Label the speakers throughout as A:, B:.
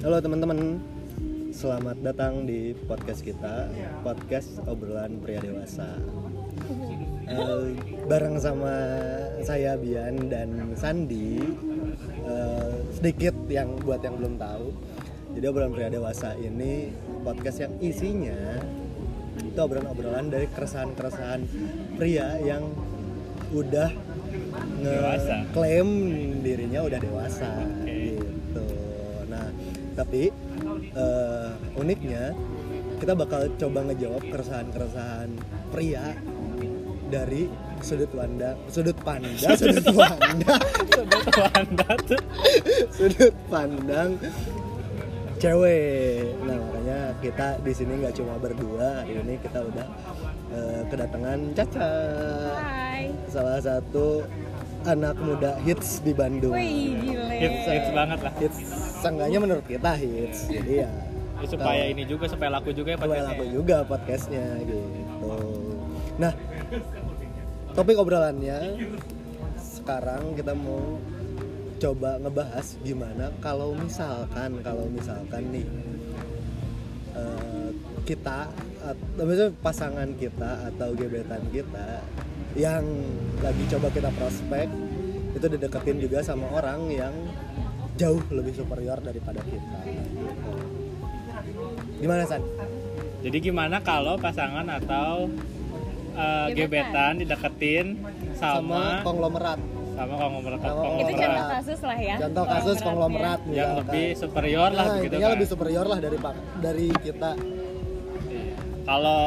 A: Halo teman-teman, selamat datang di podcast kita, podcast obrolan pria dewasa. Eh, bareng sama saya Bian dan Sandi. eh, sedikit yang buat yang belum tahu, jadi obrolan pria dewasa ini podcast yang isinya itu obrolan-obrolan dari keresahan-keresahan pria yang udah
B: Dewasa.
A: klaim dirinya udah dewasa gitu. Nah, tapi eh, uniknya kita bakal coba ngejawab keresahan-keresahan pria dari sudut pandang, sudut pandang, sudut pandang,
B: Betul anda tuh
A: sudut pandang cewek. Nah, makanya kita di sini nggak cuma berdua, hari ini kita udah eh, kedatangan Caca.
C: Hai.
A: Salah satu anak muda hits di Bandung.
C: Wih, gile.
A: Iya.
B: hits, hits banget lah
A: hits seenggaknya menurut kita hits jadi ya
B: Ya, gitu. supaya
A: tahu.
B: ini juga supaya laku juga ya
A: Supaya
B: podcastnya
A: laku
B: ya.
A: juga podcastnya gitu nah topik obrolannya sekarang kita mau coba ngebahas gimana kalau misalkan kalau misalkan nih eh, kita atau maksudnya pasangan kita atau gebetan kita yang lagi coba kita prospek itu dideketin juga sama orang yang jauh lebih superior daripada kita. gitu. Gimana San?
B: jadi gimana kalau pasangan atau eh, gebetan
C: Gebetan.
B: dideketin sama sama,
A: konglomerat.
B: konglomerat
A: Sama Iya,
B: konglomerat
C: Itu contoh
A: konglomerat.
C: kasus lah ya.
A: Contoh kasus konglomerat
B: yang
A: misalkan.
B: lebih superior lah
A: Nah,
B: begitu
A: intinya
B: kan
A: lebih superior lah dari pak- dari kita.
B: Iya. kalau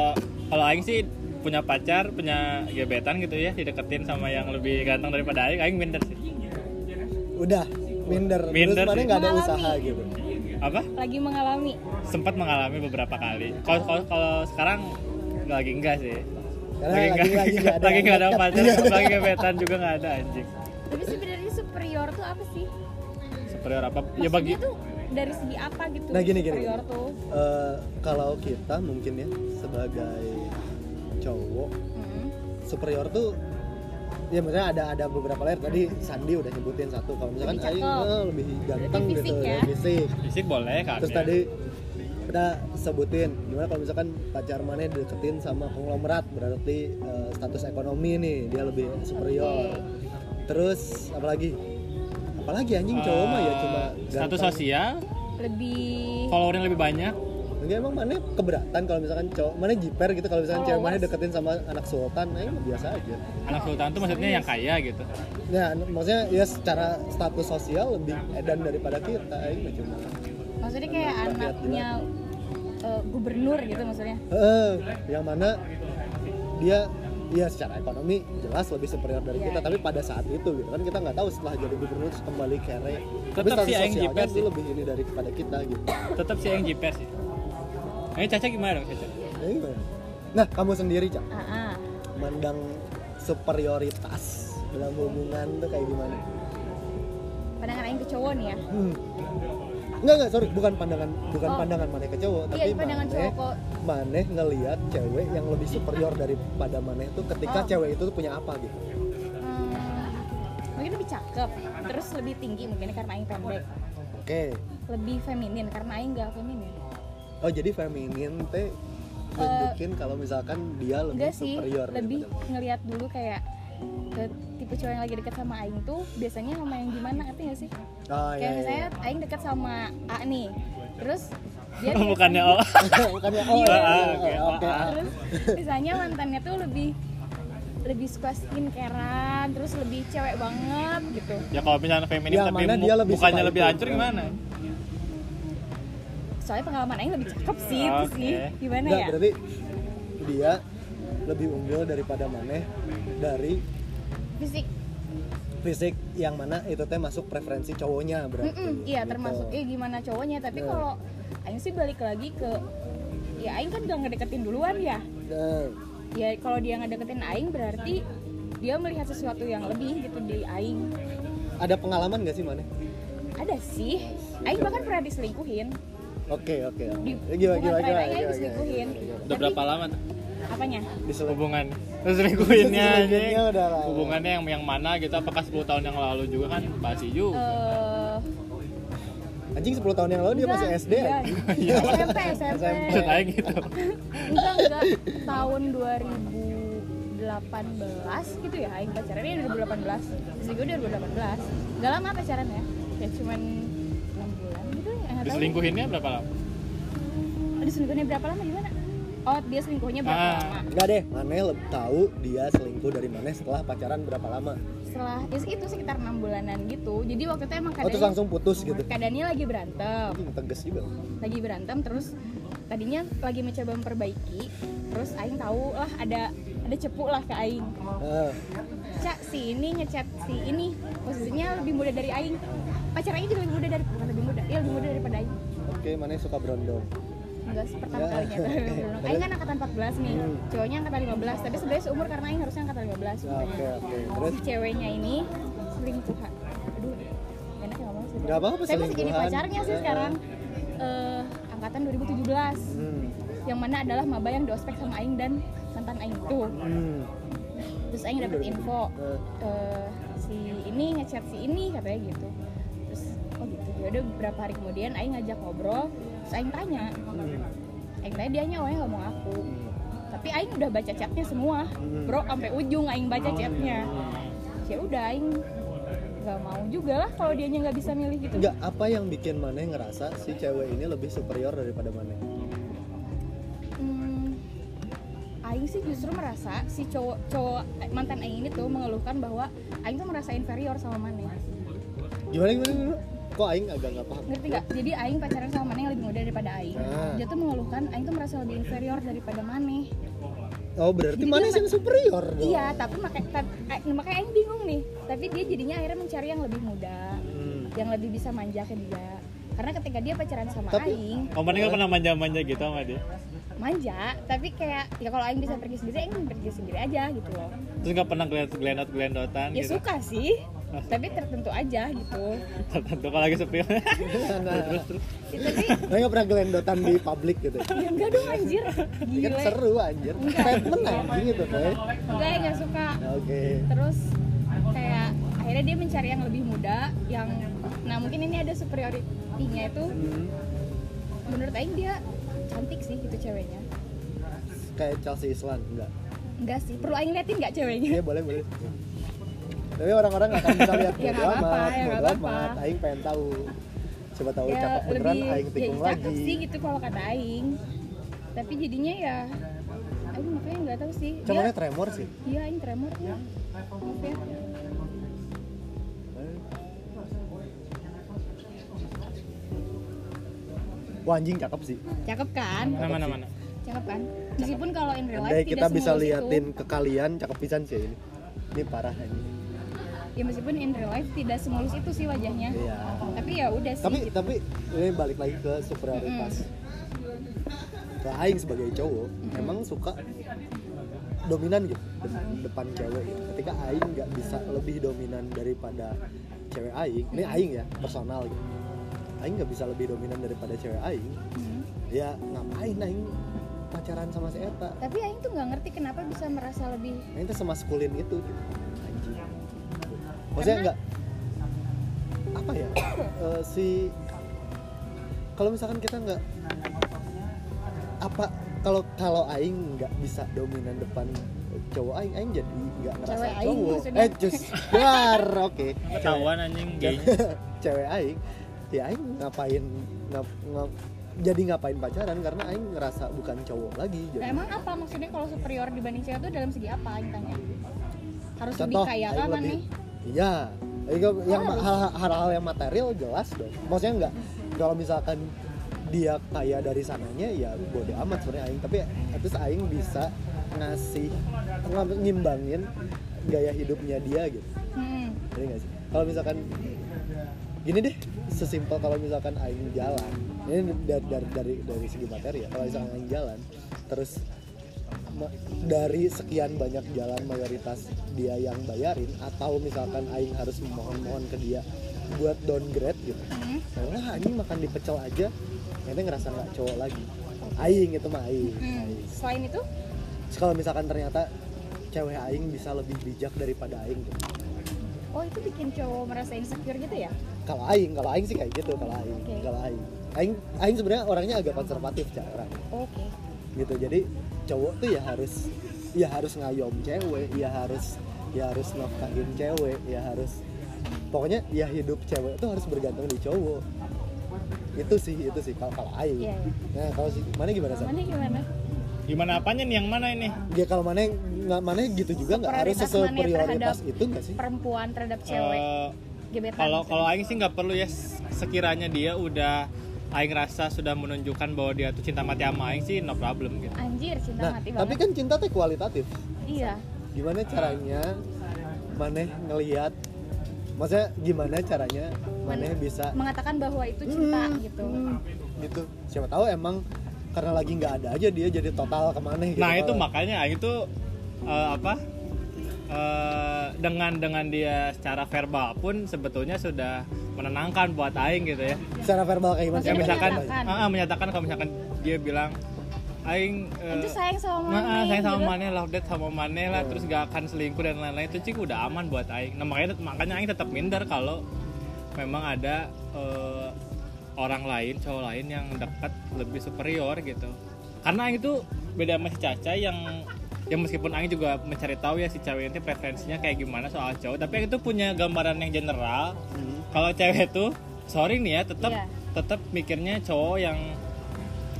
B: kalau Aing sih punya pacar punya gebetan gitu ya dideketin sama yang lebih ganteng daripada Aing Aing minder sih
A: Udah minder.
B: Minder
A: Terus mana
B: sih.
A: nggak ada
C: Mengalami.
A: usaha gitu.
B: apa
C: Lagi mengalami.
B: sempat mengalami beberapa kali kalau kalau- kalau sekarang lagi enggak sih
A: Karena lagi- lagi nggak ada
B: lagi
A: yang
B: nggak ada
A: dekat.
B: pacar lagi gebetan juga nggak ada anjing
C: Tapi sebenarnya superior tuh apa sih?
A: Ya,
B: superior apa ya
C: Maksudnya
B: bagi
C: tuh dari segi apa gitu?
A: Nah, gini, gini,
C: Superior
A: gini.
C: tuh.
A: Eh, kalau kita mungkin ya sebagai cowok
C: Hmm.
A: superior tuh ya maksudnya ada ada beberapa layer tadi Sandi udah nyebutin satu kalau misalkan
C: Lebih
A: Aing
C: cakep.
A: eh, lebih ganteng
C: Lebih
A: gitu
C: fisik
A: ya,
C: ya.
A: fisik
B: fisik boleh kan
A: terus
B: ya?
A: tadi kita sebutin gimana kalau misalkan pacar mana deketin sama konglomerat berarti eh, status ekonomi nih dia lebih superior
C: Oke.
A: terus apalagi apalagi anjing
B: Eh,
A: cowok mah ya cuma
B: status
A: ganteng.
B: sosial
C: Lebih
B: followernya lebih banyak
A: Enggak emang mana keberatan kalau misalkan cowok mana jiper gitu kalau misalkan cewek mana deketin sama anak sultan, nah ini biasa aja.
B: anak sultan tuh maksudnya yang kaya gitu
A: Nah, maksudnya ya secara status sosial lebih edan daripada kita, ini cuma.
C: maksudnya kayak
A: Rakyat
C: anaknya eh, gubernur gitu maksudnya.
A: Heeh, Eh, yang mana dia ya secara ekonomi jelas lebih superior dari
C: Iya,
A: kita, tapi pada saat itu gitu kan kita nggak tahu setelah jadi gubernur terus kembali kere. Tapi status
B: Tetap sih aing
A: sosialnya
B: jiper
A: tuh
B: sih.
A: lebih ini daripada kita gitu.
B: tetap sih yang jiper sih ini caca gimana dong caca
A: Nah, gimana? Nah, kamu sendiri, Cak,
C: Ah, ah.
A: mandang superioritas dalam hubungan tuh kayak gimana?
C: Pandangan aing ke cowok nih ya.
A: Hmm. Enggak enggak, sorry, bukan pandangan bukan
C: Oh.
A: pandangan maneh ke cowok,
C: Iya,
A: tapi
C: pandangan cowok kok.
A: maneh ngelihat cewek yang lebih superior daripada maneh itu ketika
C: Oh.
A: cewek itu tuh punya apa gitu.
C: Hmm, mungkin lebih cakep, terus lebih tinggi mungkin karena aing pendek.
A: Oke.
C: Lebih feminin karena aing gak feminin.
A: Oh, jadi feminin teh nunjukin kalau misalkan dia lebih
C: Eh, enggak sih
A: superior gitu
C: lebih
A: daripada- Oh,
C: ngelihat dulu kayak ke tipe cowok yang lagi deket sama Aing tuh biasanya sama yang gimana ngerti gak sih
A: Oh, iya,
C: kayak
A: iya.
C: misalnya Aing deket sama A nih terus dia deket
B: bukannya
C: sama-
B: oh
A: bukannya oh, iya,
B: Ah,
A: iya,
B: oke,
A: iya,
B: ah,
A: oke.
B: ah.
C: terus misalnya mantannya tuh lebih lebih suka skincarean terus lebih cewek banget gitu
B: ya kalau misalnya feminim
A: Yang
B: tapi
A: mana
B: mu-
A: dia lebih
B: bukannya
A: suka
B: lebih
A: itu.
B: hancur gimana
C: soalnya pengalaman Aing lebih cakep sih itu
B: Oke.
C: sih gimana
A: Enggak,
C: ya
A: berarti dia lebih unggul daripada maneh dari
C: fisik
A: fisik yang mana itu teh masuk preferensi cowoknya berarti.
C: Mm-mm, iya
A: gitu.
C: termasuk eh gimana cowoknya tapi
A: Nah.
C: kalau Aing sih balik lagi ke ya Aing kan gak ngedeketin duluan ya
A: Nah,
C: ya kalau dia ngedeketin aing berarti dia melihat sesuatu yang lebih gitu di aing
A: ada pengalaman gak sih maneh?
C: ada sih aing bahkan pernah diselingkuhin
A: Oke oke. oke.
C: di
A: Eh, Gimana gimana gimana?
C: hubungan terakhir aing
A: gimana,
C: diselingkuhin
B: udah
C: Tapi,
B: berapa lama tuh
C: apanya
A: Diselingkuh.
B: hubungan terus selingkuhinnya anjing.
A: Selingkuhinnya udah lama.
B: hubungannya yang yang mana gitu apakah 10 tahun yang lalu juga kan basi juga
C: eh
A: anjing 10 tahun yang lalu dia masih ya? SD
C: Enggak,
A: anjing.
C: enggak. SMP, SMP.
B: maksud aing gitu
C: Enggak, enggak. Tahun 2018 gitu ya, Aing pacarannya 2018. Selingkuh 2018. Enggak lama pacaran ya. Ya cuman 6 bulan gitu ya. nggak tahu.
B: diselingkuhinnya berapa lama
C: Aduh, selingkuhnya berapa lama gimana? Oh, dia selingkuhnya berapa
B: Ah.
C: lama?
A: Enggak deh, Maneh leb- tahu dia selingkuh dari Maneh setelah pacaran berapa lama.
C: Setelah ya, itu sekitar 6 bulanan gitu. Jadi waktu itu emang
A: Oh, terus
C: keadaannya,
A: langsung putus gitu.
C: keadaannya lagi berantem.
A: Anjing tegas juga.
C: lagi berantem terus tadinya lagi mencoba memperbaiki terus Aing tahu lah ada ada cepu lah ke Aing
A: Heeh.
C: cak si ini ngechat si ini posisinya lebih muda dari Aing pacar Aing juga lebih muda dari bukan lebih muda ya lebih muda daripada Aing
A: Oke, Maneh suka berondong.
C: enggak sih, pertama
A: Ya.
C: kalinya Aing kan angkatan 14 nih
A: Hmm.
C: cowoknya angkatan 15 tapi sebenarnya seumur karena Aing harusnya angkatan
A: Ya,
C: 15
A: Oke,
C: sebenarnya
A: oke. Terus
C: si ceweknya ini selingkuhan aduh gak enak ya ngomong sih.
A: Gak apa-apa,
C: saya masih jadi
A: selingkuhan.
C: pacarnya sih
A: Ya.
C: sekarang Eh, angkatan 2017
A: hmm.
C: yang mana adalah maba yang diospek sama Aing dan mantan Aing itu
A: Hmm.
C: terus Aing dapet info
A: Eh,
C: eh, si ini ngechat si ini katanya gitu terus oh gitu ya udah beberapa hari kemudian Aing ngajak ngobrol terus Aing tanya
A: hmm.
C: Aing tanya dia awalnya nggak mau aku
A: Hmm.
C: tapi Aing udah baca chatnya semua
A: Hmm.
C: bro sampai ujung Aing baca chatnya ya udah Aing nggak mau juga lah kalau dianya nggak bisa milih gitu
A: Enggak, apa yang bikin Maneh ngerasa si cewek ini lebih superior daripada Maneh?
C: Hmm, Aing sih justru merasa si cowok cowok eh, mantan Aing ini tuh mengeluhkan bahwa Aing tuh merasa inferior sama Mane.
A: Gimana gimana? gimana? Kok aing agak nggak paham?
C: Ngerti gak? Jadi Aing pacaran sama Mane yang lebih muda daripada Aing.
A: Ah.
C: Dia tuh mengeluhkan Aing tuh merasa lebih inferior daripada Mane.
A: Oh, berarti
C: Jadi
A: Maneh
C: dia-
A: yang superior dong.
C: Iya, tapi makanya eh, makanya Aing bingung nih. Tapi dia jadinya akhirnya mencari yang lebih muda,
A: Hmm.
C: yang lebih bisa manja ke dia. Karena ketika dia pacaran sama
A: Tapi-
C: Aing,
B: Kamu nggak pernah manja-manja gitu sama dia
C: manja, tapi kayak ya kalau Aing bisa pergi sendiri, Aing pergi sendiri aja gitu loh.
B: Terus nggak pernah gelendot-gelendotan
C: Ya
B: gitu
C: suka sih, tapi tertentu aja gitu.
B: Tertentu kalau lagi sepi
A: Nah, terus terus.
C: Ya, tapi
A: nggak pernah gelendotan di publik gitu.
C: ya enggak dong anjir.
A: Kan
C: Gile.
A: seru anjir.
C: Enggak.
A: Statement anjing itu, Teh.
C: Enggak, enggak suka.
A: Nah, Oke.
C: Terus kayak akhirnya dia mencari yang lebih muda yang nah mungkin ini ada superioritinya itu
A: Hmm.
C: menurut aing dia cantik sih itu ceweknya.
A: Kayak Chelsea Islan, enggak.
C: Enggak sih, perlu aing liatin enggak ceweknya?
A: Iya, boleh, boleh. Tapi orang-orang nggak akan bisa lihat
C: Ya,
A: bodo
C: nggak apa-apa,
A: amat,
C: ya, nggak
A: bodo
C: apa-apa.
A: amat. Aing pengen tahu. Coba
C: Ya,
A: tahu cakep beneran aing
C: jadi
A: tikung
C: cakep sih
A: lagi.
C: gitu kalau kata aing. Tapi jadinya ya aing makanya enggak tahu sih.
A: Cuman
C: Dia,
A: tremor sih.
C: iya aing tremor ya. Maaf ya.
A: Wah anjing cakep sih.
C: Cakep kan?
B: Mana-mana
C: Cakep kan? Meskipun kalau in real
A: Andai
C: life
A: kita
C: tidak
A: bisa
C: semulus itu.
A: liatin ke kalian cakep pisan sih ini. Ini parah
C: Eh.
A: ini.
C: ya meskipun in real life tidak semulus itu sih wajahnya
A: Iya.
C: tapi ya udah sih
A: Tapi
C: gitu.
A: tapi ini balik lagi ke superioritas. Ke aing sebagai cowok emang suka dominan gitu de- depan cewek gitu. Ketika aing nggak bisa lebih dominan daripada cewek aing. Ini aing ya, personal gitu. Aing nggak bisa lebih dominan daripada cewek aing.
C: Mm.
A: Ya ngapain aing pacaran sama si eta?
C: tapi Aing tuh nggak ngerti kenapa bisa merasa lebih
A: Nah, itu semaskulin itu gitu. Anjing. Maksudnya
C: Karena-
A: enggak apa ya? eh, si kalau misalkan kita nggak apa kalau kalau aing nggak bisa dominan depan cowok aing aing jadi nggak ngerasa
C: Cewek aing
A: cowok
C: maksudnya.
A: eh just keluar oke Cewek-
B: Ketahuan anjing gaynya
A: cewek aing ya aing ngapain ngap- ngap- jadi ngapain pacaran karena aing ngerasa bukan cowok lagi
C: Nah,
A: jadi
C: emang apa maksudnya kalau superior dibanding cewek tuh dalam segi apa Aing tanya harus
A: contoh
C: lebih kaya
A: aing
C: kan
A: lebih
C: nih Oh,
A: iya Aing kan- yang
C: Harus.
A: hal- hal-hal yang material jelas dong maksudnya enggak kalau misalkan dia kaya dari sananya ya bodo amat sebenarnya aing tapi terus aing bisa ngasih ngam- ngimbangin gaya hidupnya dia gitu
C: hmm.
A: Ngerti nggak sih? Kalau misalkan gini deh, sesimpel kalau misalkan aing jalan. Ini dari dari dari, dari segi materi ya. Kalau misalkan aing jalan, terus ma- dari sekian banyak jalan mayoritas dia yang bayarin atau misalkan aing harus memohon-mohon ke dia buat downgrade gitu.
C: Hmm.
A: Ya udah anjing makan di pecel aja. Ini ngerasa nggak cowok lagi. Aing itu mah aing.
C: Hmm.
A: aing.
C: selain itu
A: Terus kalau misalkan ternyata cewek aing bisa lebih bijak daripada aing gitu.
C: oh itu bikin cowok merasa insecure gitu ya
A: kalau aing kalau aing sih kayak gitu kalau aing
C: Oke.
A: kalau aing aing aing sebenarnya orangnya agak konservatif cara
C: oke
A: gitu jadi cowok tuh ya harus ya harus ngayom cewek ya harus ya harus nafkahin cewek ya harus pokoknya ya hidup cewek tuh harus bergantung di cowok itu sih itu sih kalau kalau aing
C: Iya, iya.
A: nah kalau si mana gimana sih
C: Namanya gimana
B: Gimana apanya nih yang mana ini?
A: ya kalau mana nggak mana gitu juga nggak harus
C: Prioritas mana ya
A: prioritas
C: terhadap
A: itu nggak sih
C: perempuan terhadap cewek
B: Eh,
C: gebetan
B: kalau kalau aing sih nggak perlu ya sekiranya dia udah aing rasa sudah menunjukkan bahwa dia tuh cinta mati sama aing sih no problem gitu.
C: anjir cinta
A: nah
C: mati
A: tapi
C: banget
A: kan cinta teh kualitatif
C: iya
A: gimana caranya maneh ngelihat maksudnya gimana caranya maneh
C: Men-
A: bisa
C: mengatakan bahwa itu
A: Nah.
C: cinta
A: Hmm,
C: gitu
A: hmm, gitu siapa tahu emang karena lagi nggak ada aja dia jadi total kemana gitu
B: Nah, itu
A: Kalau-
B: makanya aing tuh eh, apa? eh, dengan dengan dia secara verbal pun sebetulnya sudah menenangkan buat aing gitu ya.
A: secara verbal kayak gimana
B: Ya
C: Maksudnya
B: misalkan
C: menyatakan.
B: ah, ah, menyatakan kalau misalkan dia bilang aing eh,
C: itu sayang sama mana
B: Nah, ah, saya sama
C: gitu.
B: Mane, love date sama Mane lah, terus gak akan selingkuh dan lain-lain itu cik udah aman buat Aing. Nah makanya makanya Aing tetap minder kalau memang ada eh, orang lain, cowok lain yang dekat lebih superior gitu. Karena Aing itu beda sama si Caca yang yang meskipun Aing juga mencari tahu ya si cewek itu preferensinya kayak gimana soal cowok, tapi Aing itu punya gambaran yang general.
A: Hmm.
B: Kalau cewek tuh, sorry nih ya, tetap
C: Iya.
B: tetap mikirnya cowok yang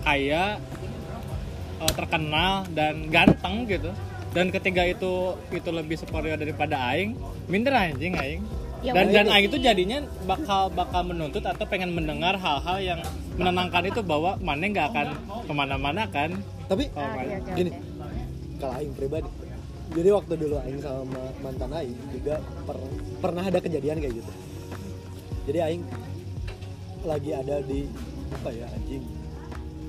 B: kaya eh, terkenal dan ganteng gitu dan ketiga itu itu lebih superior daripada aing minder anjing aing
C: Ya,
B: dan dan
C: wajar
B: aing itu
C: sih.
B: jadinya bakal bakal menuntut atau pengen mendengar hal-hal yang menenangkan itu bahwa mana nggak akan kemana-mana kan
A: tapi
B: Oh,
C: Ah, oke, oke,
A: gini
C: oke.
A: kalau Aing pribadi jadi waktu dulu Aing sama mantan Aing juga per- pernah ada kejadian kayak gitu jadi Aing lagi ada di apa ya anjing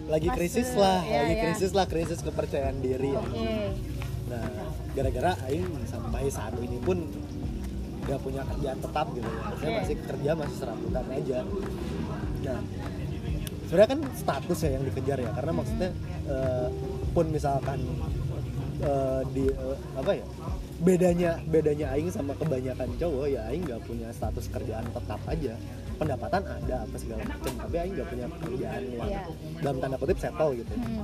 A: lagi
C: Fase,
A: krisis lah
C: ya,
A: lagi
C: ya.
A: krisis lah krisis kepercayaan diri ya.
C: Oke.
A: Nah, gara-gara Aing sampai saat ini pun gak punya kerjaan tetap gitu ya. Saya
C: Oke.
A: masih kerja masih serabutan aja. Nah, sebenarnya kan status ya yang dikejar ya, karena maksudnya eh, pun misalkan eh, di eh, apa ya bedanya bedanya Aing sama kebanyakan cowok ya Aing nggak punya status kerjaan tetap aja pendapatan ada apa segala macam tapi Aing nggak punya kerjaan yang
C: Iya.
A: dalam tanda kutip settle gitu
C: Hmm.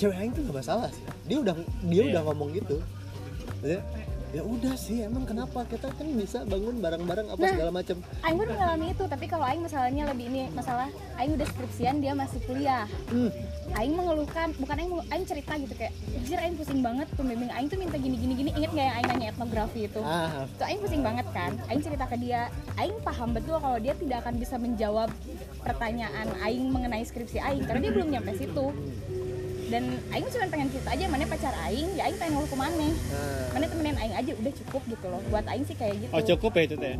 A: cewek aing tuh gak masalah sih dia udah dia
B: Iya.
A: udah ngomong gitu ya ya udah sih emang kenapa kita kan bisa bangun bareng-bareng apa
C: Nah.
A: segala macam
C: Aing pun mengalami itu, tapi kalau Aing masalahnya lebih ini masalah Aing udah skripsian dia masih kuliah.
A: Hmm.
C: Aing mengeluhkan, bukan Aing, mengelu- Aing cerita gitu kayak, jir Aing pusing banget pembimbing Aing tuh minta gini gini gini, inget gak yang Aing nanya etnografi itu?
A: ah
C: Itu Aing pusing banget kan, Aing cerita ke dia, Aing paham betul kalau dia tidak akan bisa menjawab pertanyaan Aing mengenai skripsi Aing, karena dia belum nyampe situ. Dan Aing cuma pengen cerita aja, mana pacar Aing, ya Aing pengen ngeluh ke mana.
A: nah,
C: Mana temenin Aing aja, udah cukup gitu loh, buat Aing sih kayak gitu.
B: oh cukup ya itu teh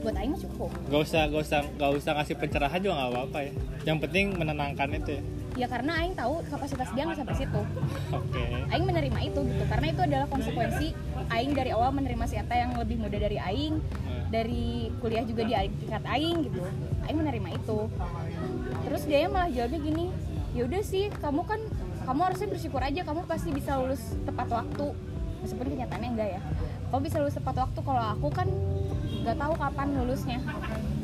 C: Buat Aing mah cukup.
B: gak usah gak usah gak usah ngasih pencerahan juga nggak apa-apa ya yang penting menenangkan itu ya
C: ya karena Aing tahu kapasitas dia nggak sampai situ
B: oke
C: Aing menerima itu gitu karena itu adalah konsekuensi Aing dari awal menerima si Eta yang lebih muda dari Aing dari kuliah juga di tingkat Aing gitu Aing menerima itu terus dia malah jawabnya gini ya udah sih kamu kan kamu harusnya bersyukur aja kamu pasti bisa lulus tepat waktu meskipun kenyataannya enggak ya kamu bisa lulus tepat waktu kalau aku kan nggak tahu kapan lulusnya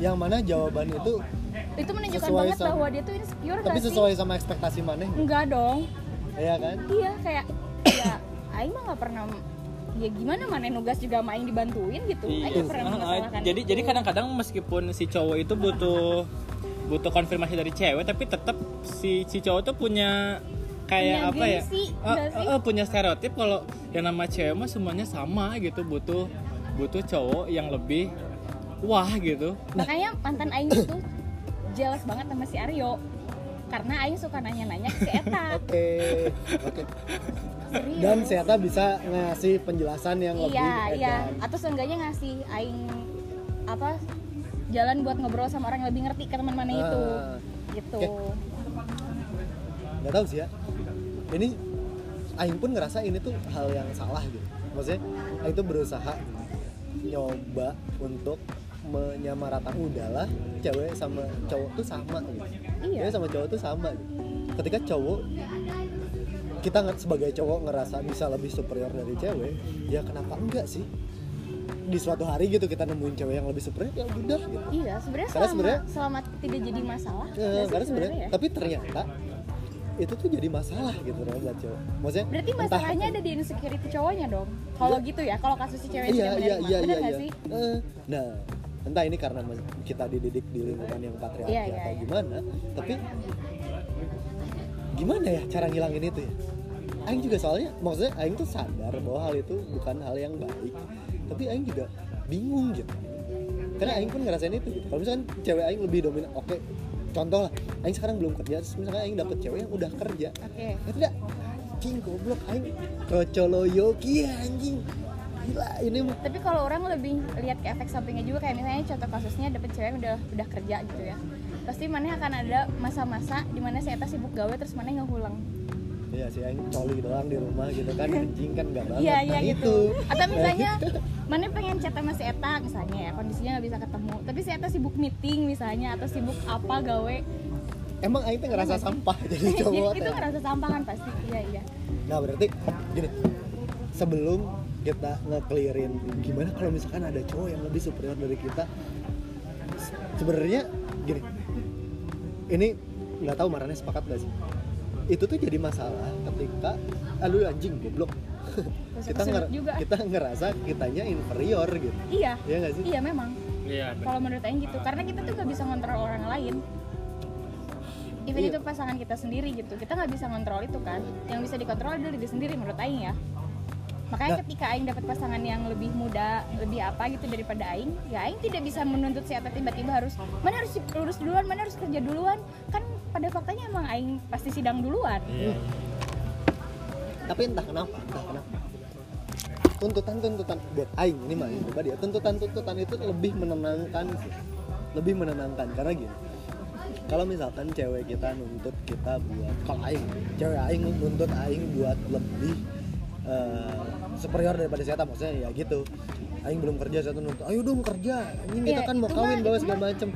A: yang mana jawaban itu
C: itu menunjukkan
A: Sesuai
C: banget
A: sama-
C: bahwa dia tuh insecure
A: tapi
C: nggak sih
A: sesuai sama ekspektasi maneh
C: enggak dong
A: ya kan
C: iya kayak ya Aing mah nggak pernah ya gimana mana nugas juga main dibantuin gitu
A: Ah,
C: Aing nggak pernah kan?
B: Iya.
C: mengasalahkan
B: jadi jadi kadang-kadang meskipun si cowok itu butuh butuh konfirmasi dari cewek tapi tetap si si cowok tuh punya kayak
C: Punya
B: apa ya
C: gengsi,
B: Eh,
C: nggak sih?
B: eh, eh, punya stereotip kalau yang nama cewek mah semuanya sama gitu butuh butuh cowok yang lebih wah gitu
C: makanya mantan Aing itu jelas banget sama si Aryo karena Aing suka nanya-nanya ke si Eta
A: oke oke
C: serius
A: dan Seta bisa ngasih penjelasan yang lebih
C: iya iya
A: edan.
C: atau seenggaknya ngasih Aing apa jalan buat ngobrol sama orang yang lebih ngerti ke teman mana itu
A: Ah.
C: gitu
A: nggak tahu sih ya ini Aing pun ngerasa ini tuh hal yang salah gitu maksudnya Aing tuh berusaha nyoba untuk menyamaratakan udahlah cewek sama cowok tuh sama gitu
C: Iya.
A: cewek sama cowok tuh sama gitu. ketika cowok kita nge- sebagai cowok ngerasa bisa lebih superior dari cewek ya kenapa enggak sih di suatu hari gitu kita nemuin cewek yang lebih super ya udah gitu
C: iya sebenarnya
A: Karena
C: selama,
A: sebenarnya-
C: selama tidak jadi masalah
A: Eh,
C: nggak sih
A: karena sebenarnya
C: sebenarnya ya?
A: tapi ternyata itu tuh jadi masalah gitu loh buat cewek maksudnya
C: berarti
A: entah-
C: masalahnya ada di insecurity cowoknya dong kalau gitu ya kalau kasus si cewek
A: iya
C: tidak
A: iya
C: menerima
A: iya
C: benar
A: iya
C: nggak
A: iya.
C: sih
A: Eh, nah entah ini karena men- kita dididik di lingkungan yang patriarki
C: Iya, iya,
A: atau
C: iya.
A: gimana tapi gimana ya cara ngilangin itu ya Aing juga soalnya maksudnya Aing tuh sadar bahwa hal itu bukan hal yang baik tapi Aing juga bingung gitu karena Aing pun ngerasain itu gitu. kalau misalkan cewek Aing lebih dominan oke contoh lah Aing sekarang belum kerja terus misalkan Aing dapet cewek yang udah kerja
C: oke
A: Ya tidak Cing goblok aing Rocoloyo kia anjing Gila ini mah
C: tapi kalau orang lebih lihat ke efek sampingnya juga kayak misalnya contoh kasusnya dapet cewek yang udah udah kerja gitu ya pasti mana akan ada masa-masa dimana saya atas sibuk gawe terus mana ngehulang
A: Ya si aing coli doang di rumah gitu kan Anjing kan gak banget
C: Iya iya
A: Nah,
C: gitu.
A: itu.
C: Atau misalnya
A: Nah, itu.
C: mana pengen chat sama si Eta misalnya ya kondisinya nggak bisa ketemu, tapi si Eta sibuk meeting misalnya atau sibuk apa gawe,
A: Emang aing tuh ngerasa sampah jadi
C: Jadi
A: cowok
C: Iya, itu
A: teh.
C: ngerasa sampah kan pasti. Iya iya.
A: Nah berarti gini Sebelum kita nge-clearin Gimana kalau misalkan ada cowok yang lebih superior dari kita se- sebenarnya gini Ini nggak tahu marahnya sepakat gak sih itu tuh jadi masalah ketika aduh anjing goblok
C: Terus
A: kita
C: kesudut
A: nger-
C: juga.
A: kita ngerasa kitanya inferior gitu
C: Iya.
A: ya nggak sih
C: Iya memang.
B: iya
C: Kalau menurut Aing gitu, karena kita tuh nggak bisa ngontrol orang lain. Even
A: Iya.
C: itu pasangan kita sendiri gitu, kita nggak bisa ngontrol itu kan. Yang bisa dikontrol adalah diri sendiri menurut Aing ya. Makanya
A: Nah.
C: ketika Aing dapat pasangan yang lebih muda, lebih apa gitu daripada Aing, ya Aing tidak bisa menuntut siapa tiba-tiba harus mana harus lurus duluan, mana harus kerja duluan. Kan pada faktanya emang Aing pasti sidang duluan.
B: iya
A: tapi entah kenapa entah kenapa tuntutan tuntutan buat aing ini mah aing pribadi ya tuntutan tuntutan itu lebih menenangkan sih lebih menenangkan karena gini kalau misalkan cewek kita nuntut kita buat kalau aing cewek aing nuntut aing buat lebih eh, superior daripada saya maksudnya ya gitu aing belum kerja saya nuntut ayo dong kerja ini kita
C: Iya,
A: kan mau
C: itu
A: kawin
C: mah-
A: bawa
C: itu
A: segala
C: mah-
A: macem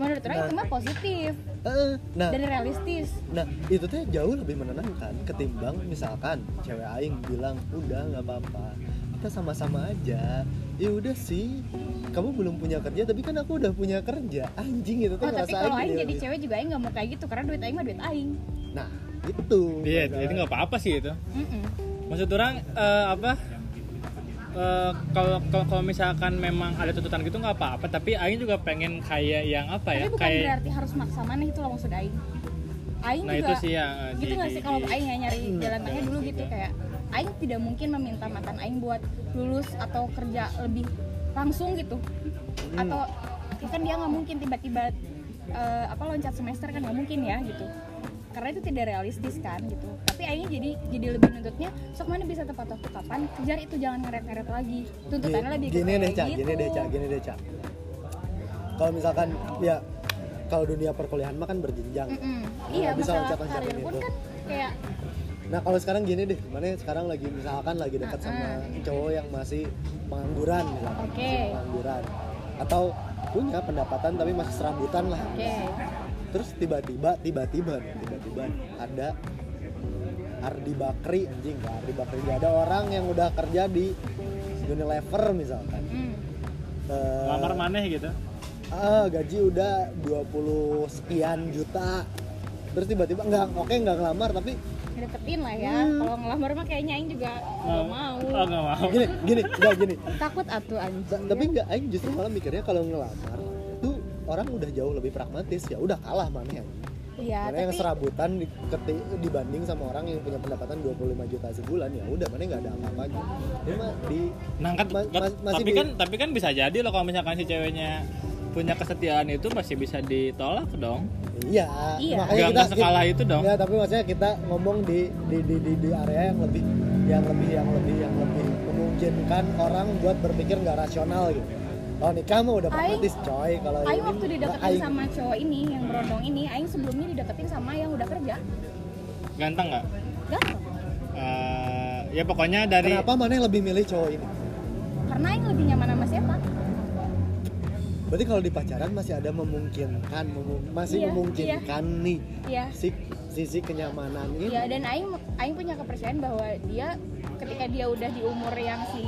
C: Menurut orang
A: Nah.
C: itu mah positif
A: Eh, nah
C: dan realistis.
A: Nah itu tuh jauh lebih menenangkan ketimbang misalkan cewek aing bilang udah nggak apa-apa kita sama-sama aja ya udah sih kamu belum punya kerja tapi kan aku udah punya kerja anjing itu tuh
C: Oh, tapi
A: ngerasa
C: kalau Aing
A: gede
C: jadi
A: lebih.
C: cewek juga Aing nggak mau kayak gitu karena duit Aing mah duit Aing.
A: nah itu
B: iya itu nggak apa-apa sih itu
C: Mm-mm.
B: maksud orang eh, apa eh, kalau kalau kalau misalkan memang ada tuntutan gitu nggak apa-apa tapi Aing juga pengen kayak yang apa ya
C: Tapi bukan
B: kayak
C: berarti harus maksa mana itu loh maksud Aing. Aing
B: nah
C: juga
B: itu sih yang eh,
C: gitu
B: di-
C: nggak
B: di-
C: sih kalau
B: di-
C: Aing ya nyari
A: Hmm.
C: jalan tengah dulu gitu kayak Aing tidak mungkin meminta mantan Aing buat lulus atau kerja lebih langsung gitu
A: Hmm.
C: atau ya kan dia nggak mungkin tiba-tiba eh, apa loncat semester kan nggak mungkin ya gitu karena itu tidak realistis kan gitu tapi Aing jadi jadi lebih nuntutnya sok mana bisa tepat waktu kapan kejar itu jangan ngeret-ngeret lagi tuntutannya lebih ke
A: gini
C: kayak
A: deh cak gini deh
C: gitu.
A: cak gini deh cak kalau misalkan ya kalau dunia perkuliahan mah kan berjenjang
C: Mm-mm. Iya,
A: Nggak bisa gitu.
C: masalah
A: loncat-loncatin
C: karir pun
A: itu.
C: kan kayak
A: Nah kalau sekarang gini deh, mana sekarang lagi misalkan lagi dekat sama cowok yang masih pengangguran, misalkan
C: Ah, Oke.
A: masih pengangguran, atau punya pendapatan tapi masih serabutan lah.
C: oke.
A: Terus tiba-tiba, tiba-tiba, nih, tiba-tiba ada Ardi Bakri anjing, nggak Ardi Bakri Nggak ada orang yang udah kerja di Unilever misalkan.
C: Hmm.
A: Eh,
B: lamar maneh gitu
A: ah, gaji udah 20 sekian juta. Terus tiba-tiba nggak oke nggak ngelamar tapi
C: Deketin lah ya.
A: Mm.
C: Kalau ngelamar mah kayaknya aing juga nggak mau.
B: oh nggak mau
A: gini gini nggak gini
C: Takut atuh anjing.
A: Ta- tapi nggak aing justru malah mikirnya kalau ngelamar tuh orang udah jauh lebih pragmatis ya udah kalah mana yang
C: Iya,
A: mana yang
C: tapi
A: serabutan di- keti- dibanding sama orang yang punya pendapatan 25 juta sebulan ya udah mana nggak ada apa-apanya cuma di
B: Nah kan,
A: Ma-
B: kan-
A: mas- masih
B: tapi
A: di-
B: kan tapi kan bisa jadi loh kalau misalkan si ceweknya punya kesetiaan itu masih bisa ditolak dong.
A: iya, makanya
C: Iya.
B: Gak
A: kita
B: nggak sekalah itu dong.
A: ya tapi maksudnya kita ngomong di di, di di di area yang lebih yang lebih yang lebih yang lebih memungkinkan orang buat berpikir nggak rasional gitu kalau nikah mah udah
C: Aing-
A: pragmatis coy kalau
C: aing
A: ini
C: waktu
A: mah
C: dideketin
A: Nah, aing-
C: sama cowok ini yang berondong ini, aing sebelumnya dideketin sama yang udah kerja.
B: Ganteng nggak?
C: Ganteng.
B: Eh, ya pokoknya dari
A: kenapa mana yang lebih milih cowok ini
C: Karena aing lebih nyaman sama siapa?
A: Berarti kalau di pacaran masih ada memungkinkan, memu- masih
C: Iya,
A: memungkinkan nih
C: Iya.
A: si sisi kenyamanan ini.
C: Iya, dan aing aing punya kepercayaan bahwa dia ketika dia udah di umur yang si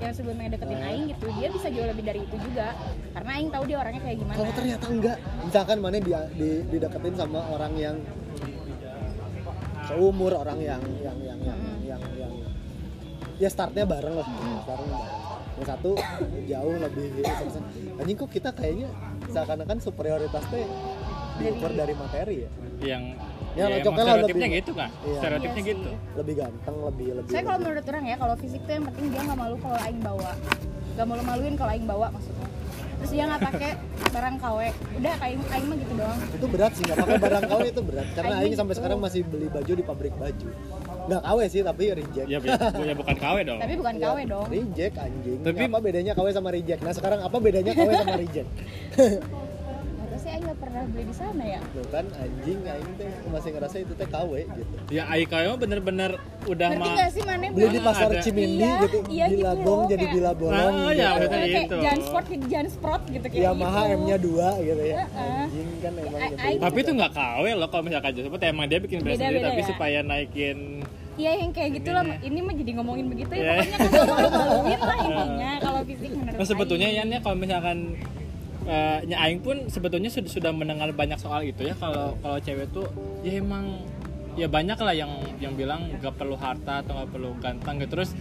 C: yang sebelumnya deketin aing gitu dia bisa jauh lebih dari itu juga karena aing tahu dia orangnya kayak gimana
A: kalau ternyata enggak misalkan mana di, di dideketin sama orang yang seumur orang yang yang yang yang yang, yang, ya startnya bareng lah bareng bareng. yang satu jauh lebih sukses. anjing kok kita kayaknya seakan-akan superioritasnya diukur dari materi ya
B: yang
A: Ya,
B: ya, emang
A: coklat lah
B: stereotipnya
A: lebih-
B: gitu kan
A: Iya.
B: stereotipnya
C: Iya sih.
B: gitu
A: lebih ganteng lebih lebih
C: saya kalau menurut orang ya kalau fisik tuh yang penting dia nggak malu kalau aing bawa nggak malu maluin kalau aing bawa maksudnya terus dia nggak pakai barang kawek udah aing aing mah gitu doang
A: itu berat sih nggak pakai barang KW itu berat karena
C: Aing
A: Aing sampai
C: gitu.
A: sekarang masih beli baju di pabrik baju nggak KW sih tapi reject
B: ya, bu- bu- ya bukan KW dong
C: tapi Iya. bukan kawe
A: Ya,
C: dong
A: Reject anjing.
B: Tapi-
A: apa bedanya KW sama reject? Nah, sekarang apa bedanya KW sama reject?
C: terus saya nggak pernah beli di sana ya
A: Tuh kan anjing aing teh masih ngerasa itu teh KW gitu.
B: ya AIKW mah bener-bener udah
C: ngerti
B: mah
C: nggak sih mana
A: Beli di
B: Nah,
A: pasar
B: ada.
A: Cimindi
C: Iya,
A: gitu,
C: iya gitu
A: bila
C: loh,
A: gong jadi
C: kayak-
A: bila bolong.
B: Ah,
A: gitu.
B: iya,
C: Kayak-
B: betul
C: kayak
B: gitu.
C: jangan sport jadi jangan sprot gitu kayak
A: Yamaha
C: gitu.
A: Iya, M-nya 2 gitu ya.
C: Heeh.
A: Anjing kan emang
C: Aing-
A: nyebelin.
B: tapi itu nggak KW loh kalau misalkan Joseph emang dia bikin brand
C: Beda-beda
B: sendiri tapi
C: ya.
B: supaya naikin
C: Iya yang kayak gitu lah ini mah jadi ngomongin begitu ya
B: Iya.
C: pokoknya kan nggak malu-maluin lah intinya kalau fisik menurut
B: Nah sebetulnya
C: Aing.
B: Yan ya kalau misalkan eh, Nya Aing pun sebetulnya sudah sudah mendengar banyak soal itu ya kalau kalau cewek tuh ya emang ya banyak lah yang yang bilang gak perlu harta atau gak perlu ganteng gitu terus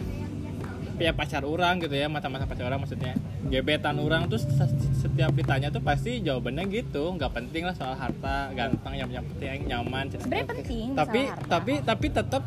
B: ya pacar orang gitu ya mata-mata pacar orang maksudnya gebetan orang tuh se- setiap ditanya tuh pasti jawabannya gitu nggak penting lah soal harta ganteng yang yang penting nyaman
C: sebenarnya penting
B: tapi
C: masalah harta.
B: tapi tapi tetap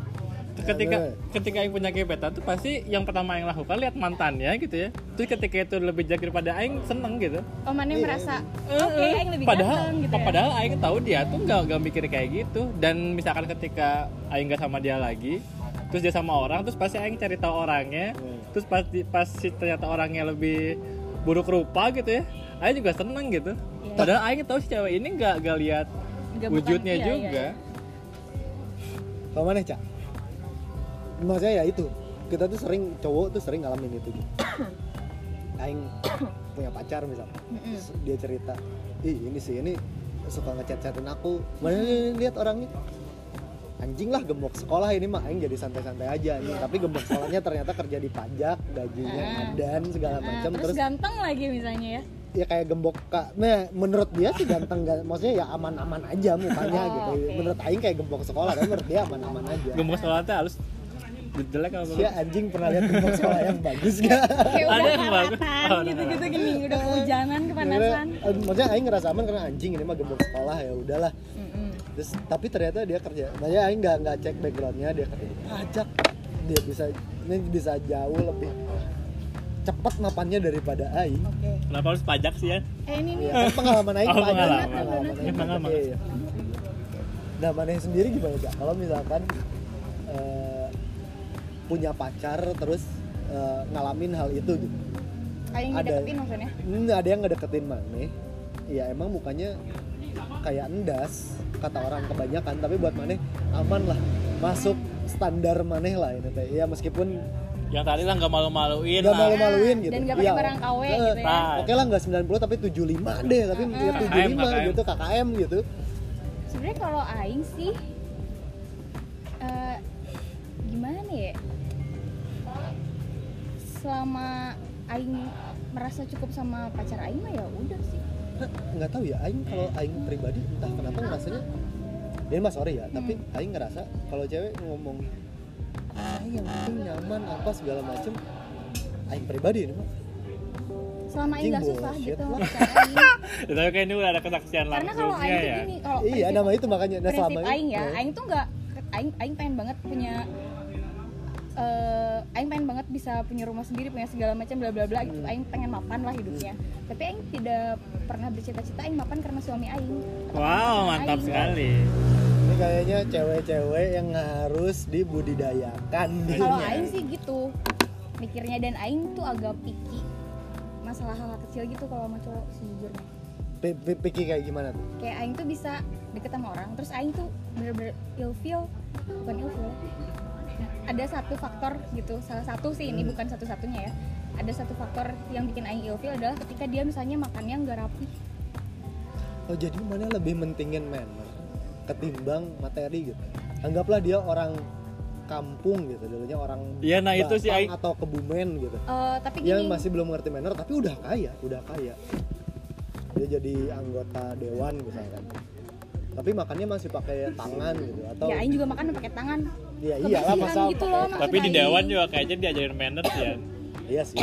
B: ketika ketika yang punya gebetan tuh pasti yang pertama yang lakukan lihat mantannya gitu ya terus ketika itu lebih jago daripada aing seneng gitu
C: oh mana
A: Iya,
C: merasa
B: Eh,
C: Oh, oke
B: eh,
C: Aing lebih
B: padahal
C: ganteng gitu ya
B: padahal aing tahu dia tuh nggak nggak mikir kayak gitu dan misalkan ketika aing nggak sama dia lagi terus dia sama orang terus pasti aing cari tahu orangnya terus pasti pasti ternyata orangnya lebih buruk rupa gitu ya aing juga seneng gitu
C: Iya.
B: padahal aing tahu si cewek ini nggak nggak lihat
C: Nggak bukan-
B: wujudnya
C: iya, iya,
B: juga
C: iya.
A: Kalau mana, Cak? Maksudnya ya itu. Kita tuh sering cowok tuh sering ngalamin itu gitu. Aing punya pacar misalnya.
C: Mm-mm.
A: Terus dia cerita, "Ih, ini sih ini suka ngechat-chatin aku." Mana nih, lihat orangnya. Anjing lah gembok sekolah ini mah aing jadi santai-santai aja anjing. Tapi gembok sekolahnya ternyata kerja di pajak, gajinya
C: Iya. Ah.
A: dan segala
C: Nah,
A: macam
C: terus
A: terus
C: ganteng lagi misalnya ya
A: ya kayak gembok kak nah menurut dia sih ganteng gak maksudnya ya aman-aman aja mukanya
C: Oh,
A: gitu
C: oke.
A: menurut Aing kayak gembok sekolah tapi menurut dia aman-aman aja
B: gemes sholatnya harus jelek apa
A: Sia Iya, anjing pernah lihat gembok sekolah yang bagus gak?
C: kayak
B: Ada
C: Iya, udah
B: yang bagus.
C: karatan
B: Oh, ada.
C: gitu-gitu gini udah kehujanan
A: Karena,
C: kepanasan
A: eh, maksudnya Aing ngerasa aman karena anjing ini mah gembok sekolah ya udahlah
C: Mm-mm.
A: terus tapi ternyata dia kerja makanya Aing nggak nggak cek backgroundnya dia kerja di pajak dia bisa ini bisa jauh lebih cepat mapannya daripada Aing
C: oke
B: kenapa harus pajak sih ya
C: eh ini nih
A: Iya, kan pengalaman Aing
B: Oh,
A: pajak.
B: pengalaman.
A: Aing
B: Pengalaman.
A: pajak, iya. Nah, Maneh sendiri gimana, Cak? Kalau misalkan eh, punya pacar terus eh, ngalamin hal itu gitu.
C: Aing
A: Ada.
C: dideketin maksudnya
A: Hmm, ada yang ngedeketin Maneh. Ya emang mukanya kayak endas kata orang kebanyakan, tapi buat Maneh aman lah. Masuk standar Maneh lah ini teh. Ya meskipun
B: yang tadi lah nggak malu-maluin
A: Gak
B: Iya lah
A: malu-maluin
C: Ah,
A: gitu.
C: dan gak pakai
A: Iya.
C: barang KW
A: Eh,
C: gitu ya.
B: nah.
A: Oke lah nggak 90 tapi 75 deh, tapi
C: Mm-mm.
A: ya 75
B: KKM.
A: gitu KKM gitu.
C: sebenarnya kalau aing sih eh, gimana ya selama aing merasa cukup sama pacar aing mah ya udah sih
A: Nah, nggak tahu ya aing kalau aing pribadi entah kenapa ngerasanya ini mas sorry ya tapi
C: Hmm.
A: aing ngerasa kalau cewek ngomong aing yang penting nyaman apa segala macem aing pribadi ini mah
C: selama aing gak
A: Anjing,
C: susah
A: bullshit
C: gitu sama
A: lah.
C: pacar aing
B: Ya, tapi kayak ini udah ada kesaksian
C: karena kalau
B: langsungnya
C: aing tuh
B: ya
C: gini kalau
A: iya
C: prinsip-
A: nama itu makanya nah
C: prinsip
A: selama ini-
C: aing ya
A: eh,
C: aing tuh nggak aing aing pengen banget punya eh aing pengen banget bisa punya rumah sendiri punya segala macam bla bla bla gitu aing pengen mapan lah hidupnya tapi aing tidak pernah bercita-cita aing mapan karena suami aing atau
B: wow
C: karena
B: mantap
C: aing.
B: sekali
A: ini kayaknya cewek-cewek yang harus dibudidayakan
C: kalau
A: Iya.
C: aing sih gitu mikirnya dan aing tuh agak picky masalah hal kecil gitu kalau sama cowok sejujurnya
A: Pi- pi- pikir kayak gimana tuh
C: kayak aing tuh bisa deket sama orang terus aing tuh bener-bener ilfeel bukan ilfeel ada satu faktor gitu salah satu sih
B: Hmm.
C: ini bukan satu-satunya ya ada satu faktor yang bikin aing ilfeel adalah ketika dia misalnya makannya nggak rapi
A: oh jadi mana lebih mentingin manner ketimbang materi gitu anggaplah dia orang kampung gitu dulunya orang
B: Iya, nah itu sih,
A: Batang
B: Aing.
A: atau kebumen gitu
C: Eh, tapi
B: Iya,
C: gini
A: yang masih belum ngerti manner tapi udah kaya udah kaya dia jadi anggota dewan misalkan tapi makannya masih pakai tangan gitu atau
C: ya Aing juga makan pakai tangan
A: ya iyalah
C: kebersihan
A: masa
C: gitu loh,
A: pakai-
B: Tapi di
C: Maksud
B: dewan
C: Aing.
B: juga kayaknya diajarin manners ya.
A: iya sih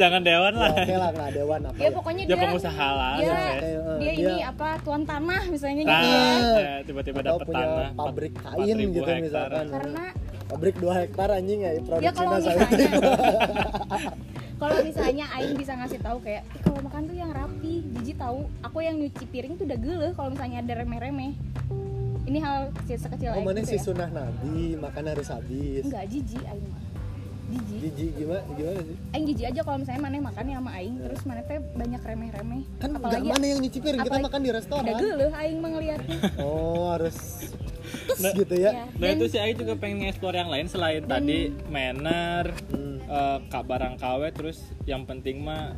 B: Jangan dewan
A: Ya,
B: lah.
A: oke lah nah dewan apa
C: ya
A: ya?
C: pokoknya
B: Iya, Dia
C: Iya, dia
B: pengusaha lah.
C: dia,
B: ya.
A: Kayak,
C: dia
A: eh,
C: ini apa tuan tanah misalnya gitu
B: Nah,
C: ya.
B: ya, tiba-tiba
A: atau
B: dapet
A: punya
B: tanah.
A: pabrik
B: 4.000
A: kain gitu
B: hektar.
A: misalkan
C: karena
A: pabrik 2 hektar anjing ya produk
C: ya kalau
A: Cina sawit.
C: misalnya kalau misalnya Aing bisa ngasih tahu kayak "Ih, kalau makan tuh yang rapi Jiji tahu aku yang nyuci piring tuh udah gele kalau misalnya ada remeh-remeh ini hal kecil sekecil
A: oh
C: Aing
A: mana
C: gitu
A: sih
C: ya.
A: sunnah nabi makan harus habis
C: enggak Jiji Aing mah Jiji
A: jijik gimana gimana sih
C: Aing jiji aja kalau misalnya maneh makan ya sama Aing terus maneh teh banyak remeh-remeh
A: Iya. kan nggak
C: apalagi
A: mana yang nyuci piring kita
C: apalagi-
A: makan di restoran
C: ada gele Aing mah ngeliatnya
A: oh harus tes
B: Nah,
A: gitu ya
B: Nah
C: dan
B: itu sih Ayu juga pengen nge-explore yang lain selain tadi manner,
A: Hmm.
B: eh, kak barang KW, terus yang penting mah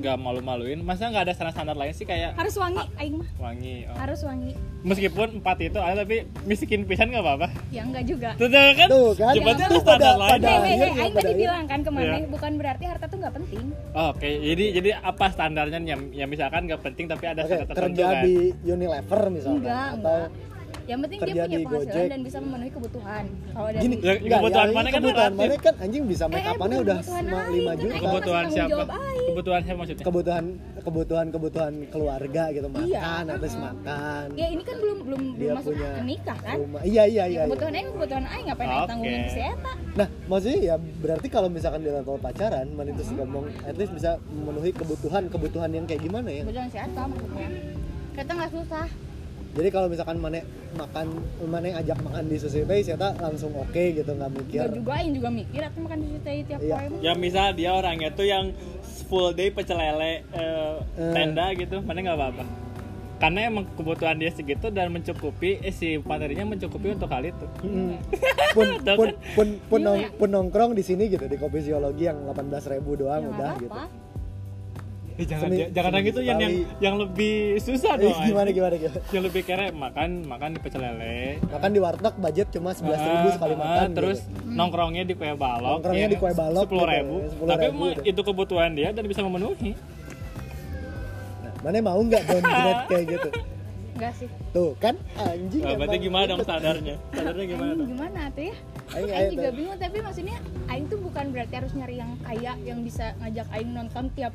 B: gak malu-maluin. Masa nggak ada standar-standar lain sih kayak
C: harus wangi Aing mah
B: wangi. oh.
C: harus wangi
B: Meskipun empat itu ada tapi miskin pisan nggak apa-apa.
C: ya enggak juga
B: Tuh tuh, kan?
A: Tuh, kan?
B: Cuma
A: Jangan
B: tuh
A: lupa
B: standar
A: pada-
B: lain.
A: pada-
C: Hei, hei,
A: akhirnya,
C: hei, Aing
A: pada
C: tadi bilang kan kemana
B: Iya.
C: bukan berarti harta tuh nggak penting
B: Oke, jadi jadi apa standarnya yang, yang misalkan nggak penting tapi ada
A: Oke,
B: standar tertentu
A: kerja
B: kan?
A: di Unilever misalnya
C: enggak
A: atau
C: enggak yang penting dia
A: kerja
C: punya
A: di
C: penghasilan
A: Gojek.
C: dan bisa memenuhi kebutuhan kalau dari
A: gini
B: Ya,
A: enggak,
B: kebutuhan
A: ya,
B: mana kan
A: kebutuhan
B: relatif.
A: mana kan anjing bisa make upannya
C: bukan
A: udah
C: Eh, kebutuhan
A: lima-
C: Aing,
A: lima
C: kan
A: juta
C: Aing mah
B: Kebutuhan
C: tanggung
B: siapa?
C: jawab Aing.
B: Kebutuhan siapa maksudnya?
A: kebutuhan kebutuhan kebutuhan keluarga gitu makan
C: Iya,
A: habis
C: uh-uh.
A: makan
C: ya ini kan belum belum belum
A: Dia
C: masuk
A: punya
C: ke nikah kan
A: rumah iya iya
C: Ya,
A: iya, iya.
C: kebutuhan Aing kebutuhan Aing ngapain Aing
B: Oke.
C: tanggungin si Eta
A: Nah, maksudnya ya berarti kalau misalkan di level pacaran, man itu sih ngomong at least bisa memenuhi kebutuhan-kebutuhan yang kayak gimana ya.
C: kebutuhan si Eta maksudnya kita nggak susah
A: Jadi kalau misalkan Mane makan Mane ajak makan di sushi teh Eta langsung oke gitu nggak mikir.
C: nggak juga Aing juga mikir aku makan di situ tiap
A: Iya.
C: poin
B: Ya misal dia orangnya tuh yang full day pecel lele eh, tenda gitu, mana nggak apa-apa. Karena emang kebutuhan dia segitu dan mencukupi, eh, si materinya mencukupi untuk hal itu.
A: Mm. Pun, pun pun pun
C: Iya,
A: nong-
C: ya.
A: pun nongkrong di sini gitu di kopi biologi yang 18.000 doang
C: Ya, nggak
A: udah gitu.
C: apa-apa
B: Eh, jangan
A: Semi-
B: jangan yang
A: semi
B: itu yang, yang
A: sekali.
B: yang lebih susah
A: Eh,
B: dong. Ay.
A: gimana gimana gitu.
B: Yang lebih kere makan makan di pecel lele.
A: Makan di warteg budget cuma 11.000 Iya, sekali
B: Ah,
A: makan.
B: ah, terus
A: gitu.
C: Hmm.
B: nongkrongnya di kue balok. ya
A: Nongkrongnya di kue balok
B: Sepuluh ribu.
A: gitu, ya,
B: Tapi
A: 10.000
B: emang
A: gitu.
B: itu kebutuhan dia dan bisa memenuhi.
A: Nah, Mane mau nggak downgrade kayak gitu?
C: nggak sih
A: Tuh kan anjing.
B: Nah, berarti
A: emang.
B: gimana dong standarnya? Standarnya gimana?
C: Aing
B: dong?
C: gimana tuh ya?
A: Aing-
C: Aing,
A: Aing
C: juga
A: tuh.
C: bingung tapi maksudnya Aing tuh bukan berarti harus nyari yang kaya yang bisa ngajak Aing nonton tiap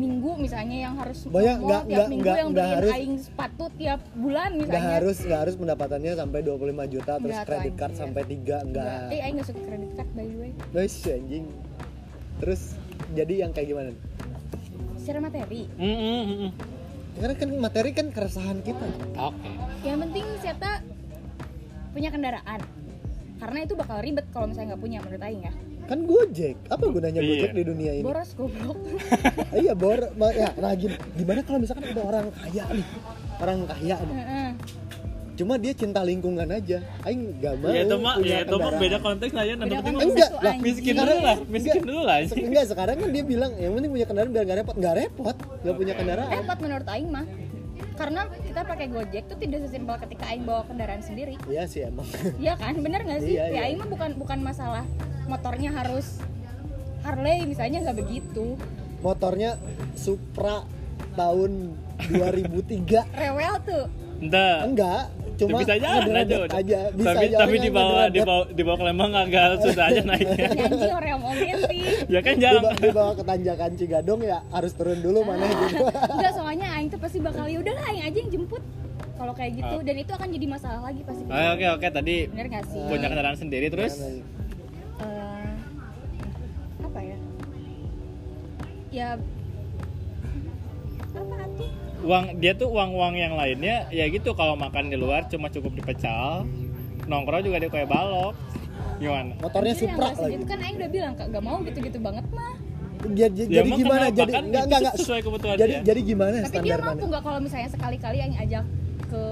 C: minggu misalnya yang harus
A: Banyak,
C: mall
A: nggak-
C: tiap
A: nggak-
C: minggu
A: nggak-
C: yang
A: nggak
C: beliin
A: harus.
C: Aing sepatu tiap bulan
A: nggak
C: misalnya.
A: harus nggak harus pendapatannya sampai 25 juta terus
C: Nggak tuh,
A: kredit card
C: anjing.
A: sampai 3 enggak
C: Nggak. Eh Aing nggak suka kredit card by the way.
A: Nice anjing terus jadi yang kayak gimana nih?
C: Secara materi
B: Mm,
C: hmm,
B: mm, mm, mm.
A: karena kan materi kan keresahan kita
B: Oke.
C: yang penting siapa punya kendaraan karena itu bakal ribet kalau misalnya nggak punya menurut Aing ya
A: kan gojek apa gunanya
B: Iya.
A: gojek di dunia ini
C: boros goblok
A: Ah, iya bor ma- ya nah gini gimana kalau misalkan ada orang kaya nih orang kaya nih.
C: Heeh.
A: cuma dia cinta lingkungan aja aing nggak mau
B: Ya itu mah
A: punya
B: ya itu mah
A: kendaraan.
B: beda konteks aja nanti
C: Beda
B: penting
C: konteks.
A: enggak
C: Satu
A: lah
C: anjing.
B: miskin
A: Sekarang-
B: dulu lah, miskin dulu lah.
A: Se- enggak sekarang kan dia bilang yang penting punya kendaraan biar nggak repot nggak repot nggak punya kendaraan
C: repot menurut Aing mah karena kita pakai Gojek tuh tidak sesimpel ketika Aing bawa kendaraan sendiri
A: iya sih emang
C: Iya kan, bener nggak sih?
A: Iya,
C: ya
A: iya.
C: Aing mah bukan bukan masalah motornya harus Harley misalnya nggak begitu.
A: motornya Supra tahun 2003
C: Rewel tuh.
B: Enggak.
A: enggak cuma
B: Tapi Ah. Ya, bisa aja ada
A: ngedredet
B: Jod.
A: aja bisa
B: tapi
A: aja
B: tapi
A: orang
B: di bawah di
A: ngedredet.
B: bawah di bawah Lembang agak susah aja naiknya.
C: Nyanyi orang yang mau ngerti.
B: ya kan
A: di,
B: jarang.
A: ba- di bawah ke tanjakan Cigadong ya harus turun
C: Ah.
A: dulu mana gitu
C: Enggak soalnya Aing tuh pasti bakal yaudah lah Aing aja yang jemput. Kalau kayak gitu
B: Ah.
C: dan itu akan jadi masalah lagi pasti.
B: Oke oke oke tadi
C: Bener nggak sih?
B: punya kendaraan sendiri terus
A: Iya,
C: Eh, apa ya? Ya apa tuh?
B: uang dia tuh uang-uang yang lainnya ya gitu kalau makan di luar cuma cukup dipecal. Nongkrong juga di kue balok. Gimana?
A: motornya
C: Anjir, yang
A: Supra
C: nggak
A: lagi
C: segitu kan Aing udah bilang "Kak, nggak mau gitu-gitu banget mah.
A: jadi,
B: Ya,
A: jadi
B: emang
A: gimana
B: kenapa?
A: jadi
B: Kan
A: enggak
B: itu
A: enggak enggak
B: sesuai kebutuhan
A: jadi
B: dia.
A: jadi gimana
C: Tapi dia
A: standar
C: mampu
A: mana
C: nggak kalau misalnya sekali-kali yang ajak ke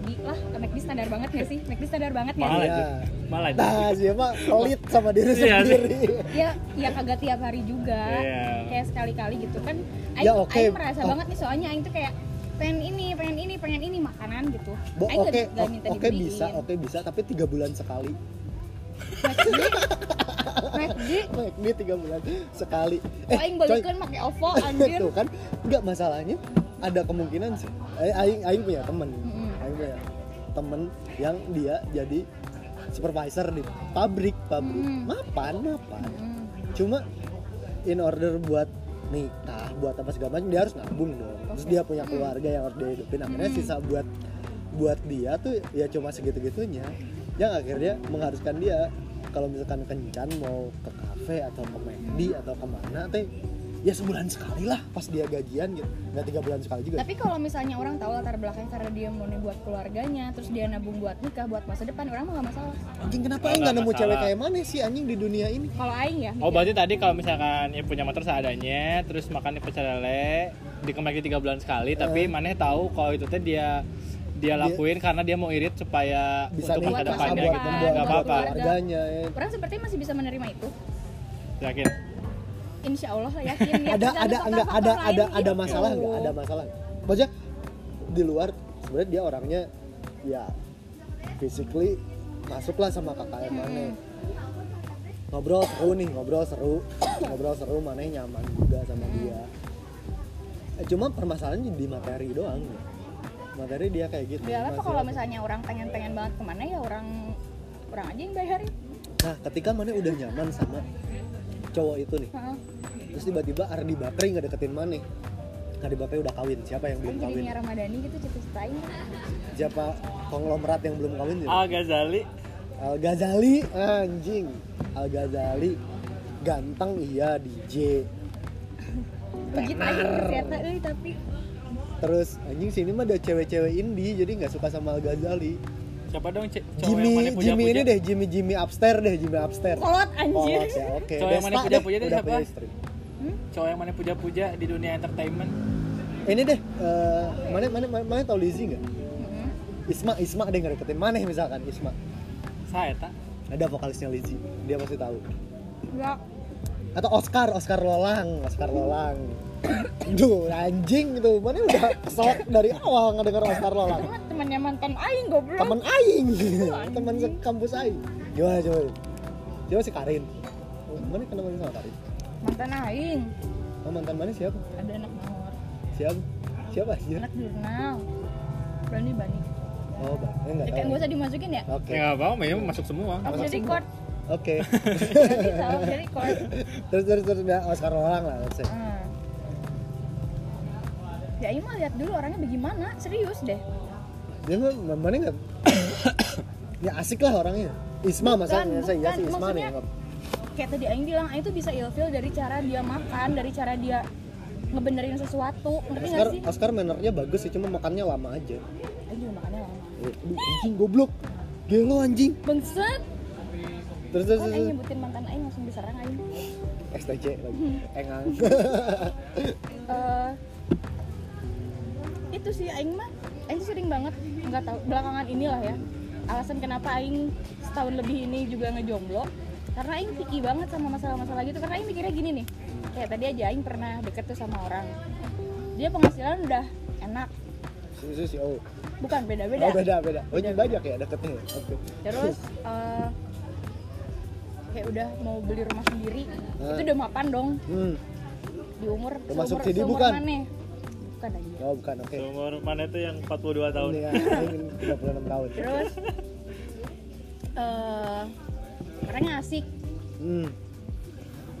C: McD lah, ke McD standar banget nggak sih? McD standar banget nggak
B: Mahal
C: sih?
A: Iya.
B: aja. Mahal aja.
A: nah siapa pelit sama diri
B: Iya sih.
A: sendiri
C: Ya, ya kagak tiap hari juga.
B: Iya.
C: Kayak sekali-kali gitu kan. Aing,
A: Ya, oke.
C: Aing merasa
A: Oh.
C: banget nih soalnya Aing tuh kayak pengen ini, pengen ini, pengen ini makanan gitu.
A: Bo-
C: Aing nggak
A: oke
C: nggak minta
A: oke
C: dibeliin.
A: bisa oke bisa tapi tiga bulan sekali
C: McD McD
A: Like, Oh, Ini tiga bulan sekali.
C: kok Oh, aing
A: Eh, coy.
C: balikeun make OVO anjir
A: Tuh kan nggak masalahnya ada kemungkinan sih. Eh, Aing aing punya temen,
C: Mm-mm.
A: aing punya temen yang dia jadi supervisor di pabrik pabrik.
C: Mm.
A: Mapan mapan.
C: Hmm.
A: Cuma in order buat nikah buat apa segala macam dia harus nabung dong. Terus dia punya keluarga yang harus dia hidupin. Akhirnya
C: Mm.
A: sisa buat buat dia tuh ya cuma segitu-gitunya yang akhirnya mengharuskan dia kalau misalkan kencan mau ke kafe atau ke McD atau kemana teh ya sebulan sekali lah pas dia gajian gitu nggak tiga bulan sekali juga
C: tapi kalau misalnya orang tahu latar belakang karena dia mau nih buat keluarganya terus dia nabung buat nikah buat masa depan orang mah gak masalah
A: anjing kenapa
B: Oh,
A: aing nggak
B: nggak
A: nemu
B: masalah.
A: cewek kayak mana sih anjing di dunia ini
C: kalau aing ya
B: Oh berarti tadi kalau misalkan ya punya motor seadanya, terus makan di pecel lele, dikembangin tiga bulan sekali,
A: Eh.
B: tapi maneh tahu kalau itu teh dia dia lakuin karena dia mau irit supaya
A: bisa
B: untuk
A: nih
B: masa
C: buat masa
B: depannya
A: buat
B: gitu,
C: depan,
A: membuat
B: nggak
A: buat
B: apa-apa.
C: keluarga.
A: keluarganya ya.
C: orang seperti masih bisa menerima itu
B: Yakin?
C: insya Allah lah yakin ya
A: ada
C: Tergantung
A: ada enggak
C: faktor-faktor
A: ada
C: lain
A: ada ada
C: gitu.
A: masalah nggak ada masalah maksudnya di luar sebenarnya dia orangnya ya physically masuklah sama kakak yang mana
C: Hmm.
A: ngobrol seru nih ngobrol seru ngobrol seru mana nyaman juga sama dia Eh, cuma permasalahannya di materi doang materi dia kayak gitu
C: Biar apa
A: Masih-
C: kalau misalnya orang pengen-pengen banget kemana ya orang orang aja yang bayarin.
A: nah ketika mana udah nyaman sama cowok itu nih
C: Heeh.
A: terus tiba-tiba Ardi Bakri nggak deketin mana Ardi Bakri udah kawin siapa yang
C: Kan
A: belum kawin
C: jadinya Ramadhani gitu cita-citain.
A: siapa konglomerat yang belum kawin
B: Al
A: siapa?
B: Ah, Ghazali.
A: Al Ghazali anjing Al Ghazali ganteng iya DJ
C: Begitu aja ternyata euy tapi
A: terus anjing sini mah ada cewek-cewek indie jadi nggak suka sama Al Ghazali
B: Siapa dong ce- cowok yang
A: Jimmy
B: mana puja
A: Jimmy ini deh Jimmy Jimmy upstairs deh Jimmy upstairs
C: kolot
A: oh
C: anjir.
A: oke oke
B: Cowok yang
A: Vespa
B: mana
A: deh
B: puja-puja deh
A: udah
B: siapa?
A: punya istri
B: Cowok yang mana puja-puja di dunia entertainment.
A: ini deh eh, mana mana mana, mana tau Lizzy nggak
C: Heeh.
A: Isma Isma deh nggak deketin mana misalkan Isma
B: Saya tak.
A: ada vokalisnya Lizzy dia pasti tahu
C: Enggak.
A: atau Oscar Oscar Lolang Oscar Lolang Duh anjing gitu mana udah kesel dari awal ngedenger Oscar Lolang
C: Cuma temannya mantan aing goblok.
A: temen aing temen sekampus aing gimana coba coba si Karin Oh, mana kenal sama Karin
C: Mantan aing.
A: oh, mantan mana siapa
C: Ada anak mawar.
A: siapa siapa aja
C: Anak jurnal. Berani bani.
A: oh bang eh, nggak
C: Ya,
A: tahu
C: kan gak usah dimasukin ya.
A: oke
B: Ya nggak apa-apa, memang masuk semua.
C: Aku jadi record.
A: oke
C: Berarti salah jadi record.
A: terus terus terus ya, Oscar Lolang lah let's say.
C: Heeh. Hmm. Ya ini mah lihat dulu orangnya bagaimana, serius deh.
A: dia mah mana nggak ya asik lah orangnya Isma masa
C: Bukan,
A: saya iya
C: bukan.
A: sih Isma nih
C: Maksudnya- kayak tadi Aing bilang Aing tuh bisa ilfeel dari cara dia makan dari cara dia ngebenerin sesuatu ngerti
A: Oscar
C: gak sih
A: Oscar mannernya bagus sih cuma makannya lama aja
C: Aing juga makannya lama
A: Eh, lu anjing goblok gelo anjing
C: bangset
A: terus terus,
C: kan
A: terus
C: Aing nyebutin mantan Aing langsung diserang Aing
A: STC lagi
C: Hmm.
A: engang
C: Eh, itu sih Aing mah Aing tuh sering banget nggak tahu belakangan inilah ya alasan kenapa Aing setahun lebih ini juga ngejomblo karena Aing picky banget sama masalah-masalah gitu karena Aing mikirnya gini nih kayak tadi aja Aing pernah deket tuh sama orang dia penghasilan udah enak
A: terus terus, oh
C: bukan beda-beda
A: oh beda beda oh ini banyak ya deketnya ya? oke
C: terus eh, kayak udah mau beli rumah sendiri
A: Nah.
C: itu udah mapan dong
A: hmm
C: di umur
A: Rumah
C: seumur-
A: subsidi
C: seumur
A: bukan?
C: maneh. bukan lagi
A: oh bukan oke
B: Umur mana itu yang 42 tahun?
A: ini ya ini 36 tahun
C: terus eh orangnya asik
A: hmm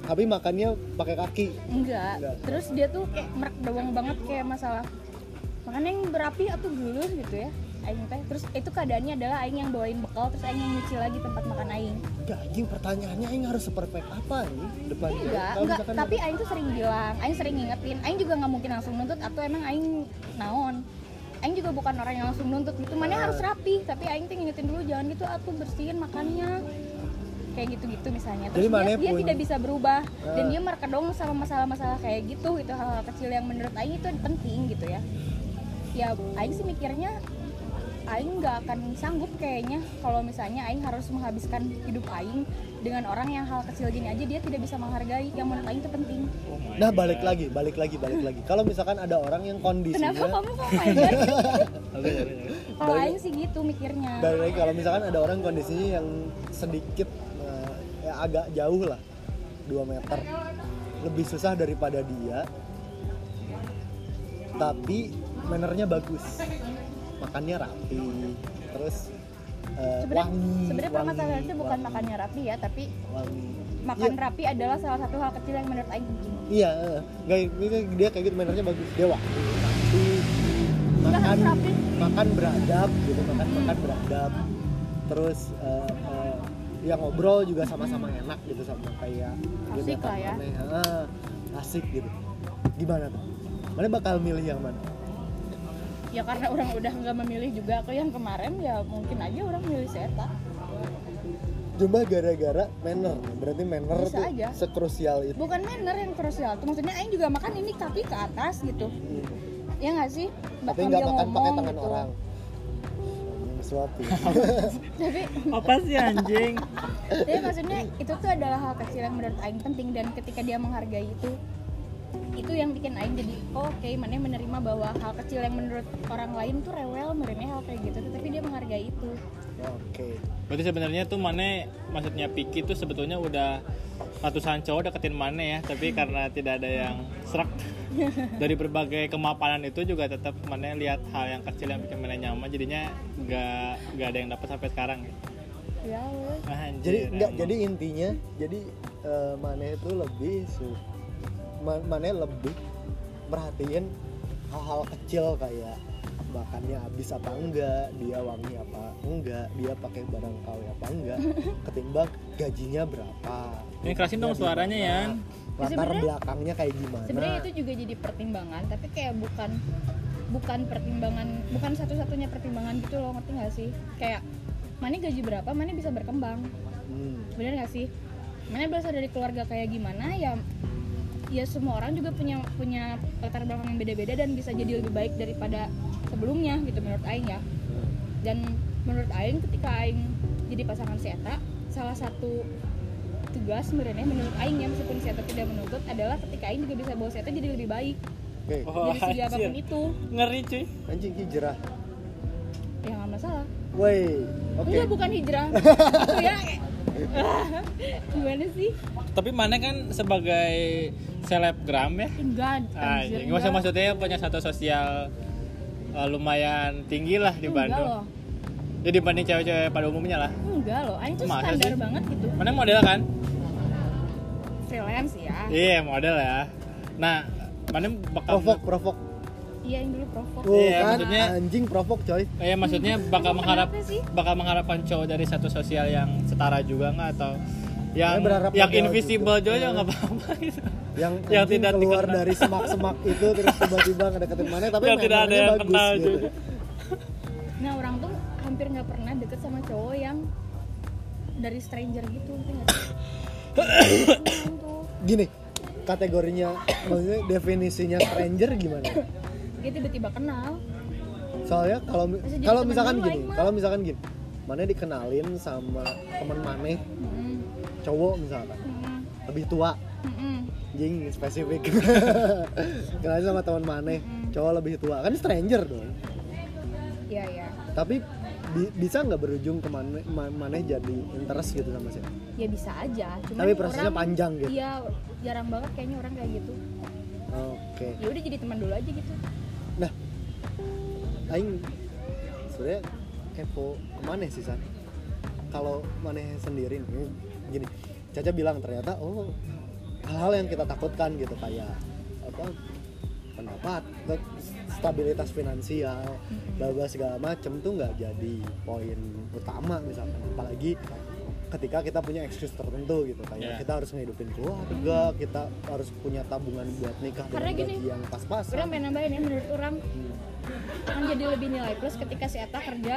A: tapi makannya pakai kaki
C: enggak
A: Enggak.
C: terus dia tuh kayak merek doang banget kayak masalah makan yang berapi atau gulus gitu ya aing teh terus itu keadaannya adalah aing yang bawain bekal terus aing yang nyuci lagi tempat makan aing
A: Gak, anjing pertanyaannya ini harus seperfect apa nih depan dia?
C: enggak
A: Kalau
C: enggak
A: misalkan-
C: tapi aing tuh sering bilang aing sering ngingetin aing juga nggak mungkin langsung nuntut atau emang aing naon aing juga bukan orang yang langsung nuntut gitu
A: Ah.
C: mana harus rapi tapi aing tuh ngingetin dulu jangan gitu atuh bersihin makannya kayak gitu-gitu misalnya
A: Jadi
C: terus
A: mana
C: dia, dia
A: pun-
C: tidak bisa berubah dan
A: Ah.
C: dia merkedong sama masalah-masalah kayak gitu itu hal-hal kecil yang menurut aing itu penting gitu ya ya aing sih mikirnya Aing nggak akan sanggup kayaknya kalau misalnya Aing harus menghabiskan hidup Aing dengan orang yang hal kecil gini aja dia tidak bisa menghargai yang menurut Aing itu penting.
B: Oh my
A: nah balik
B: God.
A: lagi balik lagi balik lagi kalau misalkan ada orang yang kondisinya
C: Kenapa kamu kok main banget?
B: Oke, oke, oke.
C: Kalau Aing sih gitu mikirnya.
A: balik lagi kalau misalkan ada orang kondisinya yang sedikit eh, agak jauh lah 2 meter lebih susah daripada dia tapi mannernya bagus makannya rapi terus eh,
C: sebenarnya
A: wangi
C: sebenarnya
A: wangi,
C: permasalahan itu bukan
A: wangi,
C: makannya rapi ya tapi
A: wangi.
C: makan
A: Iya,
C: rapi adalah salah satu hal kecil yang menurut Aing penting
A: iya kayak dia kayak gitu mannernya bagus dia wangi rapi,
C: Nggak
A: makan
C: harus rapi.
A: makan beradab gitu makan makan beradab terus eh, eh, ya ngobrol juga sama-sama enak gitu sama kayak
C: Asik
A: gitu,
C: lah ya.
A: aneh. Ah, asik gitu gimana tuh mana bakal milih yang mana
C: ya karena orang udah nggak memilih juga ke yang kemarin ya mungkin aja orang milih si Eta
A: cuma gara-gara manner berarti manner
C: Bisa
A: tuh
C: aja.
A: sekrusial itu
C: bukan manner yang krusial tuh maksudnya Aing juga makan ini kaki ke atas gitu
A: Hmm.
C: ya nggak sih
A: tapi
C: Sambil
A: nggak makan pakai
C: ngomong
A: tangan
C: gitu.
A: orang Hmm, sesuatu
C: tapi
B: apa sih anjing
C: tapi maksudnya itu tuh adalah hal kecil yang menurut Aing penting dan ketika dia menghargai itu itu yang bikin Aing jadi oh, oke mana menerima bahwa hal kecil yang menurut orang lain tuh rewel menerima hal kayak gitu tapi dia menghargai itu
A: oke
B: berarti sebenarnya tuh Mane maksudnya Piki tuh sebetulnya udah ratusan cowok deketin Mane ya tapi karena tidak ada yang serak dari berbagai kemapanan itu juga tetap Mane lihat hal yang kecil yang bikin Mane nyaman jadinya nggak nggak ada yang dapat sampai sekarang ya
C: ya weh.
B: Ah, anjir,
A: jadi nggak
B: emang.
A: jadi intinya jadi eh, Mane itu lebih su Ma- Mane lebih merhatiin hal-hal kecil kayak makannya habis apa enggak dia wangi apa enggak dia pakai barang KW apa enggak ketimbang gajinya berapa
B: Ini kerasin dong suaranya, ya. Yan.
A: latar
C: Sebenarnya-
A: belakangnya kayak gimana
C: sebenarnya itu juga jadi pertimbangan tapi kayak bukan bukan pertimbangan bukan satu-satunya pertimbangan gitu loh ngerti nggak sih kayak mana gaji berapa mana bisa berkembang
A: Hmm.
C: bener nggak sih mana berasal dari keluarga kayak gimana ya ya semua orang juga punya punya latar belakang yang beda-beda dan bisa jadi lebih baik daripada sebelumnya gitu menurut Aing ya dan menurut Aing ketika Aing jadi pasangan si Eta salah satu tugas sebenarnya menurut Aing ya meskipun si Eta tidak menuntut adalah ketika Aing juga bisa bawa si Eta jadi lebih baik
A: oke
B: Oh,
C: dari segi apapun
B: anjir.
C: itu
B: ngeri cuy
A: anjing hijrah
C: ya nggak masalah
A: woi oke
B: Iya,
C: enggak bukan hijrah itu ya gimana sih
B: tapi Mane kan sebagai selebgram ya
C: enggak anjir,
B: Anjing, maksud
C: enggak.
B: maksudnya punya satu sosial eh, lumayan tinggi lah di
C: enggak
B: Bandung.
C: loh
B: Jadi dibanding cewek-cewek pada umumnya lah.
C: enggak loh Aing tuh
B: Masa
C: standar
B: sih?
C: banget gitu
B: Mana model kan?
C: freelance ya
B: Iya model ya. Nah, mana bakal
A: provok provok
C: iya yang dulu provok
A: tuh
B: Iya,
A: kan
B: maksudnya-
A: anjing provok coy
B: Eh maksudnya bakal
C: Emang
B: mengharap
C: kenapa sih?
B: bakal mengharapkan cowok dari satu sosial yang setara juga nggak atau yang
A: Saya berharap
B: yang
A: model
B: invisible
A: gitu.
B: juga
A: Eh.
B: nggak apa-apa gitu.
A: yang,
B: Yang
A: anjing
B: tidak
A: keluar
B: dikenal.
A: dari semak-semak itu terus tiba-tiba ngedeketin mana tapi
B: Yang tidak ada
A: mannernya
B: yang
A: bagus
B: kenal
A: gitu.
B: juga.
C: nah orang tuh hampir nggak pernah deket sama cowok yang dari stranger gitu ngerti nggak sih? Orang tuh
A: gini kategorinya maksudnya definisinya stranger gimana
C: dia tiba-tiba kenal
A: soalnya kalau
C: Bisa jadi
A: kalau
C: temen
A: misalkan
C: lu,
A: gini
C: Aikman.
A: kalau misalkan gini mana dikenalin sama teman mana
C: Mm-mm,
A: cowok misalkan
C: mm-mm,
A: lebih tua
C: mm-mm.
A: jing spesifik kenalin sama teman mana cowok lebih tua kan stranger dong
C: iya iya
A: tapi bi- bisa nggak berujung ke mana ma- mana jadi interest gitu sama siapa
C: ya bisa aja cuman
A: Tapi prosesnya
C: orang-
A: panjang gitu.
C: iya jarang banget kayaknya orang kayak gitu
A: oke
C: ya udah jadi teman dulu aja gitu
A: Nah, aing sebenarnya kepo kemana sih san? Kalau maneh sendiri nih, gini, Caca bilang ternyata oh hal-hal yang kita takutkan gitu kayak apa pendapat, ke- stabilitas finansial, bla segala macem tuh nggak jadi poin utama misalkan apalagi ketika kita punya excuse tertentu gitu kayak
B: Iya.
A: kita harus ngehidupin keluarga, kita harus punya tabungan buat nikah
C: Karena
A: dengan
C: gini,
A: gaji yang
C: orang
A: pas-pasan.
C: pengen nambahin ya menurut orang
A: Hmm.
C: akan jadi lebih nilai plus ketika si Eta kerja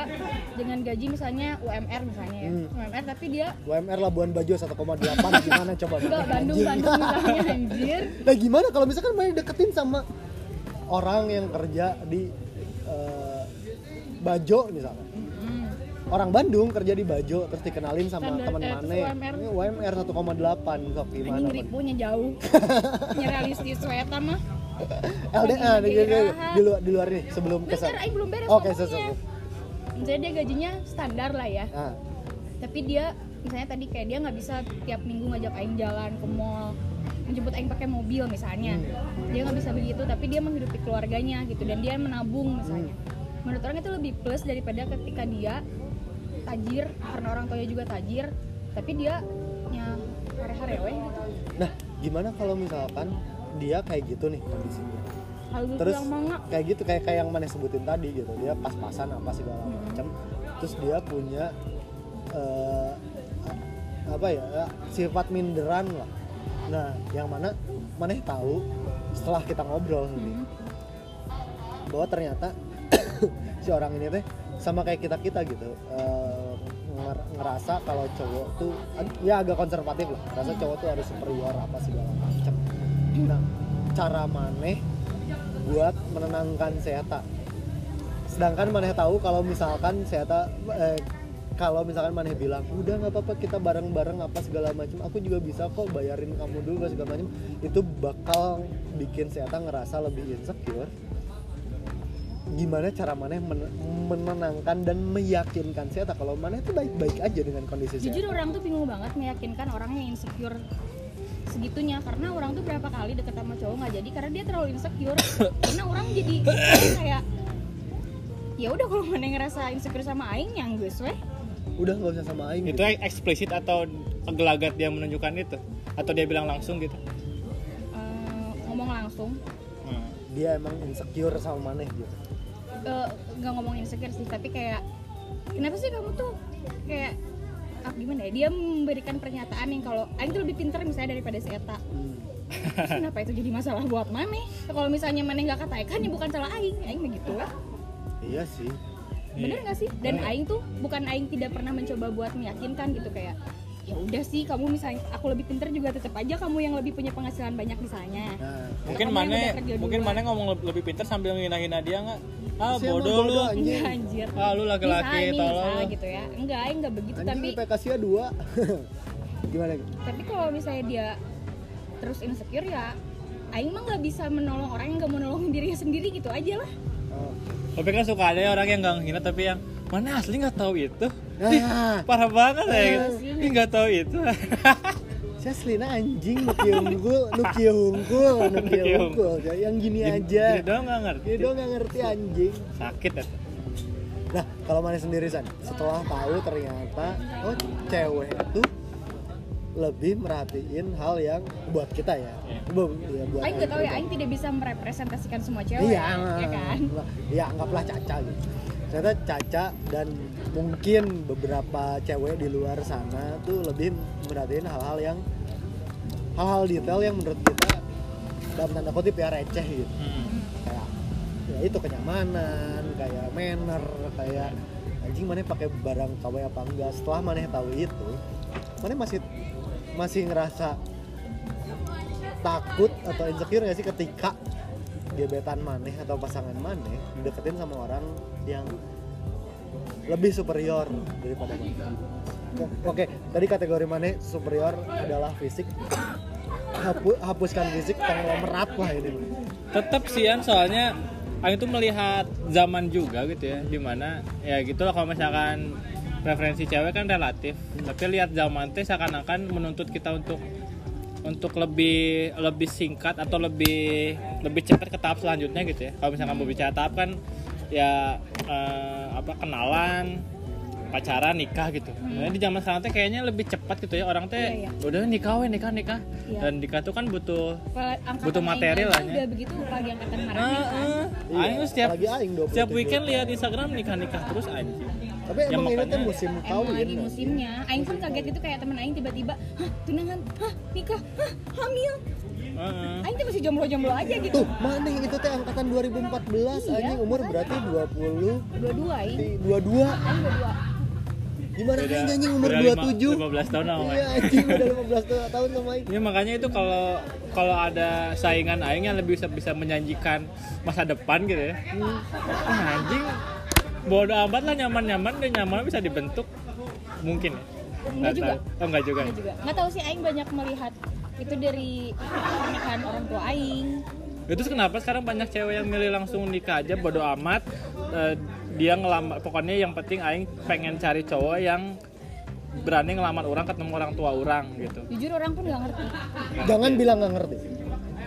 C: dengan gaji misalnya UMR misalnya ya
A: Hmm.
C: UMR tapi dia
A: UMR Labuan Bajo 1,8 gimana coba?
C: enggak Bandung
A: Anjing.
C: Bandung misalnya anjir
A: Nah gimana kalau misalkan main deketin sama orang yang kerja di eh, Bajo misalnya.
C: Hmm.
A: Orang Bandung kerja di Bajo terus dikenalin sama
C: Standar-
A: teman
C: eh,
A: mana? ya?
C: terus UMR.
A: Ini UMR 1,8 sok
C: anjing
A: gimana? Bang?
C: ribunya jauh nyerealistis si Eta mah
A: LDA nih di,
C: Lagi
A: di,
C: istirahat.
A: di luar di luar nih sebelum
C: bentar
A: kesana.
C: Aing belum beres
A: Oke,
C: ngomongnya.
A: sesuatu.
C: misalnya dia gajinya standar lah ya
A: Nah,
C: tapi dia misalnya tadi kayak dia nggak bisa tiap minggu ngajak Aing jalan ke mall menjemput Aing pakai mobil misalnya
A: Hmm.
C: dia nggak bisa begitu tapi dia menghidupi keluarganya gitu dan dia menabung misalnya
A: Hmm.
C: menurut orang itu lebih plus daripada ketika dia tajir karena orang tuanya juga tajir tapi dia nya hare-hare weh gitu
A: Nah, gimana kalau misalkan dia kayak gitu nih kondisinya?
C: kalau gue
A: Terus
C: bilang mangga
A: kayak gitu kayak kayak yang mana sebutin tadi gitu. Dia pas-pasan apa segala
C: Hmm.
A: macam. Terus dia punya eh, apa ya? ya, sifat minderan lah. Nah, yang mana maneh tahu setelah kita ngobrol nih
C: Hmm.
A: bahwa ternyata si orang ini teh sama kayak kita kita gitu eh, nger- ngerasa kalau cowok tuh ad- ya agak konservatif lah ngerasa cowok tuh harus superior apa segala macam nah cara maneh buat menenangkan Seata sedangkan maneh tahu kalau misalkan Seata eh, kalau misalkan maneh bilang udah nggak apa-apa kita bareng-bareng apa segala macam aku juga bisa kok bayarin kamu dulu apa segala macam itu bakal bikin Seata ngerasa lebih insecure gimana cara maneh men- menenangkan dan meyakinkan Seata kalau maneh itu baik-baik aja dengan kondisi
C: jujur
A: Seata
C: orang tuh bingung banget meyakinkan orang yang insecure segitunya karena orang tuh berapa kali deket sama cowok nggak jadi karena dia terlalu insecure karena orang jadi kayak ya udah kalau mana yang ngerasa insecure sama aing yang gue weh
A: udah nggak usah sama Aing
B: itu
A: gitu.
B: eksplisit atau gelagat dia menunjukkan itu atau dia bilang langsung gitu
C: Eh, ngomong langsung
B: Hmm.
A: dia emang insecure sama maneh gitu
C: Eh, nggak ngomong insecure sih tapi kayak kenapa sih kamu tuh kayak ah, gimana ya dia memberikan pernyataan yang kalau aing tuh lebih pintar misalnya daripada si Eta
A: Hmm.
C: Terus kenapa itu jadi masalah buat mane kalau misalnya mane nggak kataikan ya bukan salah aing aing begitu lah
A: iya sih
C: bener nggak sih
B: Iya.
C: dan
B: Bener.
C: aing tuh bukan aing tidak pernah mencoba buat meyakinkan gitu kayak ya udah sih kamu misalnya aku lebih pinter juga tetap aja kamu yang lebih punya penghasilan banyak misalnya
A: nah
B: mungkin
C: Kamu yang
B: mana
C: udah kerja
B: mungkin
C: duluan.
B: mana ngomong leb- lebih pintar sambil ngina-ngina dia nggak ah
A: Siapa
B: bodoh lu
A: bodoh, anjing?
C: Iya, anjir
B: ah lu
C: misalnya,
B: laki-laki
C: nih, misalnya
B: tolong
C: gitu ya enggak aing nggak begitu tapi
A: Anjing IPK sia 2 Gimana?
C: tapi kalau misalnya dia terus insecure ya aing mah nggak bisa menolong orang yang nggak mau nolongin dirinya sendiri gitu aja lah
A: Oh.
B: tapi kan suka ada ya orang yang nggak ngina tapi yang mana asli nggak tahu itu
A: Ah,
B: parah banget ya gitu.
C: Asli.
B: Ih, nggak tahu itu
A: saya selina anjing nuki unggul, nuki unggul, nuki
B: Nuki
A: unggul. Ya, Yang gini aja.
B: dia Gitu doang nggak ngerti
A: Dia doang nggak ngerti anjing.
B: sakit ya
A: Nah, kalau mana sendiri San, setelah tahu ternyata oh cewek itu lebih merhatiin hal yang buat kita ya. Bu- ya,
B: Iya,
A: buat
C: aing nggak tahu ya
A: pribadi.
C: aing tidak bisa merepresentasikan semua cewek
A: Iya,
C: ya kan
A: Iya, anggaplah Caca gitu. Ternyata Caca dan mungkin beberapa cewek di luar sana tuh lebih merhatiin hal-hal yang hal-hal detail yang menurut kita dalam tanda kutip ya receh gitu.
B: Hmm.
A: Kayak ya itu kenyamanan, kayak manner, kayak anjing mana pakai barang KW apa enggak. Setelah mana tahu itu, mana masih masih ngerasa takut atau insecure nggak sih ketika gebetan maneh atau pasangan maneh dideketin sama orang yang lebih superior daripada maneh. Oke, tadi kategori maneh superior adalah fisik. Hapu- hapuskan fisik konglomerat lah ini.
B: tetap sian soalnya Aing tuh melihat zaman juga gitu ya dimana ya gitulah kalau misalkan preferensi cewek kan relatif tapi lihat zaman teh seakan-akan menuntut kita untuk untuk lebih lebih singkat atau lebih lebih cepat ke tahap selanjutnya gitu ya kalau misalkan berbicara tahap kan ya eh, apa kenalan pacaran nikah gitu Nah, di zaman sekarang teh kayaknya lebih cepat gitu ya orang teh
C: Hmm. Iya, iya.
B: udah nikah we nikah nikah
C: Iya.
B: dan nikah tuh kan butuh
C: Kalau angkatan
B: Butuh
C: aing
B: materi
C: aja
B: lah, ya. Ah,
C: udah begitu pagi angkatan marah
B: Heeh. kan Aing tuh setiap
A: Iya. apalagi aing 27.
B: setiap weekend lihat Instagram nikah nikah terus anjing.
A: Tapi
B: Ya,
A: emang ini
B: makanya-
A: tuh musim
C: emang
A: kawin.
C: lagi musimnya aing pun kaget gitu kayak temen aing tiba-tiba hah tunangan hah nikah hah hamil
B: Heeh.
C: aing tuh masih jomblo-jomblo aja gitu
A: Tuh, maneh itu teh angkatan 2014,
C: Iya,
A: anjing umur berarti 20
C: dua-dua aing
A: di 22.
C: aing dua-dua
A: Gimana
B: Beda-
A: kayaknya anjing umur
B: beda Ya,
A: 27?
B: lima- 15 tahun sama
A: Iya, anjing udah 15 tahun sama Aing.
B: Ya makanya itu kalau kalau ada saingan aing yang lebih bisa, bisa menjanjikan masa depan gitu ya.
A: Hmm.
B: Ah, anjing bodoh amat lah nyaman-nyaman dan nyaman bisa dibentuk mungkin ya.
C: Enggak juga.
B: tahu. Oh, enggak juga.
C: Ada juga nggak tahu sih aing banyak melihat itu dari pernikahan orang tua aing
B: Ya, Terus kenapa sekarang banyak cewek yang milih langsung nikah aja bodo amat eh, dia ngelamar pokoknya yang penting aing pengen cari cowok yang berani ngelamar orang ketemu orang tua orang gitu
C: jujur orang pun nggak ngerti
A: Jangan bilang nggak ngerti.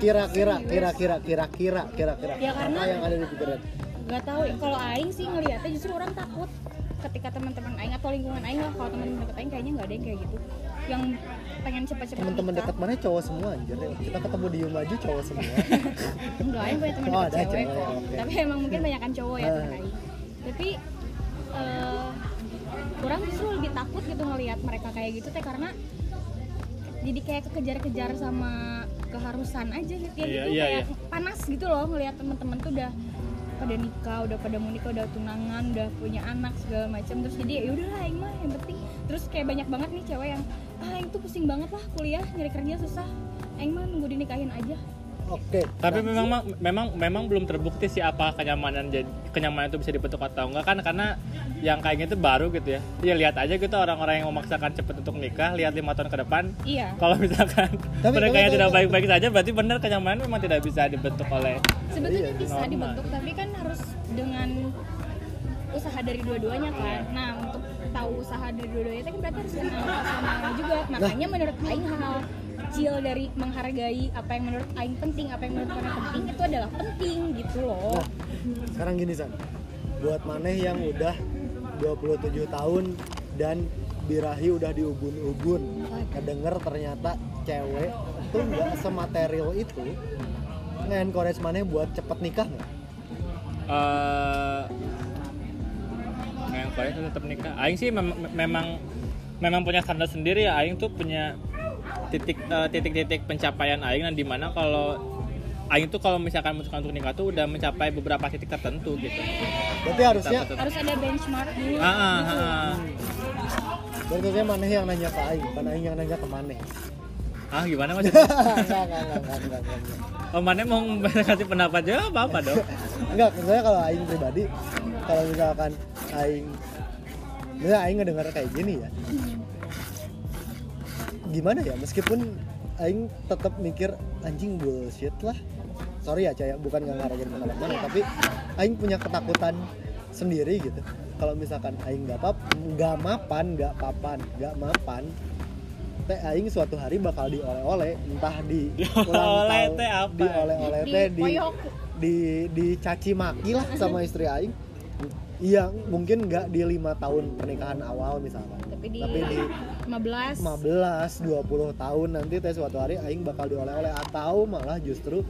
A: Kira-kira, kira-kira, kira-kira, kira-kira.
C: Ya, karena-
A: Apa yang ada di pikiran?
C: nggak tahu ya. kalau aing sih ngelihatnya justru orang takut ketika teman-teman aing atau lingkungan aing lah kalau teman-teman deket aing kayaknya nggak ada yang kayak gitu yang pengen cepet-cepet
A: Teman-teman
C: nikah.
A: dekat mana cowok semua anjir. Kita ketemu di Yum aja cowok semua.
C: enggak aing punya teman
A: Oh,
C: dekat
A: ada
C: cewek
A: cewek,
C: kok
A: oke.
C: tapi emang mungkin banyakan cowok ya
A: Ah.
C: teman aing tapi eh, orang justru lebih takut gitu ngelihat mereka kayak gitu teh karena jadi kayak kekejar-kejar sama keharusan aja gitu ya
B: Iya,
C: gitu
B: iya,
C: kayak
B: iya.
C: panas gitu loh ngelihat teman-teman tuh udah pada nikah udah pada mau nikah udah tunangan udah punya anak segala macam terus jadi ya udahlah aing mah yang penting terus kayak banyak banget nih cewek yang ah aing tuh pusing banget lah kuliah nyari kerja susah aing mah nunggu dinikahin aja
A: Oke.
B: tapi memang ma- memang memang belum terbukti sih apa kenyamanan jadi kenyamanan itu bisa dibentuk atau enggak kan karena yang kayak gitu baru gitu ya ya lihat aja gitu orang-orang yang memaksakan cepet untuk nikah lihat lima tahun ke depan
C: iya
B: kalau misalkan
A: Tapi-
B: mereka
A: tapi-
B: yang tidak
A: tapi-
B: baik-baik saja berarti benar kenyamanan memang tidak bisa dibentuk oleh
A: Iya,
C: sebetulnya bisa
B: normal.
C: dibentuk tapi kan harus dengan usaha dari dua-duanya kan
A: Iya.
C: nah untuk tahu usaha dari dua-duanya itu kan berarti harus kenal sama juga
A: Nah.
C: makanya menurut Aing hal kecil dari menghargai apa yang menurut Aing penting apa yang menurut orang penting itu adalah penting gitu loh
A: Nah, sekarang gini San. Buat maneh yang udah 27 tahun dan birahi udah diubun-ubun. Kedenger ternyata cewek tuh nggak sematerial itu. Nge-encourage maneh buat cepet nikah nggak?
B: eh Nah, yang kalian tetap nikah aing sih mem- memang memang punya standar sendiri ya aing tuh punya titik eh, titik-titik pencapaian aing dan dimana kalau aing tuh kalau misalkan memutuskan untuk nikah tuh udah mencapai beberapa titik tertentu gitu
A: Berarti harusnya
C: harus ada benchmark dulu
B: Ah, ah, ah.
A: Berarti maneh yang nanya ke Aing, bukan Aing yang nanya ke maneh.
B: Ah, gimana maksudnya?
A: enggak, enggak, enggak, enggak, enggak, enggak.
B: Oh, mana mau kasih pendapat juga apa apa dong?
A: Enggak, saya kalau Aing pribadi, kalau misalkan Aing, misalnya Aing ngedengar kayak gini ya, gimana ya, meskipun Aing tetap mikir anjing bullshit lah. Sorry ya, caya bukan nggak ngarangin pengalaman,
B: Iya.
A: tapi Aing punya ketakutan sendiri gitu. Kalau misalkan Aing nggak pap, nggak mapan, nggak papan, nggak mapan, teh Aing suatu hari bakal dioleh-oleh, entah di ulang
B: Oleh
A: tahun-
B: teh apa?
A: dioleh-oleh
C: Di
A: teh di
C: koyok.
A: di dicaci maki lah sama
C: Mhm.
A: istri aing iya mungkin nggak di lima tahun pernikahan awal misalkan
C: tapi di
A: tapi di
C: 15
A: 15 20 tahun nanti teh suatu hari aing bakal dioleh-oleh atau malah justru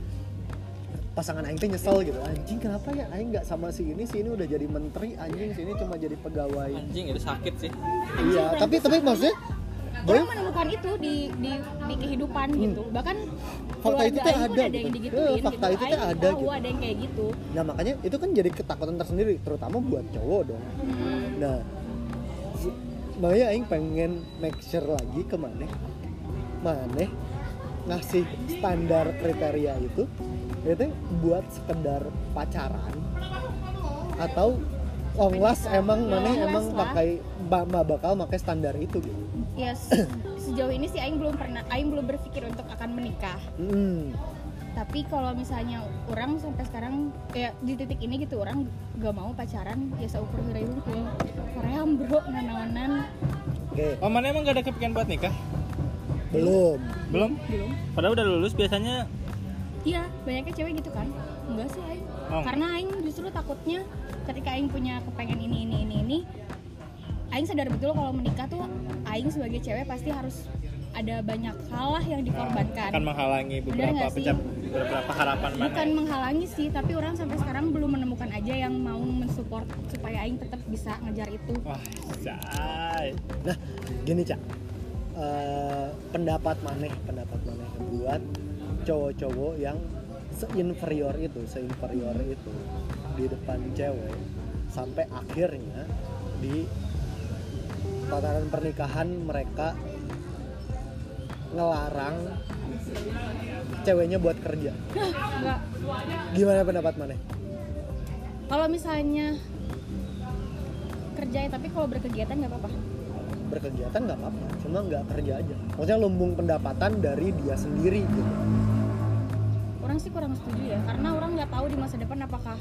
A: pasangan aing teh nyesel gitu anjing kenapa ya aing nggak sama si ini si ini udah jadi menteri anjing si ini cuma jadi pegawai
B: Anjing itu sakit sih.
A: iya tapi tapi maksudnya boy Hmm.
C: orang menemukan itu di di, di kehidupan gitu bahkan
A: Fakta itu
C: keluarga
A: teh
C: Aing pun
A: ada
C: ada yang
A: gitu.
C: digituin
A: Eh, fakta
C: gitu.
A: itu teh
C: Aing
A: ada
C: tahu
A: gitu.
C: ada yang kayak gitu
A: nah makanya itu kan jadi ketakutan tersendiri terutama buat cowok dong
C: Hmm.
A: Nah, si- makanya Aing pengen make sure lagi ke maneh maneh ngasih standar kriteria itu itu buat sekedar pacaran atau onglas emang maneh emang
C: Onglas lah.
A: pakai ba- ma- bakal pakai standar itu gitu.
C: ya se- sejauh ini sih Aing belum pernah Aing belum berpikir untuk akan menikah
A: Mm,
C: tapi kalau misalnya orang sampai sekarang ya di titik ini gitu orang gak mau pacaran ya seukur hari itu Korea bro nanawanan
A: Oke,
B: Oh, mana emang gak ada kepikiran buat nikah?
A: belum.
B: Belum.
C: belum
B: Padahal udah lulus biasanya
C: iya banyaknya cewek gitu kan enggak sih Aing
B: Oh.
C: karena Aing justru takutnya ketika Aing punya kepengen ini ini ini ini Aing sadar betul kalau menikah tuh Aing sebagai cewek pasti harus ada banyak hal lah yang dikorbankan
B: akan menghalangi
C: Bener
B: beberapa
C: nggak sih?
B: pencap- beberapa harapan mana ya?
C: bukan menghalangi sih tapi orang sampai sekarang belum menemukan aja yang mau mensupport supaya Aing tetap bisa ngejar itu
B: wah say
A: Nah, gini cak, Eh, pendapat maneh, pendapat maneh buat cowok-cowok yang seinferior itu, seinferior itu di depan cewek sampai akhirnya di tataran pernikahan mereka ngelarang ceweknya buat kerja.
C: Enggak.
A: Gimana pendapat maneh?
C: kalau misalnya kerja ya, tapi kalau berkegiatan nggak apa-apa
A: Berkegiatan nggak apa-apa, cuma nggak kerja aja. Maksudnya lumbung pendapatan dari dia sendiri gitu.
C: orang sih kurang setuju ya karena orang nggak tahu di masa depan apakah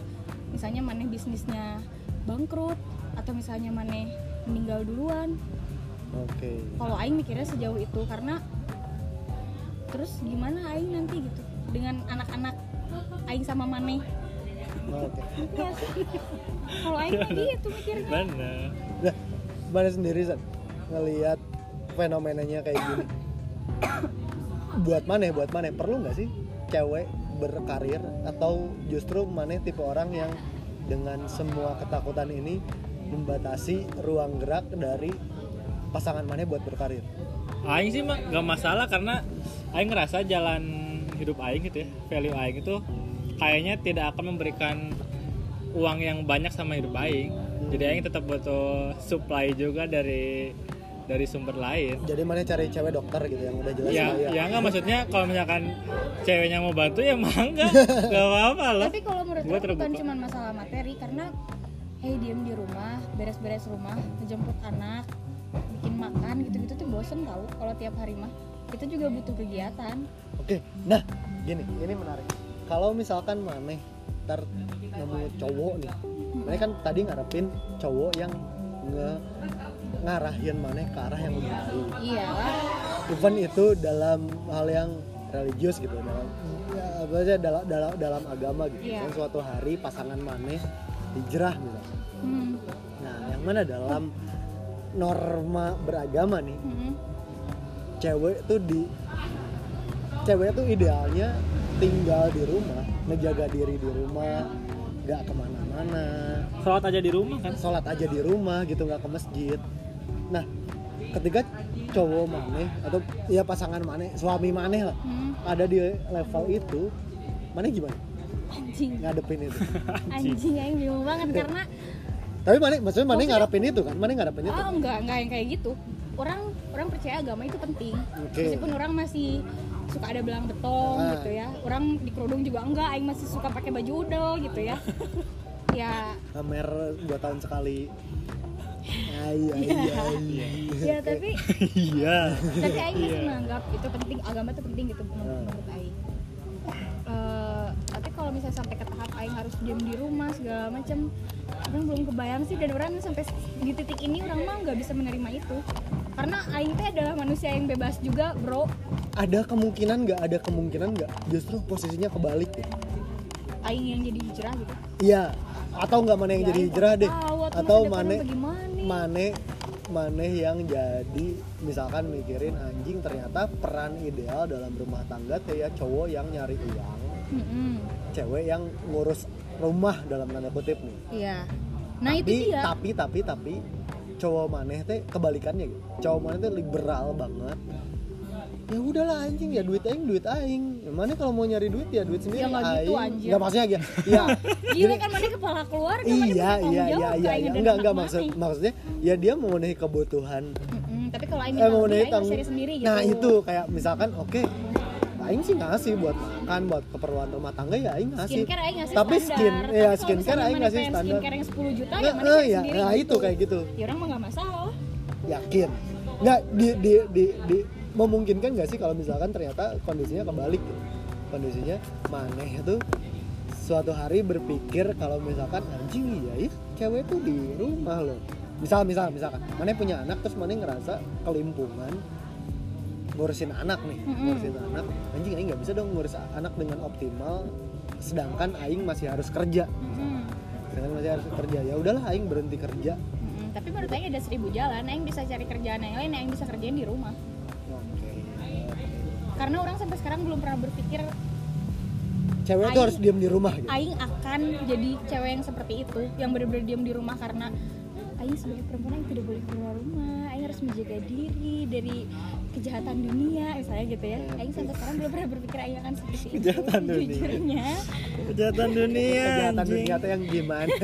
C: misalnya maneh bisnisnya bangkrut atau misalnya maneh meninggal duluan
A: Oke.
C: kalau aing mikirnya sejauh itu karena terus gimana aing nanti gitu dengan anak-anak aing sama maneh
A: Oke.
C: Iya sih. kalau aing mah
B: Iya.
C: gitu mikirnya
B: bener
A: Nah, mana sendiri San ngelihat fenomenanya kayak gini. buat mana? ya, Buat mana? Perlu nggak sih cewek berkarir atau justru mana ya tipe orang yang dengan semua ketakutan ini membatasi ruang gerak dari pasangan mana buat berkarir?
B: Aing sih mah gak masalah karena Aing ngerasa jalan hidup Aing gitu ya value Aing itu kayaknya tidak akan memberikan uang yang banyak sama hidup Aing jadi Aing tetap butuh supply juga dari dari sumber lain
A: Jadi mana cari cewek dokter gitu yang udah jelas
B: ya
A: kaya.
B: ya nggak maksudnya kalau misalkan ceweknya mau bantu ya mah enggak gak apa-apa loh
C: tapi kalau menurut
B: Gua
C: aku bukan
B: terbuka.
C: cuma masalah materi karena hey diem di rumah beres-beres rumah ngejemput anak bikin makan gitu-gitu tuh bosen tau kalau tiap hari mah itu juga butuh kegiatan
A: Oke, nah gini, ini menarik. Kalau misalkan maneh ntar nemu cowok nih, maneh kan tadi ngarepin cowok yang nge ngarahin maneh ke arah yang lebih baik.
C: iya
A: Even itu dalam hal yang religius gitu, dalam ya, apa aja dalam dalam dalam agama gitu.
C: Iya.
A: Dan suatu hari pasangan maneh hijrah misalnya.
C: hmm.
A: Nah, yang mana dalam norma beragama nih,
C: hmm.
A: cewek tuh di cewek tuh idealnya tinggal di rumah ngejaga diri di rumah nggak kemana-mana
B: sholat aja di rumah kan
A: sholat aja di rumah gitu nggak ke masjid nah ketika cowok maneh atau ya pasangan maneh suami maneh lah
C: hmm.
A: ada di level itu maneh gimana
C: anjing
A: ngadepin itu
C: anjing aing bingung banget karena
A: tapi maneh maksudnya maneh
C: Maksudnya-
A: ngarepin itu kan maneh ngarepin itu
C: oh enggak enggak yang kayak gitu orang orang percaya agama itu penting
A: oke
C: meskipun orang masih suka ada belang betong
A: Ah.
C: gitu ya orang di kerudung juga enggak aing masih suka pakai baju udel gitu ya ya
A: Amer dua tahun sekali Ay, ay, ay.
C: ya Iya. tapi
B: iya
C: tapi Aing masih menganggap itu penting agama itu penting gitu
A: Ah.
C: menurut, menurut Aing Eh, tapi kalau misalnya sampai ke tahap Aing harus diam di rumah segala macam orang belum kebayang sih dan orang sampai di titik ini orang mah nggak bisa menerima itu karena Aing teh adalah manusia yang bebas juga bro
A: ada kemungkinan nggak ada kemungkinan nggak justru posisinya kebalik gitu.
C: Aing yang jadi hijrah gitu
A: iya atau nggak mana yang
C: Ya,
A: jadi
C: Aing
A: hijrah deh
C: tahu atau
A: atau
C: masa depan
A: mana
C: orang bagaimana.
A: mana mana yang jadi misalkan mikirin anjing ternyata peran ideal dalam rumah tangga teh ya cowok yang nyari uang
C: Mm-mm.
A: cewek yang ngurus rumah dalam tanda kutip nih
C: iya nah itu
A: tapi,
C: dia
A: tapi tapi tapi cowok maneh teh kebalikannya gitu. Cowok maneh teh liberal banget. Ya udahlah anjing ya duit aing duit aing. Ya, Maneh kalau mau nyari duit ya duit sendiri
C: Ya, nggak gitu, anjir.
A: Enggak maksudnya gitu. Iya.
C: gila kan mana kepala keluarga
A: iya
C: mana punya
A: iya
C: tanggung
A: iya iya.
C: jawab Aing
A: iya.
C: dan
A: Enggak
C: anak
A: enggak
C: Aing.
A: maksud maksudnya ya dia memenuhi kebutuhan.
C: Mm-mm. tapi kalau Aing
A: Eh,
C: minta lebih,
A: memenuhi
C: Aing
A: tang-
C: harus cari sendiri gitu
A: Nah, itu kayak misalkan oke Aing sih ngasih buat makan, buat keperluan rumah tangga ya Aing ngasih.
C: skincare aing ngasih
A: Tapi
C: standar
A: skin, ya
C: kalau
A: skincare
C: misalnya
A: aing
C: mana
A: ngasih
C: pengen
A: standar.
C: skincare yang 10 juta ya
A: Nah,
C: mana
A: eh,
C: cari
A: ya,
C: sendiri
A: nah itu kayak gitu.
C: ya orang mah gak masalah
A: yakin nggak di di di, di- memungkinkan nggak sih kalau misalkan ternyata kondisinya kebalik gitu? kondisinya maneh itu suatu hari berpikir kalau misalkan anjing iya ya cewek tuh di rumah loh misal misal misalkan maneh punya anak terus maneh ngerasa kelimpungan ngurusin anak nih
C: Mm-mm.
A: ngurusin anak anjing aing nggak bisa dong ngurus anak dengan optimal sedangkan aing masih harus kerja
C: Mm-mm.
A: sedangkan masih harus kerja ya udahlah aing berhenti kerja
C: Mm-mm. tapi menurut aing ada seribu jalan aing bisa cari kerjaan yang lain aing bisa kerjain di rumah
A: oke
C: karena orang sampai sekarang belum pernah berpikir
A: cewek tuh
C: Aing-
A: harus diem di rumah gitu
C: aing akan jadi cewek yang seperti itu yang benar-benar diam di rumah karena aing sebagai perempuan aing tidak boleh keluar rumah aing harus menjaga diri dari kejahatan dunia misalnya gitu ya aing sampai sekarang belum pernah berpikir aing akan seperti itu
B: Kejahatan dunia.
C: sejujurnya
B: kejahatan dunia
A: kejahatan
B: anjing.
A: dunia tuh yang gimana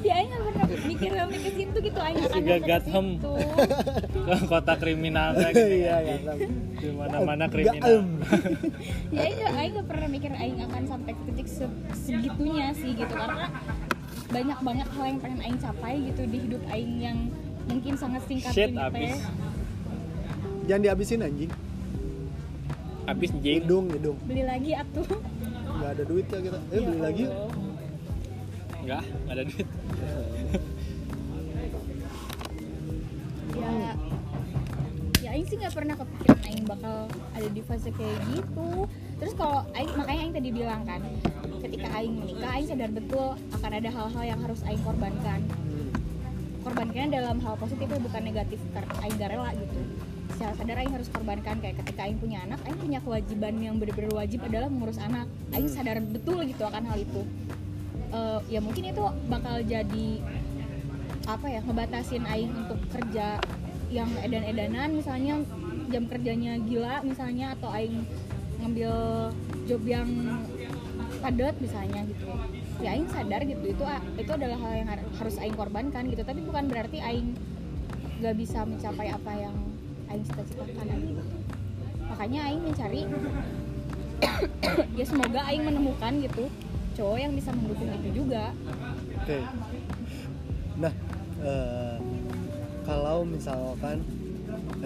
C: ya aing nggak pernah mikir sampai ke situ gitu aing akan
B: Siga
C: sampai ke
B: Gotham.
C: situ.
B: ke kota kriminal kayak gitu
A: iya
B: ya.
A: ya Sam.
B: di mana mana
A: Gak, em.
B: kriminal
C: ya aing nggak aing nggak pernah mikir aing akan sampai ke titik se- segitunya sih gitu karena banyak banget hal yang pengen aing capai gitu di hidup aing yang mungkin sangat singkat
B: Shit,
C: ini teh
B: abis.
A: jangan dihabisin anjing
B: habis jing
A: gedung gedung
C: beli lagi atuh
A: nggak ada duit ya kita eh
C: Ya
A: beli lagi yuk.
C: Allah.
B: enggak nggak ada duit
C: ya aing sih nggak pernah kepikiran aing bakal ada di fase kayak gitu terus kalau aing makanya aing tadi bilang kan ketika aing menikah aing sadar betul akan ada hal-hal yang harus aing korbankan
A: Hmm,
C: korbankannya dalam hal positif ya bukan negatif karena aing gak rela gitu secara sadar aing harus korbankan kayak ketika aing punya anak aing punya kewajiban yang bener-bener wajib adalah mengurus anak aing sadar betul gitu akan hal itu Eh, ya mungkin itu bakal jadi apa ya ngebatasin aing untuk kerja yang edan-edanan misalnya jam kerjanya gila misalnya atau aing ngambil job yang padat misalnya gitu ya aing sadar gitu itu itu adalah hal yang har- harus aing korbankan gitu tapi bukan berarti aing gak bisa mencapai apa yang aing cita-citakan aja gitu. makanya aing mencari ya semoga aing menemukan gitu cowok yang bisa mendukung itu juga
A: Oke. Nah, eh, kalau misalkan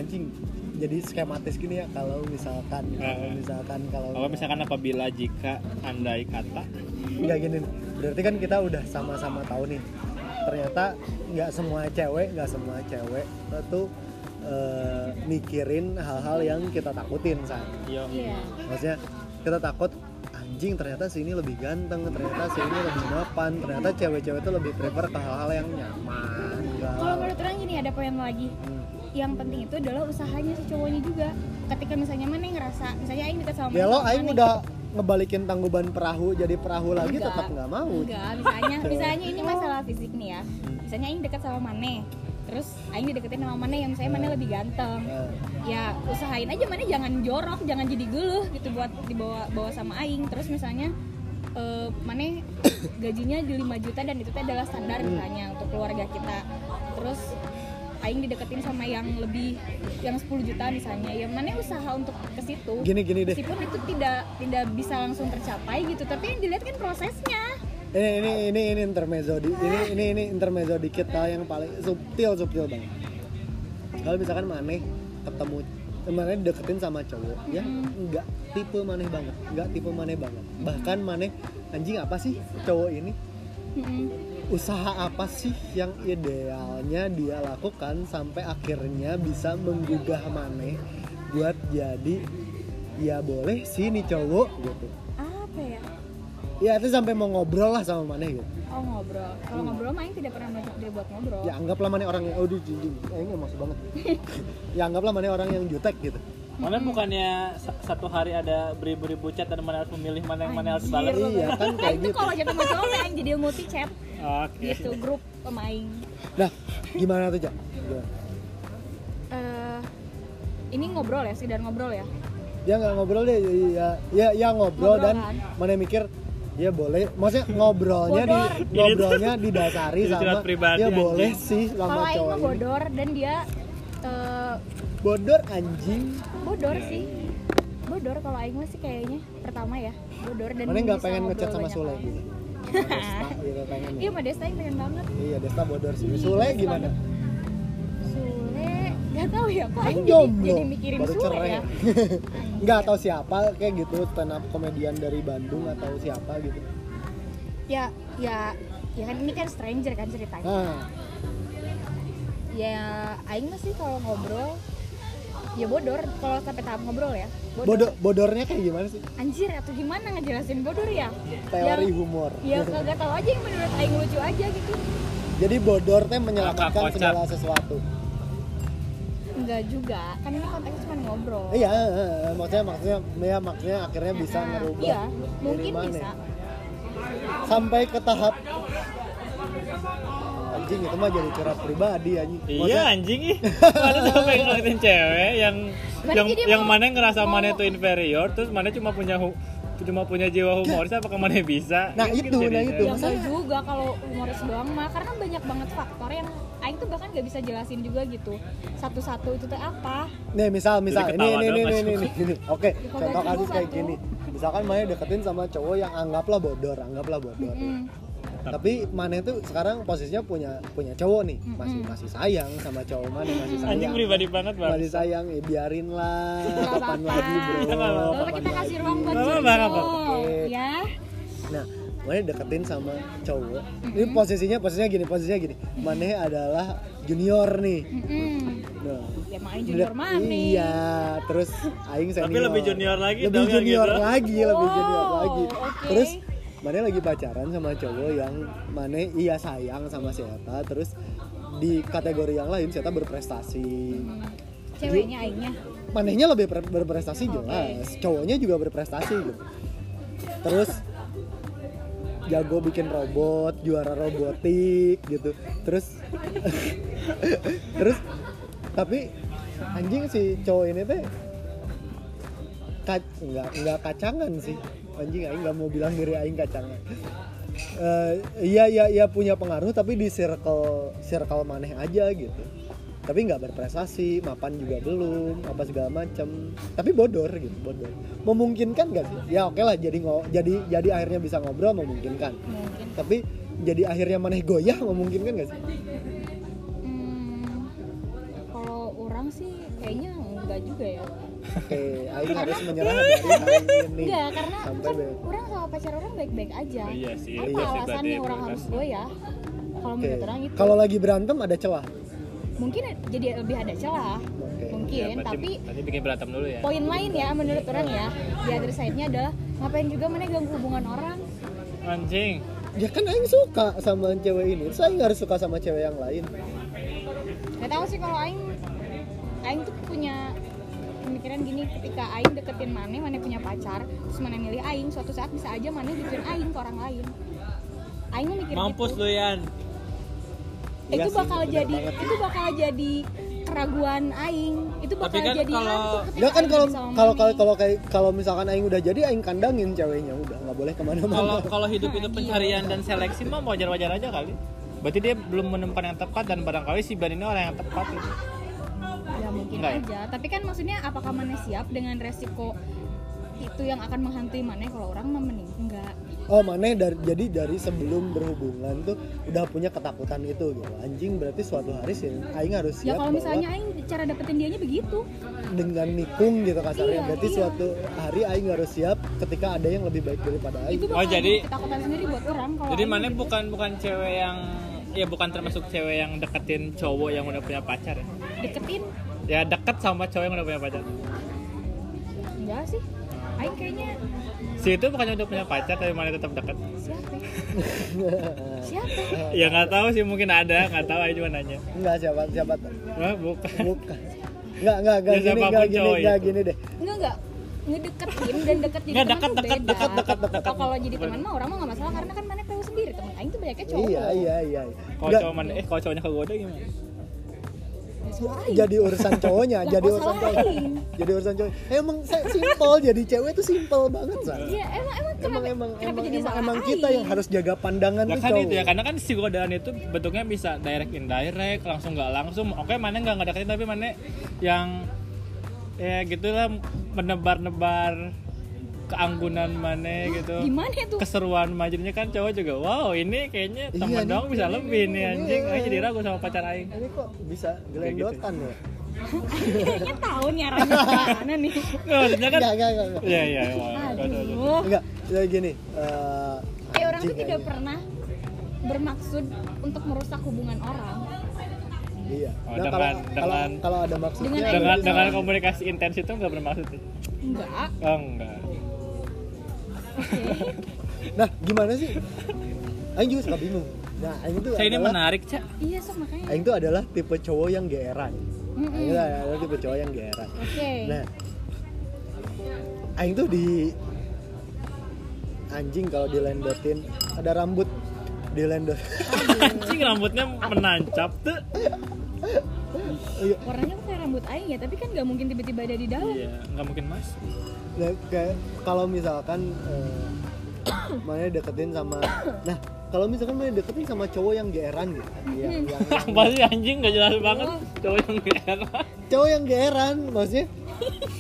A: anjing jadi skematis gini ya kalau misalkan kalau
B: Eh.
A: misalkan kalau
B: Kalau misalkan apabila jika andai kata
A: nggak gini nih. berarti kan kita udah sama-sama tahu nih ternyata nggak semua cewek nggak semua cewek itu eh, mikirin hal-hal yang kita takutin saat
B: yo
C: iya
A: maksudnya kita takut anjing ternyata sini lebih ganteng ternyata sini lebih mapan ternyata cewek-cewek tuh lebih prefer ke hal-hal yang nyaman
C: kalau
A: galau.
C: menurut orang gini ada poin lagi
A: Hmm.
C: yang penting itu adalah usahanya si cowoknya juga ketika misalnya mana yang ngerasa misalnya aing dekat sama
A: ya lo
C: sama
A: aing
C: Maneng.
A: udah ngebalikin tangguban perahu jadi perahu lagi
C: Enggak.
A: tetap nggak mau
C: Enggak, misalnya misalnya ini masalah fisik nih ya. Misalnya aing dekat sama Mane, terus aing dideketin sama Mane yang misalnya Mane lebih ganteng.
A: Eh,
C: Ya usahain aja Mane jangan jorok, jangan jadi geluh gitu buat dibawa bawa sama aing. Terus misalnya eh, Mane gajinya di 5 juta dan itu teh adalah standar misalnya untuk keluarga kita. Terus aing dideketin sama yang lebih yang 10 juta misalnya. Ya Mane usaha untuk ke situ.
A: gini gini deh
C: Meskipun itu tidak tidak bisa langsung tercapai gitu, tapi yang dilihat kan prosesnya.
A: ini ini ini ini intermezzo di, ini ini ini intermezzo dikit hal yang paling subtil subtil banget kalau misalkan maneh ketemu maneh deketin sama cowok ya nggak tipe maneh banget nggak tipe maneh banget bahkan maneh anjing apa sih cowok ini
C: Mm-mm.
A: usaha apa sih yang idealnya dia lakukan sampai akhirnya bisa menggugah maneh buat jadi ya boleh sih nih cowok gitu
C: apa ya
A: ya itu sampai mau ngobrol lah sama maneh gitu
C: oh ngobrol kalau ngobrol main tidak pernah mengajak dia buat ngobrol
A: Hmm. ya anggaplah mana orang yang aduh jijik eh, ini emosi banget ya anggaplah mana orang yang jutek gitu
C: Iya,
D: Mana bukannya sa- satu hari ada beribu-ribu chat dan mana harus memilih mana yang mana harus balas?
C: Anjir.
A: iya kan
C: Nah,
A: kayak
C: itu
A: gitu
C: kalau jatuh sama cowok main jadi multi chat
B: oke
C: gitu grup pemain
A: nah gimana tuh cak Gimana?
C: Eh, ini ngobrol ya sekedar ngobrol ya
A: dia nggak ngobrol deh ya ya, ya, ya ngobrol
C: Ngobrol
A: dan
C: kan?
A: mana mikir ya boleh maksudnya ngobrolnya di
C: Bodor.
A: ngobrolnya didasari
B: Ini curhat
A: sama
B: pribadi,
A: ya
B: anjing.
A: boleh sih
C: kalau
A: sama
C: Aing
A: cowok
C: mah
A: ini.
C: bodor dan dia eh,
A: bodor anjing
C: bodor sih bodor kalau Aing mah sih kayaknya pertama ya bodor dan
A: mana nggak
C: bisa
A: pengen
C: ngobrol
A: ngechat sama
C: banyak
A: Sule
C: orang.
A: gitu Sama Desta gitu pengen
C: iya sama Desta Aing pengen banget
A: iya Desta bodor sih
C: Ih,
A: Sule
C: bagus
A: gimana
C: banget. Sule nggak tahu ya kok Aing
A: Aing
C: jadi,
A: jomblo
C: jadi mikirin
A: baru
C: Sule
A: cerai
C: ya
A: nggak atau siapa kayak gitu stand up komedian dari Bandung atau siapa gitu
C: ya ya ya kan ini kan stranger kan ceritanya
A: nah
C: ya aing mah sih kalau ngobrol ya bodor kalau sampai tahap ngobrol ya
A: bodoh bodornya kayak gimana sih
C: anjir atau gimana ngejelasin bodor ya
A: teori
C: Yang-
A: humor
C: ya kagak tahu aja yang menurut aing lucu aja gitu
A: jadi bodor teh menyelamatkan
B: Kocak.
A: segala sesuatu
C: enggak juga kan ini konteksnya cuma ngobrol
A: Iya, eh, maksudnya maksudnya ya maksudnya akhirnya bisa
C: Nah,
A: ngerubah.
C: iya
A: dari
C: mungkin
A: mana.
C: bisa
A: Sampai ke tahap anjing itu mah jadi curhat pribadi anjing.
B: Iya
A: Maksudnya,
B: anjing ih. Mana sampai ngeliatin cewek yang
C: Mana
B: yang
C: jadi
B: yang
C: mau-
B: mana ngerasa
C: mau-
B: mana itu inferior terus mana cuma punya hu- cuma punya jiwa humoris apakah mana bisa?
A: Nah,
B: Kan
A: itu,
B: jadi
A: nah,
B: cewek.
A: itu.
C: ya enggak
A: masalah-
C: juga kalau humoris doang mah karena kan banyak banget faktor yang aing tuh bahkan gak bisa jelasin juga gitu satu-satu itu teh apa
A: Nih misal misal ini
B: Jadi ketawa
A: ini ini
B: doang,
A: ini,
B: Mas.
A: ini, ini. Oke,
C: Bukan
A: contoh
C: lagi
A: kasus
C: juga
A: kayak
C: tuh.
A: gini. Misalkan Mane deketin sama cowok yang anggaplah bodor, anggaplah bodor.
C: Mm.
A: Tapi Mane tuh sekarang posisinya punya punya cowok nih, masih
C: Mm-mm.
A: masih sayang sama cowok Mane masih sayang.
B: Anjing pribadi banget bang.
A: Masih sayang, ya biarin lah.
C: Nggak
A: Kapan
C: apa-apa.
A: lagi bro?
B: Nggak apa-apa.
C: Lalu
A: kapan
C: kita kasih
A: lagi?
C: ruang buat
B: Gak apa-apa,
C: cerita.
B: gak
A: apa-apa.
C: Ya.
A: Nah, Mane deketin sama cowok. Ini posisinya posisinya gini, posisinya gini. Mane adalah junior nih.
C: Mm-mm.
A: Nah,
C: ya emang aing junior mana
A: Iya, terus aing senior.
D: Tapi lebih junior lagi
A: Lebih
D: dong yang
A: junior
D: gitu.
A: lagi, lebih
C: Wow,
A: junior lagi.
C: Oh, oke.
A: Terus Mane lagi pacaran sama cowok yang Mane iya sayang sama si Eta terus di kategori yang lain si Eta berprestasi
C: Hmm, ceweknya aingnya
A: manehnya lebih ber- berprestasi
C: Oke.
A: jelas cowoknya juga berprestasi gitu terus jago bikin robot juara robotik gitu terus terus tapi anjing si cowok ini teh kac nggak nggak kacangan sih anjing aing nggak mau bilang diri aing kacangan Eh, iya iya iya punya pengaruh tapi di circle circle maneh aja gitu tapi nggak berprestasi mapan juga belum apa segala macam tapi bodor gitu bodor memungkinkan nggak sih ya oke lah jadi ngo jadi jadi akhirnya bisa ngobrol memungkinkan
C: mungkin
A: tapi jadi akhirnya maneh goyah memungkinkan nggak sih
C: Hmm, kalau orang sih kayaknya enggak juga ya
A: oke Aing harus menyerah dari hari ini
C: enggak karena
A: sampai
C: kan
A: besok.
C: orang sama pacar orang baik-baik aja
B: Iya sih,
C: apa
B: iya sih,
C: alasannya
B: berarti
C: orang harus goyah kalau
A: Oke.
C: menurut orang itu
A: kalau lagi berantem ada celah
C: mungkin jadi lebih ada celah
A: Oke.
B: Ya,
C: mungkin
B: berarti-
C: tapi
B: berarti bikin berantem dulu ya.
C: poin lain ya menurut orang ya di other side-nya adalah ngapain juga mana ganggu hubungan orang
B: Anjing.
A: ya kan Aing suka sama cewek ini saya nggak harus suka sama cewek yang lain
C: nggak tahu sih kalau Aing Aing tuh punya pemikiran gini ketika Aing deketin Mane, Mane punya pacar terus Mane milih Aing, suatu saat bisa aja Mane gituin Aing ke orang lain Aing mah mikir
D: Mampus
C: gitu
D: lu Yan.
A: Iya
C: itu
A: sih,
C: bakal
A: bener
C: jadi
A: banget.
C: itu bakal jadi keraguan Aing itu
D: Tapi
C: bakal
D: kan
C: jadi
D: kalau-
C: hantu ketika
A: Enggak kan
C: Aing
A: kalau
C: sama
A: kalau
C: Mane.
A: kalau kalau kayak kalau misalkan Aing udah jadi Aing kandangin ceweknya udah nggak boleh
D: Kalau
A: kemana-mana.
D: kalau hidup itu pencarian dan
B: Seleksi mah wajar-wajar aja kali. Berarti dia belum menemukan yang tepat dan barangkali si Ben ini orang yang tepat gitu.
C: ya mungkin
B: Enggak ya?
C: aja tapi kan maksudnya apakah Mane siap dengan resiko itu yang akan menghantui Mane kalau orang mah mending enggak
A: Oh mana dari jadi dari sebelum berhubungan tuh udah punya ketakutan itu gitu. Anjing berarti suatu hari sih Aing harus siap
C: ya kalau
A: bahwa
C: misalnya Aing cara dapetin dianya begitu
A: dengan nikung gitu kasarnya.
C: Iya,
A: berarti
C: iya.
A: suatu hari Aing harus siap ketika ada yang lebih baik daripada Aing.
C: itu bakal
D: jadi-
C: ketakutan sendiri buat orang kalau
B: Jadi
C: Aing
B: mana
C: gitu.
B: bukan bukan cewek yang ya bukan termasuk cewek yang deketin cowok yang udah punya pacar ya.
C: deketin
B: Ya deket sama cowok yang udah punya pacar.
C: enggak sih Aing kayaknya
B: Si itu bukannya udah punya pacar tapi mana tetap deket.
C: siapa ya? siapa
B: Ya nggak tahu sih mungkin ada, nggak tahu aja cuma nanya.
A: Enggak siapa siapa
B: Wah, bukan.
A: bukan. Enggak enggak enggak
B: Ya,
A: gini
B: siapapun
A: enggak gini
B: cowok
A: enggak
B: itu.
A: gini deh.
C: enggak enggak ngedeketin dan deket jadi
B: Nggak,
C: teman
B: deket,
C: tuh
B: deket,
C: beda.
B: deket, deket, deket.
C: Atau kalau jadi teman mah orang mah nggak masalah karena kan mana tahu sendiri teman Aing tuh banyaknya cowok
A: Iya iya iya.
B: Kalau
A: Enggak
B: cowok mana eh kalau cowoknya kegoda gimana?
C: Ya, semua Aing.
A: jadi urusan cowoknya,
C: Lah,
A: jadi
C: kok
A: urusan
C: salah
A: cowoknya.
C: lain?
A: Jadi urusan cowok. Emang saya simpel jadi cewek itu simpel banget, San.
C: Iya, emang emang
A: Emang
C: kenapa
A: emang
C: kenapa
A: emang
C: jadi
A: emang,
C: salah
A: emang kita yang
C: Aing?
A: harus jaga pandangan
B: Lah
A: tuh
B: kan
A: cowok.
B: itu ya karena kan si godaan itu bentuknya bisa direct indirect langsung nggak langsung oke mana nggak ngedeketin tapi mana yang ya gitulah menebar-nebar keanggunan mana gitu
C: gimana tuh
B: keseruan majunya kan cowok juga wow ini kayaknya
A: Iya,
B: temen
A: nih.
B: dong bisa lebih nih anjing
A: Iya.
B: aja jadi ragu sama pacar aing
A: Ini kok bisa
B: gitu.
A: gelendotan ya?
C: kayaknya tahu nih arahnya kemana nih
B: nggak maksudnya kan
A: Enggak, enggak, enggak. enggak.
B: iya iya iya.
C: aduh
A: Enggak, jadi gini. eh,
C: kayak orang tuh
A: anjing
C: tidak
A: aja.
C: pernah bermaksud untuk merusak hubungan orang
A: Iya.
B: Oh,
A: Nah,
B: dengan-
A: kalau kalau
B: dengan-
A: kalau ada maksudnya
C: Dengan-
B: dengan
A: berarti-
B: dengan komunikasi intens itu nggak bermaksud sih
C: enggak
B: oh enggak
C: oke
A: Nah, gimana sih? Aing juga suka bingung. Nah, Aing itu
B: saya ini
A: adalah-
B: menarik cak
C: iya sok makanya
A: Aing itu adalah tipe cowok yang geeran.
C: Mm-mm.
A: Aing itu adalah tipe cowok yang geeran.
C: Mm-hmm. oke
A: Nah, aing tuh di anjing kalau dilendotin ada rambut dilendot.
B: anjing rambutnya menancap tuh
A: Iya,
C: warnanya tuh kayak rambut aing ya tapi kan nggak mungkin tiba-tiba ada di dalam
B: iya nggak mungkin mas
A: nah, kayak kalau misalkan eh, mana deketin sama nah kalau misalkan mana deketin sama cowok yang geeran gitu. Yang, yang,
B: apa sih anjing gak jelas banget cowok yang geran
A: cowok yang geeran maksudnya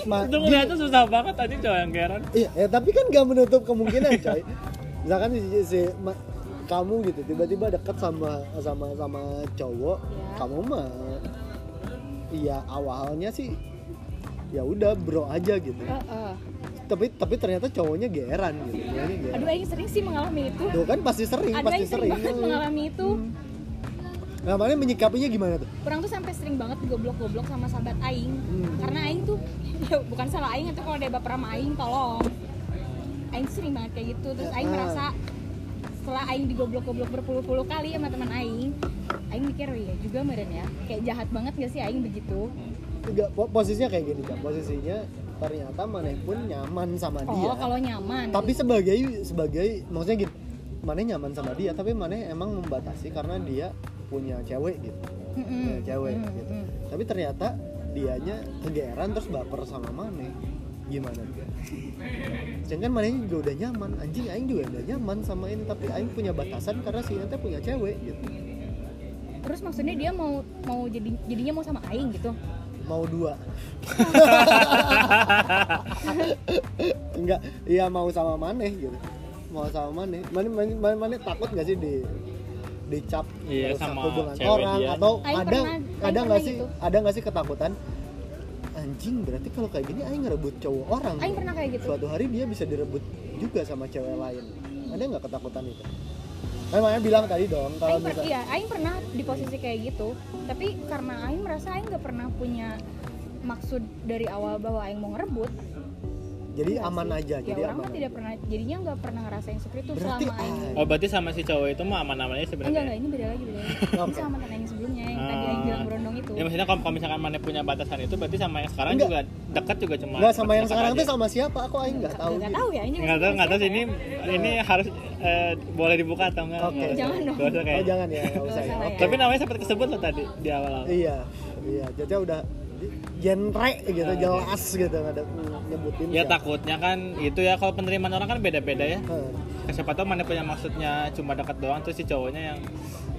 A: ma-
B: itu
A: gini-
B: ngeliatnya susah banget anjing cowok yang geran
A: Iya, ya, tapi kan gak menutup kemungkinan, coy. Misalkan si, si ma- kamu gitu tiba-tiba deket sama sama sama cowok,
C: Iya.
A: kamu mah iya awalnya sih ya udah bro aja gitu.
C: Eh, eh.
A: Tapi tapi ternyata cowoknya geran gitu. Cowoknya geran.
C: eh. aduh aing sering sih mengalami itu
A: Tuh kan pasti sering,
C: ada
A: pasti
C: yang sering
A: sering.
C: banget mengalami itu
A: Nah, makanya menyikapinya gimana tuh?
C: orang tuh sampai sering banget goblok-goblok sama sahabat aing
A: Hmm.
C: karena aing tuh ya bukan salah aing atau kalau dia baper sama aing tolong aing tuh sering banget kayak gitu terus aing
A: Ah.
C: merasa setelah aing digoblok-goblok berpuluh-puluh kali sama teman aing aing mikir "Oh iya juga meren ya kayak jahat banget gak sih aing begitu
A: Enggak, po- posisinya kayak gini, Kak. Posisinya ternyata maneh pun nyaman sama dia.
C: oh kalau nyaman
A: ya. tapi sebagai sebagai maksudnya gini, maneh nyaman sama dia, tapi maneh emang membatasi karena dia punya cewek gitu.
C: Mm-mm.
A: Punya cewek
C: Mm-mm.
A: gitu. Tapi ternyata dianya kegeeran terus baper sama maneh. Gimana? Sedangkan manehnya juga udah nyaman, anjing aing juga udah nyaman sama ini, tapi aing punya batasan karena si Eta punya cewek gitu.
C: terus maksudnya dia mau mau jadi jadinya mau sama aing gitu
A: mau dua enggak iya mau sama maneh gitu mau sama maneh maneh maneh, maneh, maneh takut nggak sih di dicap
B: Iya,
A: merusak
B: sama
A: hubungan
B: cewek
A: orang
D: dia.
A: atau
C: Aing
A: ada
C: pernah- Aing
A: ada
C: pernah
A: nggak sih
C: gitu.
A: ada nggak sih ketakutan anjing berarti kalau kayak gini aing ngerebut cowok orang
C: Aing pernah kayak gitu.
A: suatu hari dia bisa direbut juga sama cewek lain ada nggak ketakutan itu Emangnya bilang tadi dong kalau
C: Aing, per-
A: misalnya
C: iya, Aing pernah di posisi kayak gitu tapi karena Aing merasa Aing nggak pernah punya maksud dari awal bahwa Aing mau ngerebut
A: jadi aman aja
C: ya
A: jadi
C: orang
A: aman
C: mah
A: aja.
C: tidak pernah jadinya nggak pernah ngerasain seperti itu
A: berarti
C: selama Aing
A: aing-
B: Oh berarti sama si cowok itu mah aman-amannya
C: enggak enggak
B: sebenarnya.
C: ini beda lagi beda lagi ini
A: Oke.
C: sama mantan Aing sebelumnya yang tadi
B: Ah.
C: Aing bilang berondong itu
B: Ya maksudnya kalau kalau misalkan mana punya batasan itu berarti sama yang sekarang
A: Enggak.
B: juga dekat juga cuma.
A: Enggak sama yang
B: dekat
A: sekarang
B: aja.
A: tuh sama siapa? Aku aing nggak tahu.
C: nggak
A: gitu.
C: tahu ya ini
B: Nggak tahu nggak tahu sih ini ini harus eh, boleh dibuka atau enggak?
A: Oke.
C: Jangan dong.
B: Gak usah
A: Oh
B: kayaknya.
A: jangan ya, nggak usah ya.
C: Nggak usah
A: Oke.
B: Tapi namanya sempat kesebut loh tadi di awal-awal.
A: Iya, iya. Jadi udah genre gitu, jelas gitu nggak ada nyebutin.
B: Nah, iya. Ya
A: siapa.
B: takutnya kan itu ya kalau penerimaan orang kan beda-beda ya.
A: Heeh.
B: Siapa tahu mana punya maksudnya cuma dekat doang terus si cowoknya yang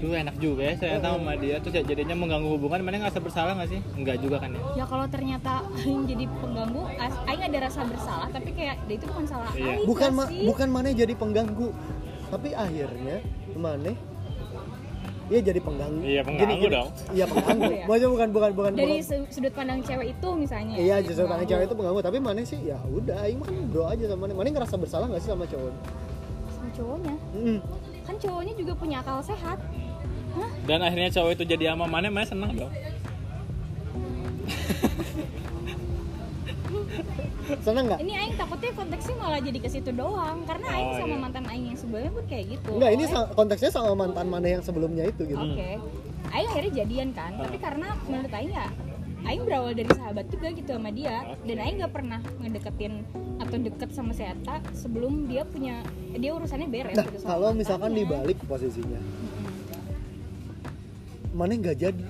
B: Duh enak juga ya saya tahu sama dia terus ya jadinya mengganggu hubungan mana ngerasa bersalah nggak sih? Enggak juga kan ya.
C: ya kalau ternyata Aing jadi pengganggu as- Aing ada rasa bersalah tapi kayak dia itu bukan salah
B: Iya.
C: Aing
A: Bukan
C: gak
A: ma-
C: sih?
A: bukan mana jadi pengganggu, tapi akhirnya mana Iya jadi pengganggu.
B: Iya, pengganggu dong.
A: Iya pengganggu.
C: Iya.
A: Maksudnya bukan bukan bukan.
C: dari
A: bukan-
C: su- sudut pandang cewek itu misalnya Gitu.
A: Iya justru karena cewek itu pengganggu. Tapi mana sih ya udah, aing mah kan doa aja sama mana. Mana ngerasa bersalah nggak sih sama cowok?
C: sama cowoknya
A: Mm.
C: kan cowoknya juga punya akal sehat
A: Iya.
B: Dan akhirnya cowok itu jadi sama mana mana senang dong.
A: Seneng nggak?
C: ini aing takutnya konteksnya malah jadi ke situ doang karena aing
B: Oh,
C: sama
B: iya.
C: mantan aing yang sebelumnya pun kayak gitu
A: Enggak, ini
C: Awalnya-
A: sa- konteksnya sama mantan mana yang sebelumnya itu gitu.
C: Oke. Aing akhirnya jadian kan, tapi karena menurut Aing ya, Aing berawal dari sahabat juga gitu sama dia, dan Aing nggak pernah ngedeketin atau deket sama si Eta sebelum dia punya dia urusannya beres
A: Nah,
C: gitu sama
A: kalau
C: mantannya.
A: misalkan dibalik posisinya, mana nggak jadi?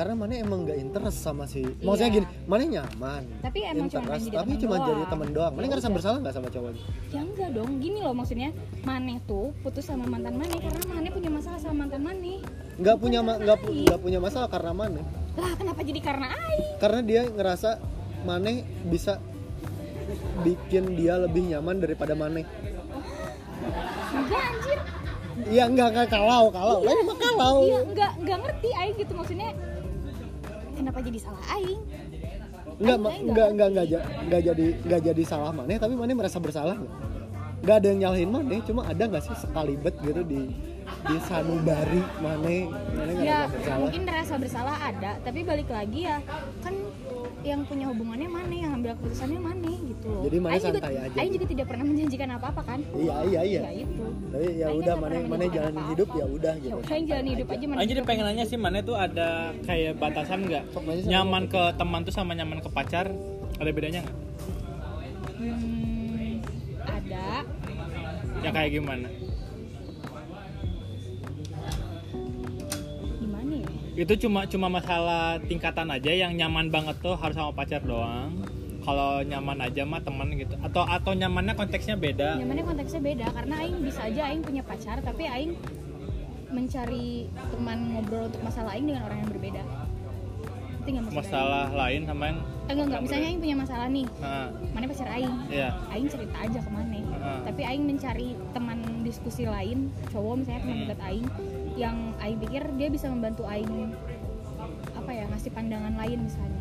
A: Karena mana emang nggak interest sama si, maksudnya gini,
C: Iya.
A: mana nyaman.
C: Tapi emang cuma
A: interest,
C: pengen jadi
A: tapi
C: teman
A: cuma
C: doang.
A: jadi teman doang. Mana
C: Ya
A: ngerasa
C: udah.
A: bersalah nggak sama cowoknya?
C: Ya enggak dong, gini loh maksudnya Mane tuh putus sama mantan Mane karena Mane punya masalah sama mantan Mane
A: Nggak punya ma- nggak pu- nggak punya masalah karena mana?
C: Lah kenapa jadi karena Aing?
A: Karena dia ngerasa mana bisa bikin dia lebih nyaman daripada mana?
C: Enggak anjir
A: Iya nggak nggak kalau kalau, lah emang kalau.
C: Iya enggak, enggak ngerti Aing gitu maksudnya Kenapa jadi salah Aing?
A: Nggak
C: Aing-
A: ma-
C: Aing
A: nggak nggak nggak ja- nggak jadi nggak jadi salah mana, tapi mana merasa bersalah nggak? Nggak ada yang nyalahin mana, cuma ada nggak sih sekalibet gitu di di sanubari mana mana nggak
C: ya
A: merasa bersalah.
C: mungkin rasa bersalah ada tapi balik lagi ya kan yang punya hubungannya mana yang ambil keputusannya mana gitu loh
A: Jadi Mane
C: Aing juga-
A: santai aja. gitu.
C: Aing juga tidak pernah menjanjikan apa apa kan
A: Iya iya iya.
C: ya itu
A: Tapi ya udah
C: Aing
A: mana
C: nggak pernah
A: mana
C: menjanjikan
A: jalan
C: apa-apa.
A: hidup ya udah
C: ya
A: gitu.
C: udah Aing jalan hidup aja mana
B: Ah, jadi pengen nanya sih mana tuh ada kayak batasan nggak?
A: Pokoknya sama-
B: Nyaman ke teman tuh sama nyaman ke pacar ada bedanya nggak?
C: Hmm, ada
B: Yang Ya kayak gimana?
C: gimana ya
B: Itu cuma cuma masalah tingkatan aja yang nyaman banget tuh harus sama pacar doang. Kalau nyaman aja mah teman gitu. Atau atau nyamannya konteksnya beda.
C: nyamannya konteksnya beda karena Aing bisa aja Aing punya pacar tapi Aing mencari teman ngobrol untuk masalah Aing dengan orang yang berbeda itu nggak maksud Aing?
B: Masalah lain sama yang
C: Eh, enggak, enggak. misalnya Aing punya masalah nih
B: nah,
C: mana pacar Aing
B: iya.
C: Aing cerita aja ke Mane
B: Ah.
C: tapi Aing mencari teman diskusi lain cowok misalnya teman
B: Hmm.
C: dekat Aing yang Aing pikir dia bisa membantu Aing apa ya ngasih pandangan lain misalnya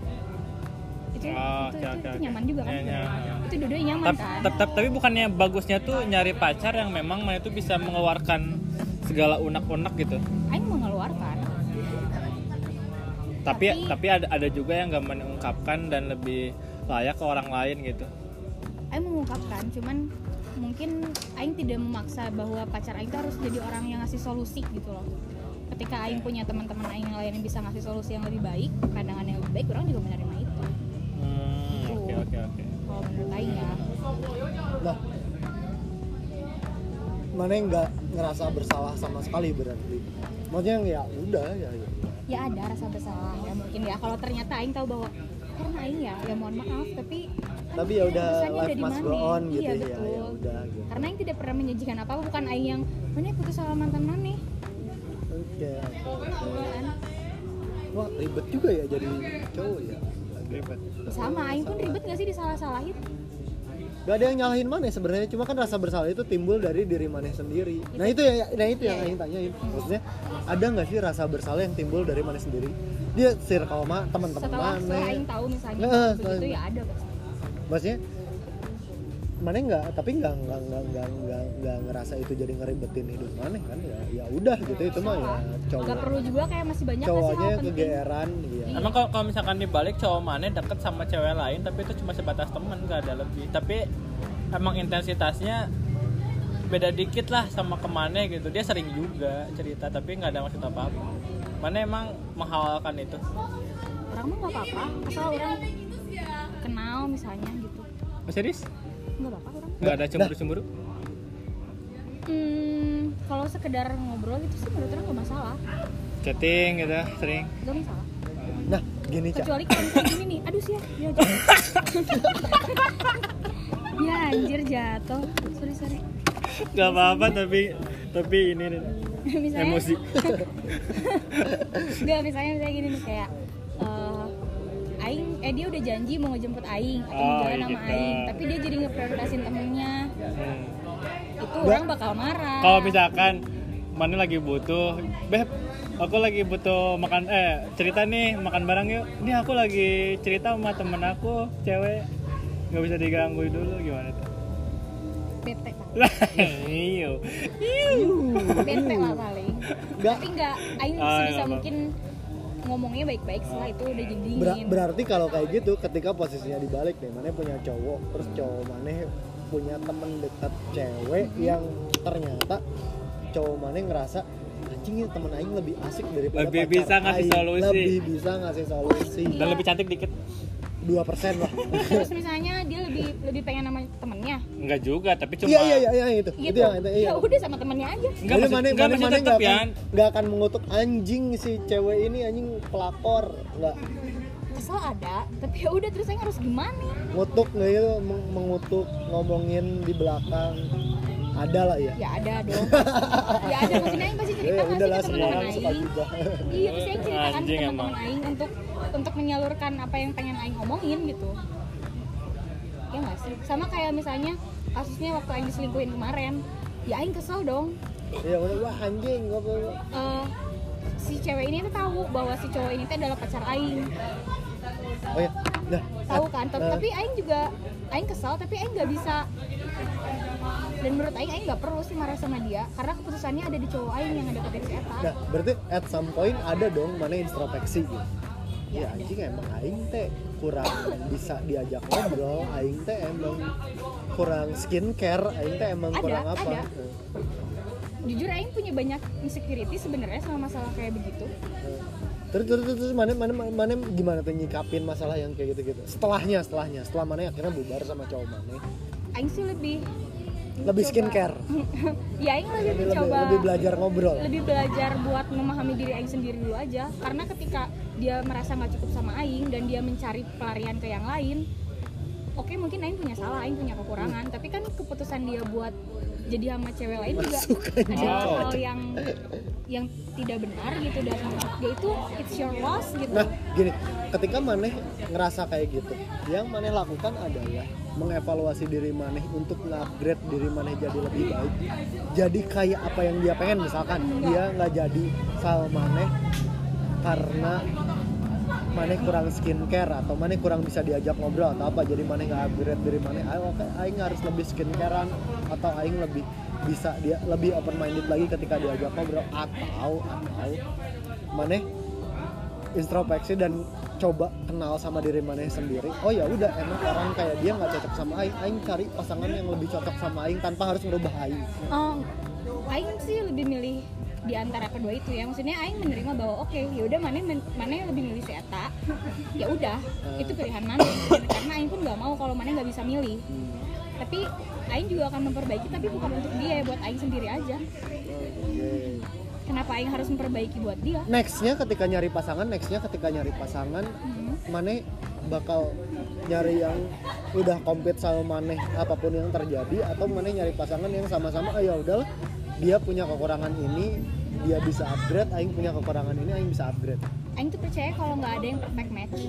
C: itu
B: Ah,
C: itu,
B: oke,
C: itu-
B: oke,
C: itu
B: oke.
C: nyaman juga kan
B: Iya, iya.
C: sebenarnya. itu dua-duanya nyaman
B: Tap-
C: kan
B: tap- tap- tapi bukannya bagusnya tuh nyari pacar yang memang mana tuh bisa mengeluarkan segala unek-unek gitu.
C: Aing mengeluarkan
B: tapi
C: Tapi-
B: tapi ada ada juga yang nggak mengungkapkan dan lebih layak ke orang lain gitu
C: Aing mengungkapkan, cuman mungkin Aing tidak memaksa bahwa pacar Aing tuh harus jadi orang yang ngasih solusi gitu loh. Ketika Aing punya teman-teman Aing yang lain yang bisa ngasih solusi yang lebih baik, pandangan yang lebih baik, orang juga menerima itu.
B: Hmm, oke oke oke
C: Kalau menurut Aing ya,
A: Nah, mana yang nggak ngerasa bersalah sama sekali berarti? Maksudnya yang ya udah ya. ya.
C: ya ada rasa bersalah ya mungkin ya. Kalau ternyata Aing tahu bahwa karena Aing ya, ya mohon maaf, tapi kan
A: Tapi ya udah
C: keputusannya
A: life
C: di
A: must
C: mana?
A: go on gitu
C: iya,
A: ya.
C: Betul.
A: Ya udah gitu.
C: Karena Aing tidak pernah menjanjikan apa-apa, bukan Aing yang mana putus sama mantan mana. Gitu
A: Oke.
C: Kan?
A: Wah, ribet juga ya jadi cowok ya. Ribet.
C: Sama, Aing pun ribet gak sih disalah-salahin?
A: Gak ada yang nyalahin mana sebenarnya, cuma kan rasa bersalah itu timbul dari diri mana sendiri. Nah itu ya, nah itu
C: Iya.
A: yang ingin tanyain. Maksudnya ada nggak sih rasa bersalah yang timbul dari mana sendiri? Dia circle ma, teman-teman mana?
C: setelah setelah Aing tahu misalnya
A: Heeh,
C: begitu
A: setelah-
C: ya ada pasti.
A: maksudnya mana nggak tapi nggak nggak nggak nggak nggak nggak ngerasa itu jadi ngeribetin hidup mana kan ya ya udah gitu itu
C: oh
A: mah ya cowok
C: Gak perlu juga kayak masih banyak gak sih
A: cowoknya
C: hal
A: yang
C: penting. Iya.
A: kegeeran ya
D: Emang kalau, kalau misalkan dibalik cowok mana deket sama cewek lain tapi itu cuma sebatas teman gak ada lebih. Tapi emang intensitasnya beda dikit lah sama kemana gitu. Dia sering juga cerita tapi nggak ada maksud apa apa. Mana emang menghalalkan itu?
C: Orang mah gak apa-apa, asal orang kenal misalnya gitu.
B: oh, serius
C: Gak apa-apa orang.
B: nggak
A: Nah,
B: ada cemburu cemburu
C: Hmm, kalau sekedar ngobrol gitu sih menurut orang gak masalah,
B: chatting gitu sering
C: gak masalah.
A: nah gini cak
C: Kecuali kalau misalnya gini nih, aduh sih ya, ya jatuh. ya anjir jatuh, sorry sorry.
B: nggak apa apa tapi tapi ini nih,
C: misalnya,
B: emosi
C: Gak misalnya misalnya gini nih kayak eh, Aing eh dia udah janji mau ngejemput Aing atau mau
B: Oh,
C: jalan
B: iya
C: sama
B: gitu.
C: Aing tapi dia jadi ngeprioritasin temennya
B: Hmm.
C: itu orang bakal marah
B: kalau misalkan mana lagi butuh beb aku lagi butuh makan eh cerita nih makan bareng yuk ini aku lagi cerita sama temen aku cewek nggak bisa diganggu dulu gimana tuh Iya.
C: bete lah.
B: Lah, iyo
C: bete lah paling
A: nggak
C: tapi nggak
B: Ah,
C: Aing
B: nggak
C: sebisa
B: apa-apa.
C: mungkin ngomongnya baik-baik setelah itu udah jadi dingin
A: ber- berarti kalau kayak gitu ketika posisinya dibalik nih mana punya cowok terus cowok mana punya temen dekat cewek yang ternyata cowok mana ngerasa anjing ini temen aing lebih asik daripada pacar
B: Lebih bisa ngasih
A: aing.
B: solusi."
A: lebih bisa ngasih solusi
B: dan lebih cantik dikit
A: dua persen lah
C: terus misalnya dia lebih lebih pengen sama temennya
B: enggak juga tapi cuma
A: iya iya iya iya itu
C: gitu
A: itu yang itu iya.
C: ya udah sama temennya aja
B: enggak
A: Jadi
B: maksud,
A: mana-
B: enggak
A: mana-
B: maksud
A: mana
B: tetep
A: nggak
B: ya
A: akan- nggak akan mengutuk anjing si cewek ini anjing pelakor nggak
C: kesel ada tapi ya udah terus saya harus gimana
A: ngutuk nggak itu meng- mengutuk ngomongin di belakang ada lah ya
C: ya ada dong ya ada maksudnya Aing pasti cerita
A: eh,
C: nggak
A: udah
C: sih
A: lah
C: ke teman-teman
A: semua suka
C: Aing
A: juga
C: Iya, pasti Aing ceritakan ke
B: Anjing
C: teman-teman Aing untuk untuk menyalurkan apa yang pengen Aing omongin gitu. Ya nggak sih? Sama kayak misalnya kasusnya waktu Aing diselingkuhin kemarin, ya Aing kesel dong.
A: iya maksudnya, wah anjing nggak apa-apa.
C: Eh, si cewek ini tuh tahu bahwa si cowok ini tuh adalah pacar Aing,
A: oh ya nah
C: tahu kan? Tapi,
A: eh,
C: tapi Aing juga Aing kesel, tapi Aing nggak bisa. Dan menurut Aing, Aing nggak perlu sih marah sama dia, karena keputusannya ada di cowok Aing yang ngedeketin si Eta.
A: nah berarti at some point ada dong mana introspeksi gitu ya anjing emang aing teh kurang bisa diajak ngobrol aing teh emang kurang skincare aing teh emang
C: Ada,
A: kurang apa Eh,
C: ada. Jujur Aing punya banyak insecurity sebenarnya sama masalah kayak begitu.
A: eh. terus terus terus, terus mana mana mana mana gimana tuh nyikapin masalah yang kayak gitu gitu setelahnya setelahnya setelah mana akhirnya bubar sama cowok mana
C: Aing sih lebih
A: lebih
C: mencoba-
A: skincare
C: ya Aing lebih
A: lebih lebih,
C: mencoba
A: lebih belajar ngobrol
C: lebih belajar buat memahami diri Aing sendiri dulu aja karena ketika dia merasa nggak cukup sama Aing dan dia mencari pelarian ke yang lain oke mungkin Aing punya salah Aing punya kekurangan tapi kan keputusan dia buat jadi sama cewek lain juga ada
B: anjing.
C: hal yang yang tidak benar gitu dan dia itu it's your loss gitu
A: nah gini ketika maneh ngerasa kayak gitu yang maneh lakukan adalah mengevaluasi diri maneh untuk nge-upgrade diri maneh jadi lebih baik jadi kayak apa yang dia pengen misalkan dia nggak jadi sama maneh karena maneh kurang skincare atau maneh kurang bisa diajak ngobrol atau apa jadi maneh nggak upgrade diri maneh ayo oke, aing harus lebih skincarean atau aing lebih bisa dia lebih open minded lagi ketika diajak ngobrol atau atau maneh introspeksi dan coba kenal sama diri mana sendiri oh ya udah emang orang kayak dia nggak cocok sama aing aing cari pasangan yang lebih cocok sama aing tanpa harus merubah aing
C: Oh, Aing sih lebih milih di antara kedua itu ya maksudnya Aing menerima bahwa oke yaudah mana men- mana yang lebih milih si Eta ya udah itu pilihan mana karena Aing pun nggak mau kalau mana nggak bisa milih
A: Hmm,
C: tapi Aing juga akan memperbaiki tapi bukan untuk dia ya buat Aing sendiri aja kenapa Aing harus memperbaiki buat dia
A: nextnya ketika nyari pasangan nextnya ketika nyari pasangan
C: Hmm.
A: Mane bakal nyari yang udah kompet sama Mane apapun yang terjadi atau Mane nyari pasangan yang sama-sama ah ya udahlah dia punya kekurangan ini dia bisa upgrade aing punya kekurangan ini aing bisa upgrade oke
C: Aing tuh percaya kalau nggak ada yang perfect match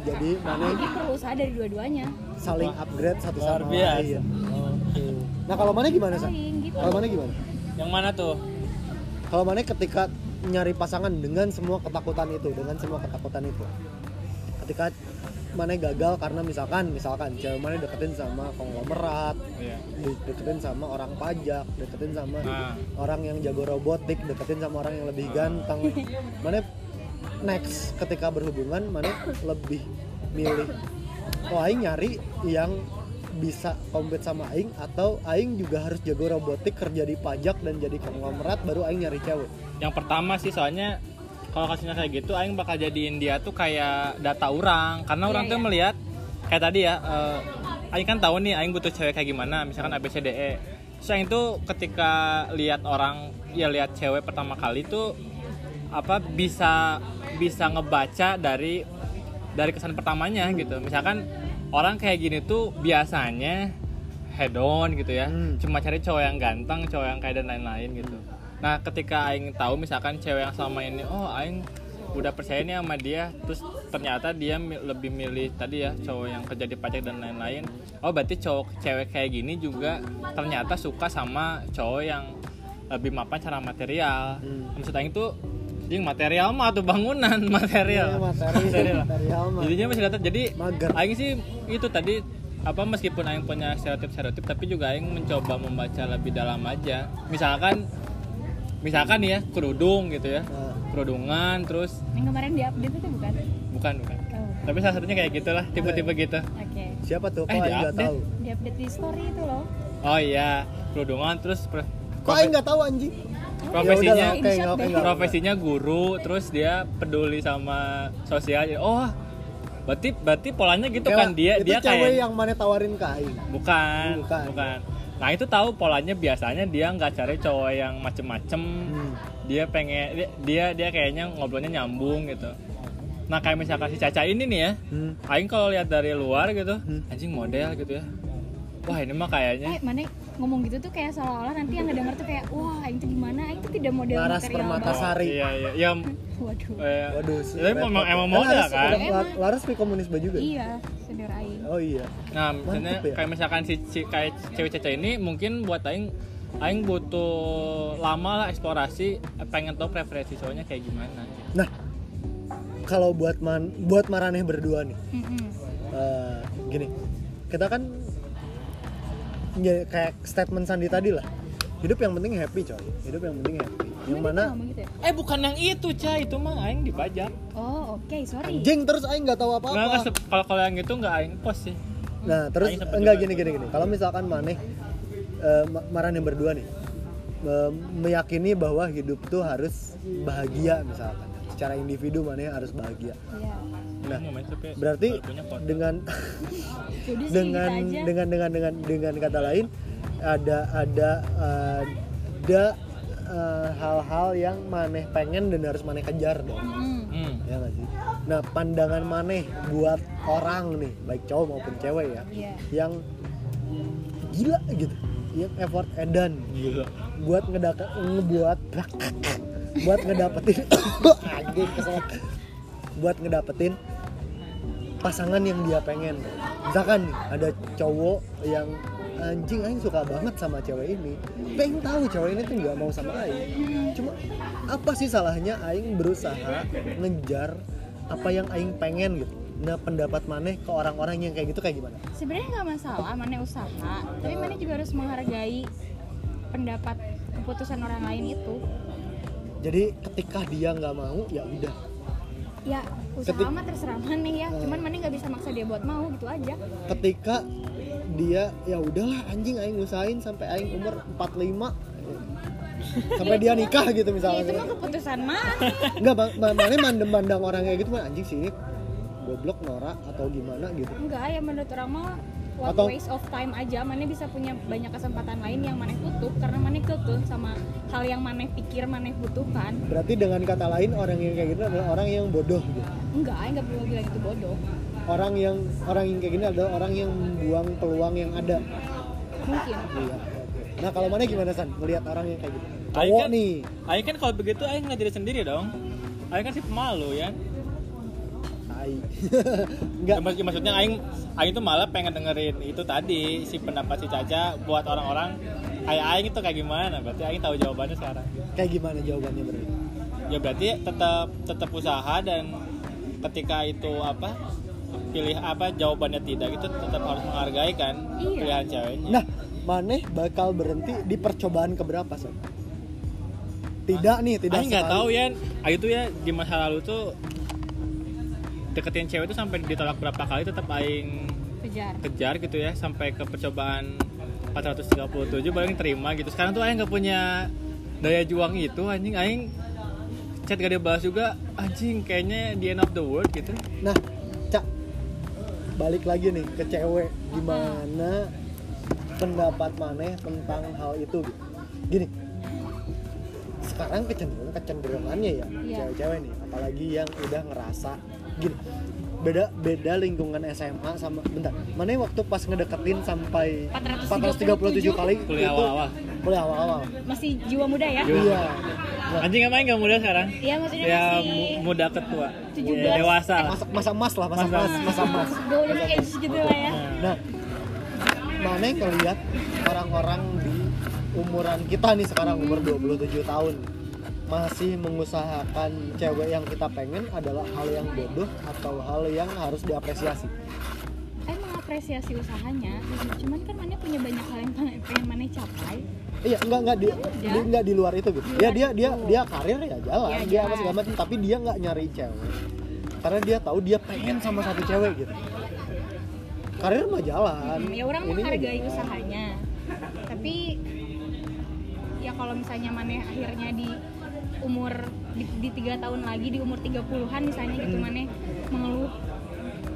A: jadi Mane
C: jadi perlu usaha dari dua-duanya
A: saling upgrade satu sama iya.
D: Luar biasa.
A: lain
B: Oh,
A: oke
B: iya.
A: nah kalau Mane gimana sih
C: Aing gitu
A: kalau Mane gimana
D: Yang mana tuh?
A: kalau Mane ketika nyari pasangan dengan semua ketakutan itu dengan semua ketakutan itu ketika Mane gagal karena misalkan misalkan cewek Mane deketin sama konglomerat
B: Iya.
A: di- deketin sama orang pajak, deketin sama
B: Nah.
A: orang yang jago robotik, deketin sama orang yang lebih ganteng. Mana next ketika berhubungan mana lebih milih oh aing nyari yang bisa kompet sama aing atau aing juga harus jago robotik kerja di pajak dan jadi konglomerat baru aing nyari cewek.
B: yang pertama sih soalnya kalau kasusnya kayak gitu aing bakal jadiin dia tuh kayak data orang karena orang
C: Iya,
B: tuh
C: iya.
B: melihat kayak tadi ya eh, aing kan tahu nih aing butuh cewek kayak gimana misalkan ABCDE so E. aing tuh ketika lihat orang ya lihat cewek pertama kali tuh apa bisa bisa ngebaca dari dari kesan pertamanya gitu misalkan orang kayak gini tuh biasanya head on gitu ya
A: Hmm.
B: cuma cari cowok yang ganteng, cowok yang kaya dan lain-lain gitu. Nah, ketika aing tahu misalkan cewek yang selama ini oh aing udah percaya nih sama dia, terus ternyata dia mi- lebih milih tadi ya cowok yang kerja di pajak dan lain-lain. Oh, berarti cowok cewek kayak gini juga ternyata suka sama cowok yang lebih mapan secara material.
A: Hmm.
B: Maksud aing tuh yang material mah atau bangunan material.
A: Iya, materi,
B: Material.
A: material mah.
B: Jadinya masih datang. Jadi
A: Mager.
B: aing sih itu tadi apa meskipun aing punya stereotip-stereotip tapi juga aing mencoba membaca lebih dalam aja. Misalkan misalkan ya kerudung gitu ya.
A: Nah,
B: Kerudungan terus
C: yang kemarin di update itu bukan
B: bukan bukan.
C: oh, oke
B: Tapi salah satunya kayak gitulah, tipe-tipe
A: ya?
B: gitu.
A: siapa tuh? Kok
B: Eh,
A: aing nggak
B: di-update.
A: tahu?
C: di update di story itu loh
B: Oh iya, kerudungan terus pro-
A: Kok aing nggak tahu anjing? Ya
B: Profesinya-
A: udahlah, oke,
C: Iya, Inisial
A: oke,
C: deh.
A: nggak-
B: profesinya guru terus dia peduli sama sosial. Jadi, Oh, berarti berarti polanya gitu
A: Kayak,
B: kan dia
A: itu
B: dia
A: cewek ya?
B: kayak
A: yang Mane tawarin ke aing.
B: Bukan,
A: Bukan.
B: bukan. Nah itu tahu polanya biasanya dia nggak cari cowok yang macem-macem.
A: Hmm.
B: Dia pengen dia- dia dia kayaknya ngobrolnya nyambung gitu. Nah kayak misalkan si Caca ini nih ya,
A: Hmm.
B: Aing kalau lihat dari luar gitu,
A: Hmm.
B: anjing model gitu ya. Wah ini mah
C: eh
B: kayaknya.
C: mana ngomong gitu tuh kayak seolah-olah nanti yang ngedenger tuh kayak wah itu gimana itu tidak model
A: Laras
C: material
A: Permata. Tasari.
B: iya iya. Ya,
C: banget." waduh
B: eh,
A: Waduh,
B: tapi memang emang
A: repot.
B: model
A: Laras-
B: kan.
A: Lar- Laras pi komunis baju juga.
C: iya senior aing
A: Oh iya.
B: Nah, misalnya
A: Mantep ya.
B: kayak misalkan si, si- kayak cewek caca ini mungkin buat aing aing butuh lama lah eksplorasi pengen tahu preferensi cowoknya kayak gimana gitu.
A: Nah, kalau buat man, buat Maraneh berdua nih,
C: Mm-mm.
A: eh, gini, kita kan ya, kayak statement Sandi tadi lah. Hidup yang penting happy coy. Hidup yang penting happy. Yang
C: Emang dia
A: mana
C: ngomong gitu ya?
B: Eh bukan yang itu Ca, itu mah Aing dipajak
C: oh oke sorry
A: anjing terus Aing nggak tahu
B: Nggak, nggak,
A: apa-apa.
B: se- kalau kalau yang itu nggak Aing post sih
A: Nah terus
B: Aing sempet
A: enggak
B: juga.
A: gini gini gini. Kalau misalkan Maneh eh, Ma- Maraneh berdua nih eh, meyakini bahwa hidup tuh harus bahagia misalkan. Secara individu Maneh harus bahagia.
C: Iya.
A: Nah,
B: Ini momen tapi
A: Berarti
B: baru punya foto.
A: dengan
C: jadi sih
A: dengan
C: gitu aja
A: dengan dengan dengan dengan kata lain ada ada uh, ada uh, hal-hal yang maneh pengen dan harus maneh kejar dong
C: Mm.
B: Hmm.
A: ya nggak sih nah pandangan maneh buat orang nih baik cowok maupun cewek ya
C: Iya.
A: yang gila gitu yang effort edan
B: Gila
A: buat ngedaka ngebuat buat ngedapetin anjing kesel buat ngedapetin pasangan yang dia pengen misalkan nih ada cowok yang anjing aing suka banget sama cewek ini pengen tahu cewek ini tuh nggak mau sama aing cuma apa sih salahnya aing berusaha ngejar apa yang aing pengen gitu nah pendapat maneh ke orang-orang yang kayak gitu kayak gimana
C: sebenarnya nggak masalah mana usaha tapi mana juga harus menghargai pendapat keputusan orang lain itu
A: jadi ketika dia nggak mau ya udah
C: ya usaha
A: Ketik-
C: mah terserah maneh ya cuman maneh nggak bisa maksa dia buat mau gitu aja
A: ketika dia ya udahlah anjing aing usahain sampai aing umur 45 sampai dia nikah gitu
C: ya itu
A: misalnya
C: mah keputusan maneh
A: Enggak, bang, Bang- mana mandem mandang orang kayak gitu mah anjing sih ini goblok norak atau gimana gitu.
C: enggak ya menurut orang mah what
A: Atau-
C: waste of time aja maneh bisa punya banyak kesempatan lain yang maneh tutup karena maneh kekeh sama hal yang maneh pikir maneh butuhkan
A: Berarti dengan kata lain orang yang kayak gitu adalah orang yang bodoh gitu.
C: enggak ya nggak perlu bilang itu bodoh
A: Orang yang orang yang kayak gini adalah orang yang membuang peluang yang ada.
C: mungkin
A: Iya. oke. Nah, kalau mana gimana San? Melihat orang yang kayak gitu.
B: Aing
A: Cowok
B: kan-
A: nih.
B: Aing kan kalau begitu Aing nggak jadi sendiri dong. Aing kan si pemalu ya.
A: Tai. Enggak.
B: Ya, mak- ya, maksudnya Aing Aing tuh malah pengen dengerin itu tadi si pendapat si Caca buat orang-orang kayak Aing itu kayak gimana. Berarti Aing tahu jawabannya sekarang.
A: Kayak gimana jawabannya berarti?
B: Ya berarti tetap tetap usaha dan ketika itu apa pilih apa jawabannya tidak gitu tetap harus menghargai kan
C: Iya.
B: pilihan ceweknya.
A: Nah, Maneh bakal berhenti di percobaan keberapa, San? Tidak nih, tidak
B: Aing nggak
A: sekali.
B: tahu ya. Aing tuh ya di masa lalu tuh deketin cewek tuh sampai ditolak berapa kali tetap Aing
C: kejar
B: kejar gitu ya sampai ke percobaan 437 baru yang terima gitu sekarang tuh Aing nggak punya daya juang itu anjing Aing chat gak dia bahas juga anjing kayaknya the end of the world gitu
A: Nah, Cak, balik lagi nih ke cewek. Gimana pendapat maneh tentang hal itu? gitu? Gini, sekarang kecenderungan kecenderungannya ya
C: Iya.
A: cewek-cewek nih, apalagi yang udah ngerasa gini. Beda beda lingkungan SMA sama bentar. Maneh waktu pas ngedeketin sampai
C: 437
A: 437 kali
B: Kuliah
A: itu-
B: awal-awal.
A: Kuliah awal-awal.
C: masih jiwa muda ya
A: Iya. Nah,
B: anjing emang nggak muda sekarang
C: Iya maksudnya
B: ya
C: masih
B: mu- muda ketua Ya,
C: 17.
B: dewasa lah.
A: masa masa emas lah, masa emas, masa emas.
C: golden age gitu lah ya
A: Nah, mana yang ngeliat orang-orang di umuran kita nih sekarang umur 27 tahun masih mengusahakan cewek yang kita pengen adalah hal yang bodoh atau hal yang harus diapresiasi.
C: Saya mengapresiasi usahanya cuman kan maneh punya banyak hal yang pengen pengen maneh capai
A: Iya, enggak enggak di,
C: Iya.
A: di- enggak di luar itu gitu.
C: Di
A: Ya
C: luar
A: dia dia
C: itu.
A: dia karir ya jalan,
C: Iya,
A: dia apa
C: jalan.
A: segala macam, tapi dia nggak nyari cewek. Karena dia tahu dia pengen sama satu cewek gitu. Karir mah jalan.
C: Hmm, ya orang
A: Ini mah
C: menghargai
A: jalan.
C: usahanya tapi ya kalau misalnya maneh akhirnya di umur di, di tiga tahun lagi di umur 30-an misalnya gitu
A: Hmm.
C: maneh mengeluh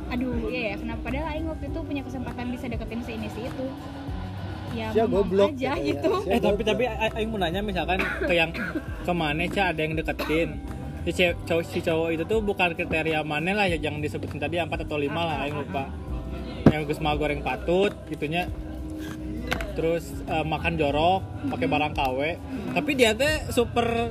C: aduh ya, ya kenapa padahal aing waktu itu punya kesempatan bisa deketin si ini si itu ya
A: Sia
C: bengong
A: goblok Iya.
C: aja
A: katanya.
C: gitu
A: Sia
B: eh tapi
A: goblok.
B: tapi A- Aing mau nanya misalkan ke yang kemana Ca ada yang deketin si ce- cowok si cowok itu tuh bukan kriteria mana lah ya yang disebutin tadi 4 atau 5 lah Aing lupa yang gus mau goreng patut gitunya terus eh, makan jorok pakai barang KW tapi dia teh super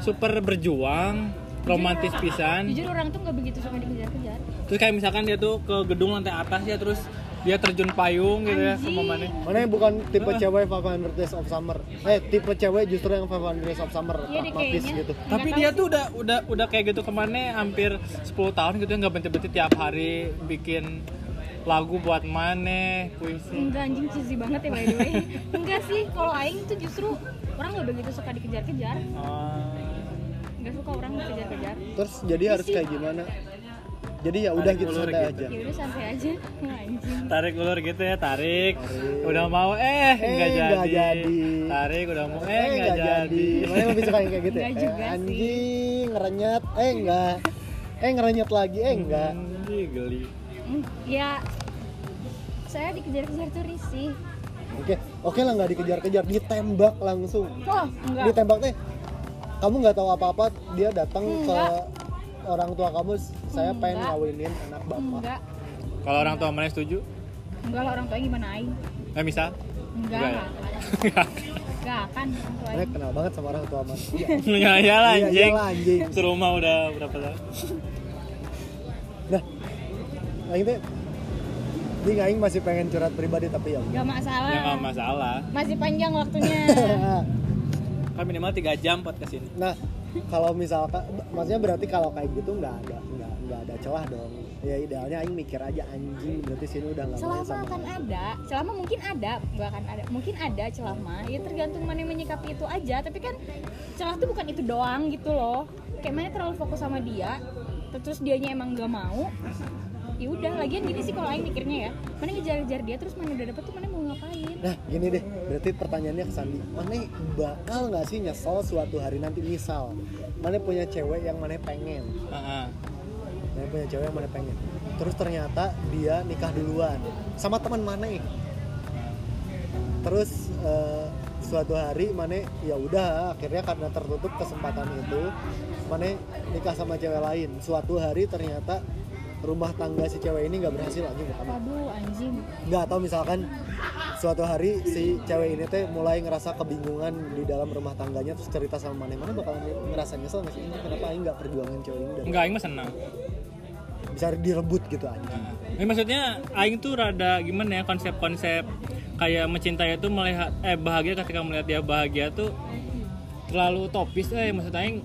B: super berjuang romantis pisan
C: jujur orang tuh nggak begitu suka dikejar-kejar
B: terus kayak misalkan dia tuh ke gedung lantai atas ya terus dia terjun payung gitu ya sama mana
C: Anjing.
A: Mana yang bukan tipe cewek 500 Days of Summer? Eh, tipe cewek justru yang 500 Days of Summer,
C: Iya deh
A: pragmatis
C: kayaknya.
A: gitu.
B: tapi
C: Nggak
B: dia
C: tahu
B: tuh udah udah udah kayak gitu kemana hampir 10 tahun gitu ya nggak berhenti-berhenti tiap hari bikin lagu buat mana puisi
C: Enggak anjing cheesy banget ya by the way Enggak sih, kalau Aing tuh justru orang nggak begitu suka dikejar-kejar
B: Oh,
C: Nggak suka orang dikejar-kejar
A: Terus jadi harus kayak gimana? Jadi ya udah
B: Tarik
A: gitu
B: ulur
A: santai
B: gitu.
A: aja.
C: Ya udah santai aja Oh, anjing
B: tarik ulur gitu ya tarik
A: Tarik.
B: udah mau eh nggak
A: nggak
B: jadi.
A: jadi.
B: tarik udah mau eh
A: Eh,
B: nggak
A: enggak
B: jadi,
A: jadi. Mana yang lebih suka yang kayak gitu? ya?
C: Nggak
A: Eh,
C: juga sih.
A: anjing, ngerenyet. Eh, enggak. Eh, ngerenyet lagi. Eh, enggak.
B: Anjing, geli
C: Hmm, Ya saya dikejar-kejar tuh risih
B: Hmm.
A: Oke, oke lah nggak dikejar-kejar, ditembak langsung.
C: Oh enggak
A: Ditembak teh. Kamu nggak tahu apa-apa, dia datang ke
C: Enggak.
A: orang tua kamu, saya pengen
C: Enggak.
A: ngawinin anak bapak.
C: Enggak
B: kalau orang tua mana setuju
C: Enggak lah orang tuanya gimana Aing
B: nggak bisa
C: Enggak
B: Enggak ya?
C: lah Enggak kan orang tua
A: Saya
C: Aing
A: kenal banget sama orang tua mas. Iya.
B: ya iyalah
A: Iya,
B: anjing
A: iyalah, anjing.
B: serumah udah berapa tahun
A: Nah, aing teh Ding aing masih pengen curhat pribadi tapi ya. udah.
C: Enggak
B: ya nggak
C: masalah
B: masalah
C: Masih panjang waktunya
B: kan minimal 3 jam buat kesini
A: Nah, kalau misalkan maksudnya berarti kalau kayak gitu nggak ada nggak nggak ada celah dong ya idealnya aing mikir aja anjing berarti sini udah nggak boleh
C: selama
A: sama
C: akan ada selama mungkin ada nggak akan ada mungkin ada celah mah ya tergantung mana yang menyikapi itu aja tapi kan celah tuh bukan itu doang gitu loh kayak mana terlalu fokus sama dia terus dianya emang gak mau ya udah lagian gini sih kalau Aing mikirnya ya mana ngejar-ngejar dia terus mana udah dapet tuh mana mau ngapain
A: Nah gini deh, berarti pertanyaannya ke Sandi Mane bakal nggak sih nyesel suatu hari nanti misal Mane punya cewek yang Mane pengen
B: Heeh.
A: Mane punya cewek yang Mane pengen Terus ternyata dia nikah duluan Sama teman Mane Terus eh, suatu hari Mane ya udah akhirnya karena tertutup kesempatan itu Mane nikah sama cewek lain Suatu hari ternyata rumah tangga si cewek ini nggak berhasil lagi pertama
C: waduh anjing
A: nggak atau misalkan suatu hari si cewek ini teh mulai ngerasa kebingungan di dalam rumah tangganya terus cerita sama mana mana bakal ngerasa nyesel nggak sih Ini kenapa aing nggak perjuangin cewek ini dari
B: Enggak, aing mah senang.
A: bisa direbut gitu aja
B: Ini maksudnya aing tuh rada gimana ya konsep-konsep kayak mencintai itu melihat eh bahagia ketika melihat dia bahagia tuh terlalu topis eh maksud aing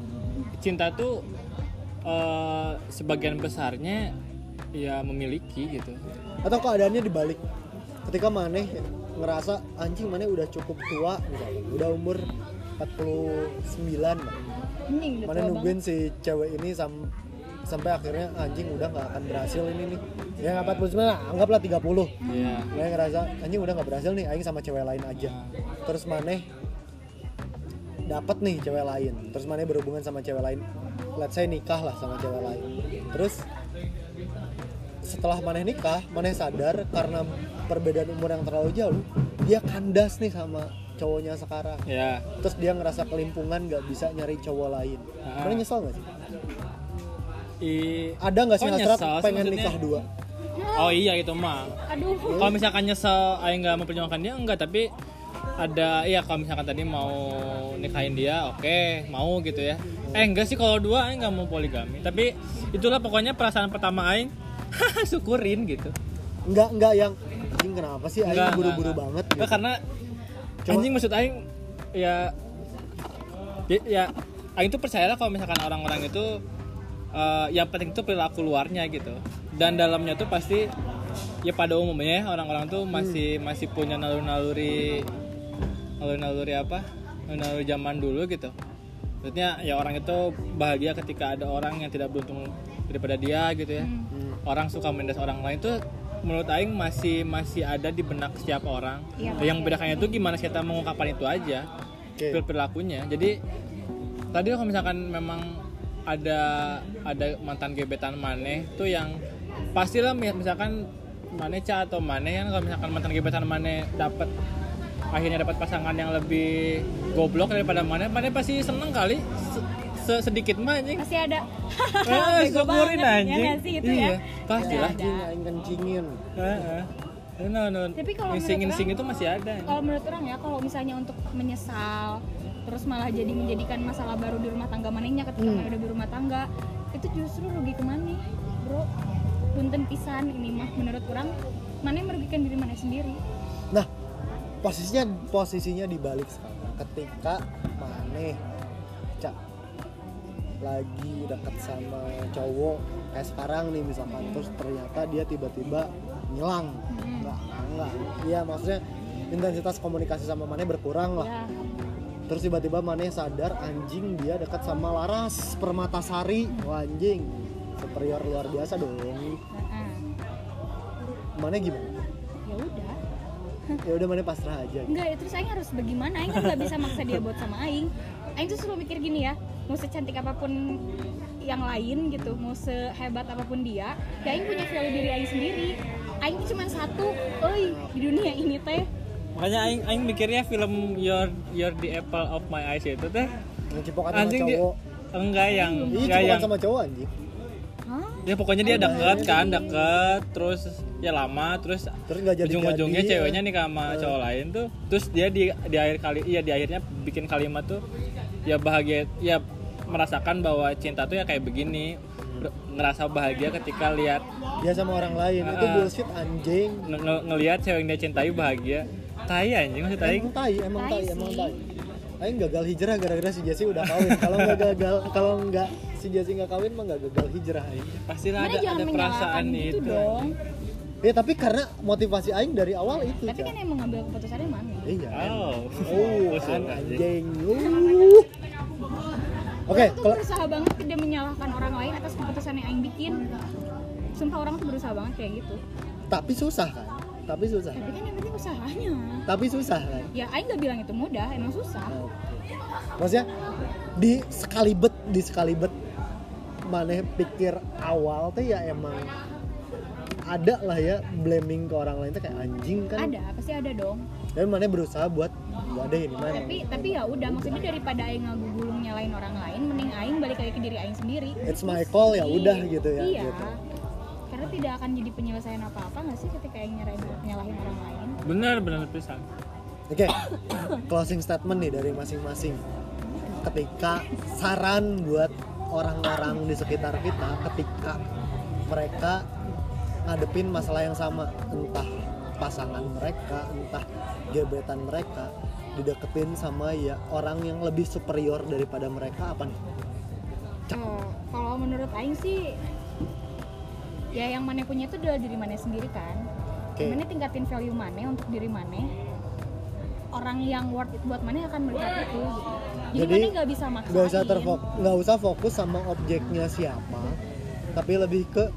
B: cinta tuh eh, sebagian besarnya ya memiliki gitu.
A: atau keadaannya dibalik ketika maneh ngerasa anjing maneh udah cukup tua misalnya udah umur 49 lah. mana
C: anjing udah tua banget
A: nungguin si cewek ini sam- sampai akhirnya anjing udah nggak akan berhasil ini nih ya 49 lah, anggaplah 30
B: Iya.
A: Gue ngerasa anjing udah nggak berhasil nih, aing sama cewek lain aja. Terus maneh dapat nih cewek lain. Terus maneh berhubungan sama cewek lain. Let's say nikah lah sama cewek lain. Terus setelah maneh nikah, maneh sadar karena perbedaan umur yang terlalu jauh, dia kandas nih sama cowoknya sekarang.
B: Ya.
A: Terus dia ngerasa kelimpungan nggak bisa nyari cowok lain.
B: Ah.
A: Maneh nyesel nggak sih?
B: I-
A: Ada nggak sih
B: Oh,
A: hasrat
B: nyesel sih
A: pengen
B: maksudnya.
A: nikah dua?
B: Oh iya itu mah.
C: aduh
B: Kalau misalkan nyesel aing nggak memperjuangkan dia enggak tapi ada ya kalau misalkan tadi mau nikahin dia oke mau gitu ya eh enggak sih kalau dua aing nggak mau poligami tapi itulah pokoknya perasaan pertama aing syukurin gitu
A: Nggak nggak yang anjing kenapa sih
B: Nggak,
A: aing
B: nggak,
A: buru-buru
B: nggak.
A: banget? gitu?"
B: Nggak, kan karena
A: Cuma-
B: anjing maksud aing ya ya, ya, aing tuh percayalah kalau misalkan orang-orang itu eh, yang penting tuh perilaku luarnya gitu dan dalamnya tuh pasti ya pada umumnya ya, orang-orang tuh masih
A: Hmm.
B: masih punya naluri-naluri naluri-naluri apa naluri zaman dulu gitu maksudnya ya orang itu bahagia ketika ada orang yang tidak beruntung daripada dia gitu ya
A: Hmm.
B: orang suka mendas orang lain tuh menurut Aing masih masih ada di benak setiap orang.
C: Iya,
B: yang bedakannya itu gimana kita mengungkapkan itu aja,
A: Oke.
B: per- perilakunya. Jadi tadi kalau misalkan memang ada ada mantan gebetan maneh tuh yang pastilah mi- misalkan maneh ca atau maneh kan kalau misalkan mantan gebetan maneh dapat akhirnya dapat pasangan yang lebih goblok daripada maneh, maneh pasti seneng kali Se- se- sedikit mah anjing.
C: masih ada
B: Eh,
C: Bego
B: syukurin
C: banget,
B: anjing.
C: ya nggak sih itu
B: iya,
C: ya
B: pastilah.
C: Ada.
A: anjing aing kencingin
B: Heeh. No, no.
C: Tapi kalau
B: Insing-
C: menurut
B: insing itu masih ada.
C: kalau menurut orang ya kalau misalnya untuk menyesal terus malah jadi menjadikan masalah baru di rumah tangga manehnya ketika mana udah di rumah tangga itu justru rugi ke maneh bro punten pisan ini mah menurut orang maneh merugikan diri maneh sendiri
A: nah posisinya posisinya dibalik sekarang ketika maneh cak lagi dekat sama cowok kayak sekarang nih misalkan terus ternyata dia tiba-tiba ngilang enggak enggak iya maksudnya intensitas komunikasi sama maneh berkurang lah
C: ya
A: terus tiba-tiba maneh sadar anjing dia dekat sama Laras Permatasari Wah, anjing superior luar biasa dong
C: nah,
A: maneh gimana
C: ya udah
A: ya udah maneh pasrah aja gitu.
C: Enggak, ya terus Aing harus bagaimana? Aing kan nggak bisa maksa dia buat sama Aing. Aing tuh selalu mikir gini ya, mau secantik apapun yang lain gitu, mau sehebat apapun dia, ya Aing punya value diri Aing sendiri. Aing tuh cuma satu, oi di dunia ini teh.
B: Makanya aing aing mikirnya film Your Your the Apple of My Eyes itu teh
A: ngecipokan sama
B: anjing dia
A: cowok
B: enggak yang
A: iya
B: enggak
A: cipokan
B: yang
A: sama cowok anjing
C: Hah?
B: ya pokoknya dia deket kan deket terus ya lama terus
A: terus nggak jadi Eh.
B: ujung-ujungnya
A: jadi.
B: ceweknya nih sama cowok lain tuh terus dia di di akhir kali iya di akhirnya bikin kalimat tuh ya bahagia ya merasakan bahwa cinta tuh ya kayak begini
A: Hmm.
B: ngerasa bahagia ketika lihat
A: dia sama orang lain itu
B: Ah.
A: bullshit anjing
B: nge- nge- ngelihat cewek yang dia cintai bahagia tai anjing maksud aing
A: emang tai emang tai
C: Tai
A: emang
C: sih.
A: tai Aing gagal hijrah gara-gara si Jesse udah kawin. Kalau nggak gagal, kalau nggak si Jesse nggak kawin mah nggak gagal hijrah Aing.
D: pasti lah
C: Mana
D: ada
C: jangan
D: ada
C: menyalahkan
D: perasaan
C: gitu
D: itu Iya.
C: dong.
A: Ya tapi karena motivasi Aing dari awal itu.
C: Tapi
A: Ca.
C: kan ya- yang mengambil keputusannya mana?
A: Iya.
B: Oh,
A: Oh,
B: Usul,
A: kan
B: anjing.
A: anjing. Uh. Oke,
C: Aku tuh
A: kalau
C: berusaha banget tidak menyalahkan orang lain atas keputusan yang Aing bikin. Sumpah orang tuh berusaha banget kayak gitu.
A: tapi susah kan? Tapi susah.
C: Tapi kan yang penting usahanya.
A: Tapi susah kan?
C: Ya Aing gak bilang itu mudah, emang susah.
A: Maksudnya di sekalibet di sekalibet maneh pikir awal tuh ya emang ada lah ya blaming ke orang lain tuh kayak anjing kan
C: Ada, pasti ada dong.
A: dan maneh berusaha buat gak ada ini mana
C: Tapi tapi ya udah maksudnya daripada aing ngagugulung nyalain orang lain, mending aing balik lagi ke diri aing sendiri.
A: it's my call ya
C: Iya,
A: udah gitu ya
C: Iya.
A: gitu
C: Karena tidak akan jadi penyelesaian apa-apa nggak sih ketika aing nyalain nyalahin orang lain.
B: bener bener pisan
A: oke closing statement nih dari masing-masing ketika saran buat orang-orang di sekitar kita ketika mereka ngadepin masalah yang sama entah pasangan mereka entah gebetan mereka dideketin sama ya orang yang lebih superior daripada mereka apa nih
C: Eh, kalau menurut aing sih ya yang mana punya itu adalah diri mana sendiri kan.
A: Oke.
C: Mana tingkatin value mana untuk diri mana. Orang yang worth it buat mana akan melihat itu. Gitu. Jadi,
A: Jadi,
C: mana nggak bisa maksain.
A: nggak usah terfok nggak usah fokus sama objeknya siapa tapi lebih ke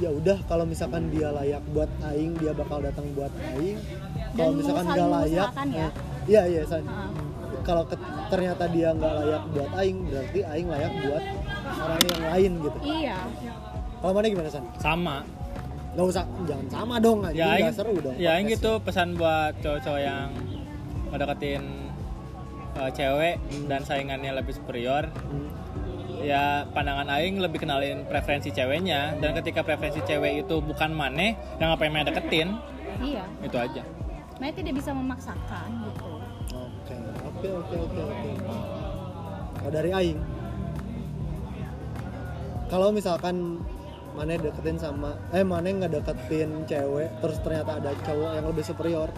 A: ya udah kalau misalkan dia layak buat aing dia bakal datang buat aing kalau
C: Dan
A: misalkan
C: saling
A: nggak layak
C: mengusahakan ya.
A: eh, iya iya sa-
C: Heeh.
A: kalau ke- ternyata dia nggak layak buat aing berarti aing layak buat orang yang lain gitu
C: Iya.
A: kalau mana gimana san
B: sama
A: nggak usah jangan sama dong aja
B: ya
A: nggak
B: aing
A: seru dong
B: ya aing
A: podcast.
B: gitu pesan buat cowok-cowok yang ngedeketin eh, cewek dan saingannya lebih superior
A: Hmm.
B: ya pandangan aing lebih kenalin preferensi ceweknya dan ketika preferensi cewek itu bukan maneh yang apa yang deketin
C: Iya.
B: itu aja
C: Mana tidak bisa memaksakan gitu.
A: oke oke oke oke oke Kalau dari Aing kalau misalkan mana deketin sama eh mana nggak deketin cewek terus ternyata ada cowok yang lebih superior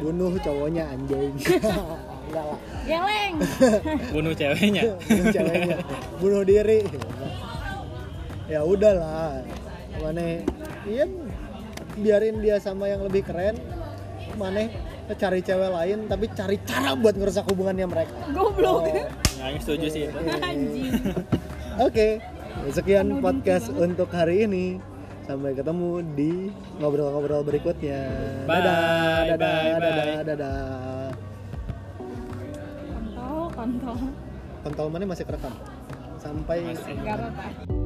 A: bunuh cowoknya anjing enggak lah
C: Geleng.
B: bunuh ceweknya
A: bunuh ceweknya bunuh diri ya udahlah Maneh iya biarin dia sama yang lebih keren Maneh cari cewek lain tapi cari cara buat ngerusak hubungannya mereka Oh.
C: Goblok.
B: Ya, aing setuju sih itu
C: Anjing.
A: Oke, sekian podcast untuk hari ini. Sampai ketemu di ngobrol-ngobrol berikutnya.
B: Bye,
A: dadah,
B: bye,
A: dadah,
B: bye.
A: dadah, dadah.
C: Kontol, kontol.
A: Kontol mana masih kerekam? Sampai
C: Gak apa-apa.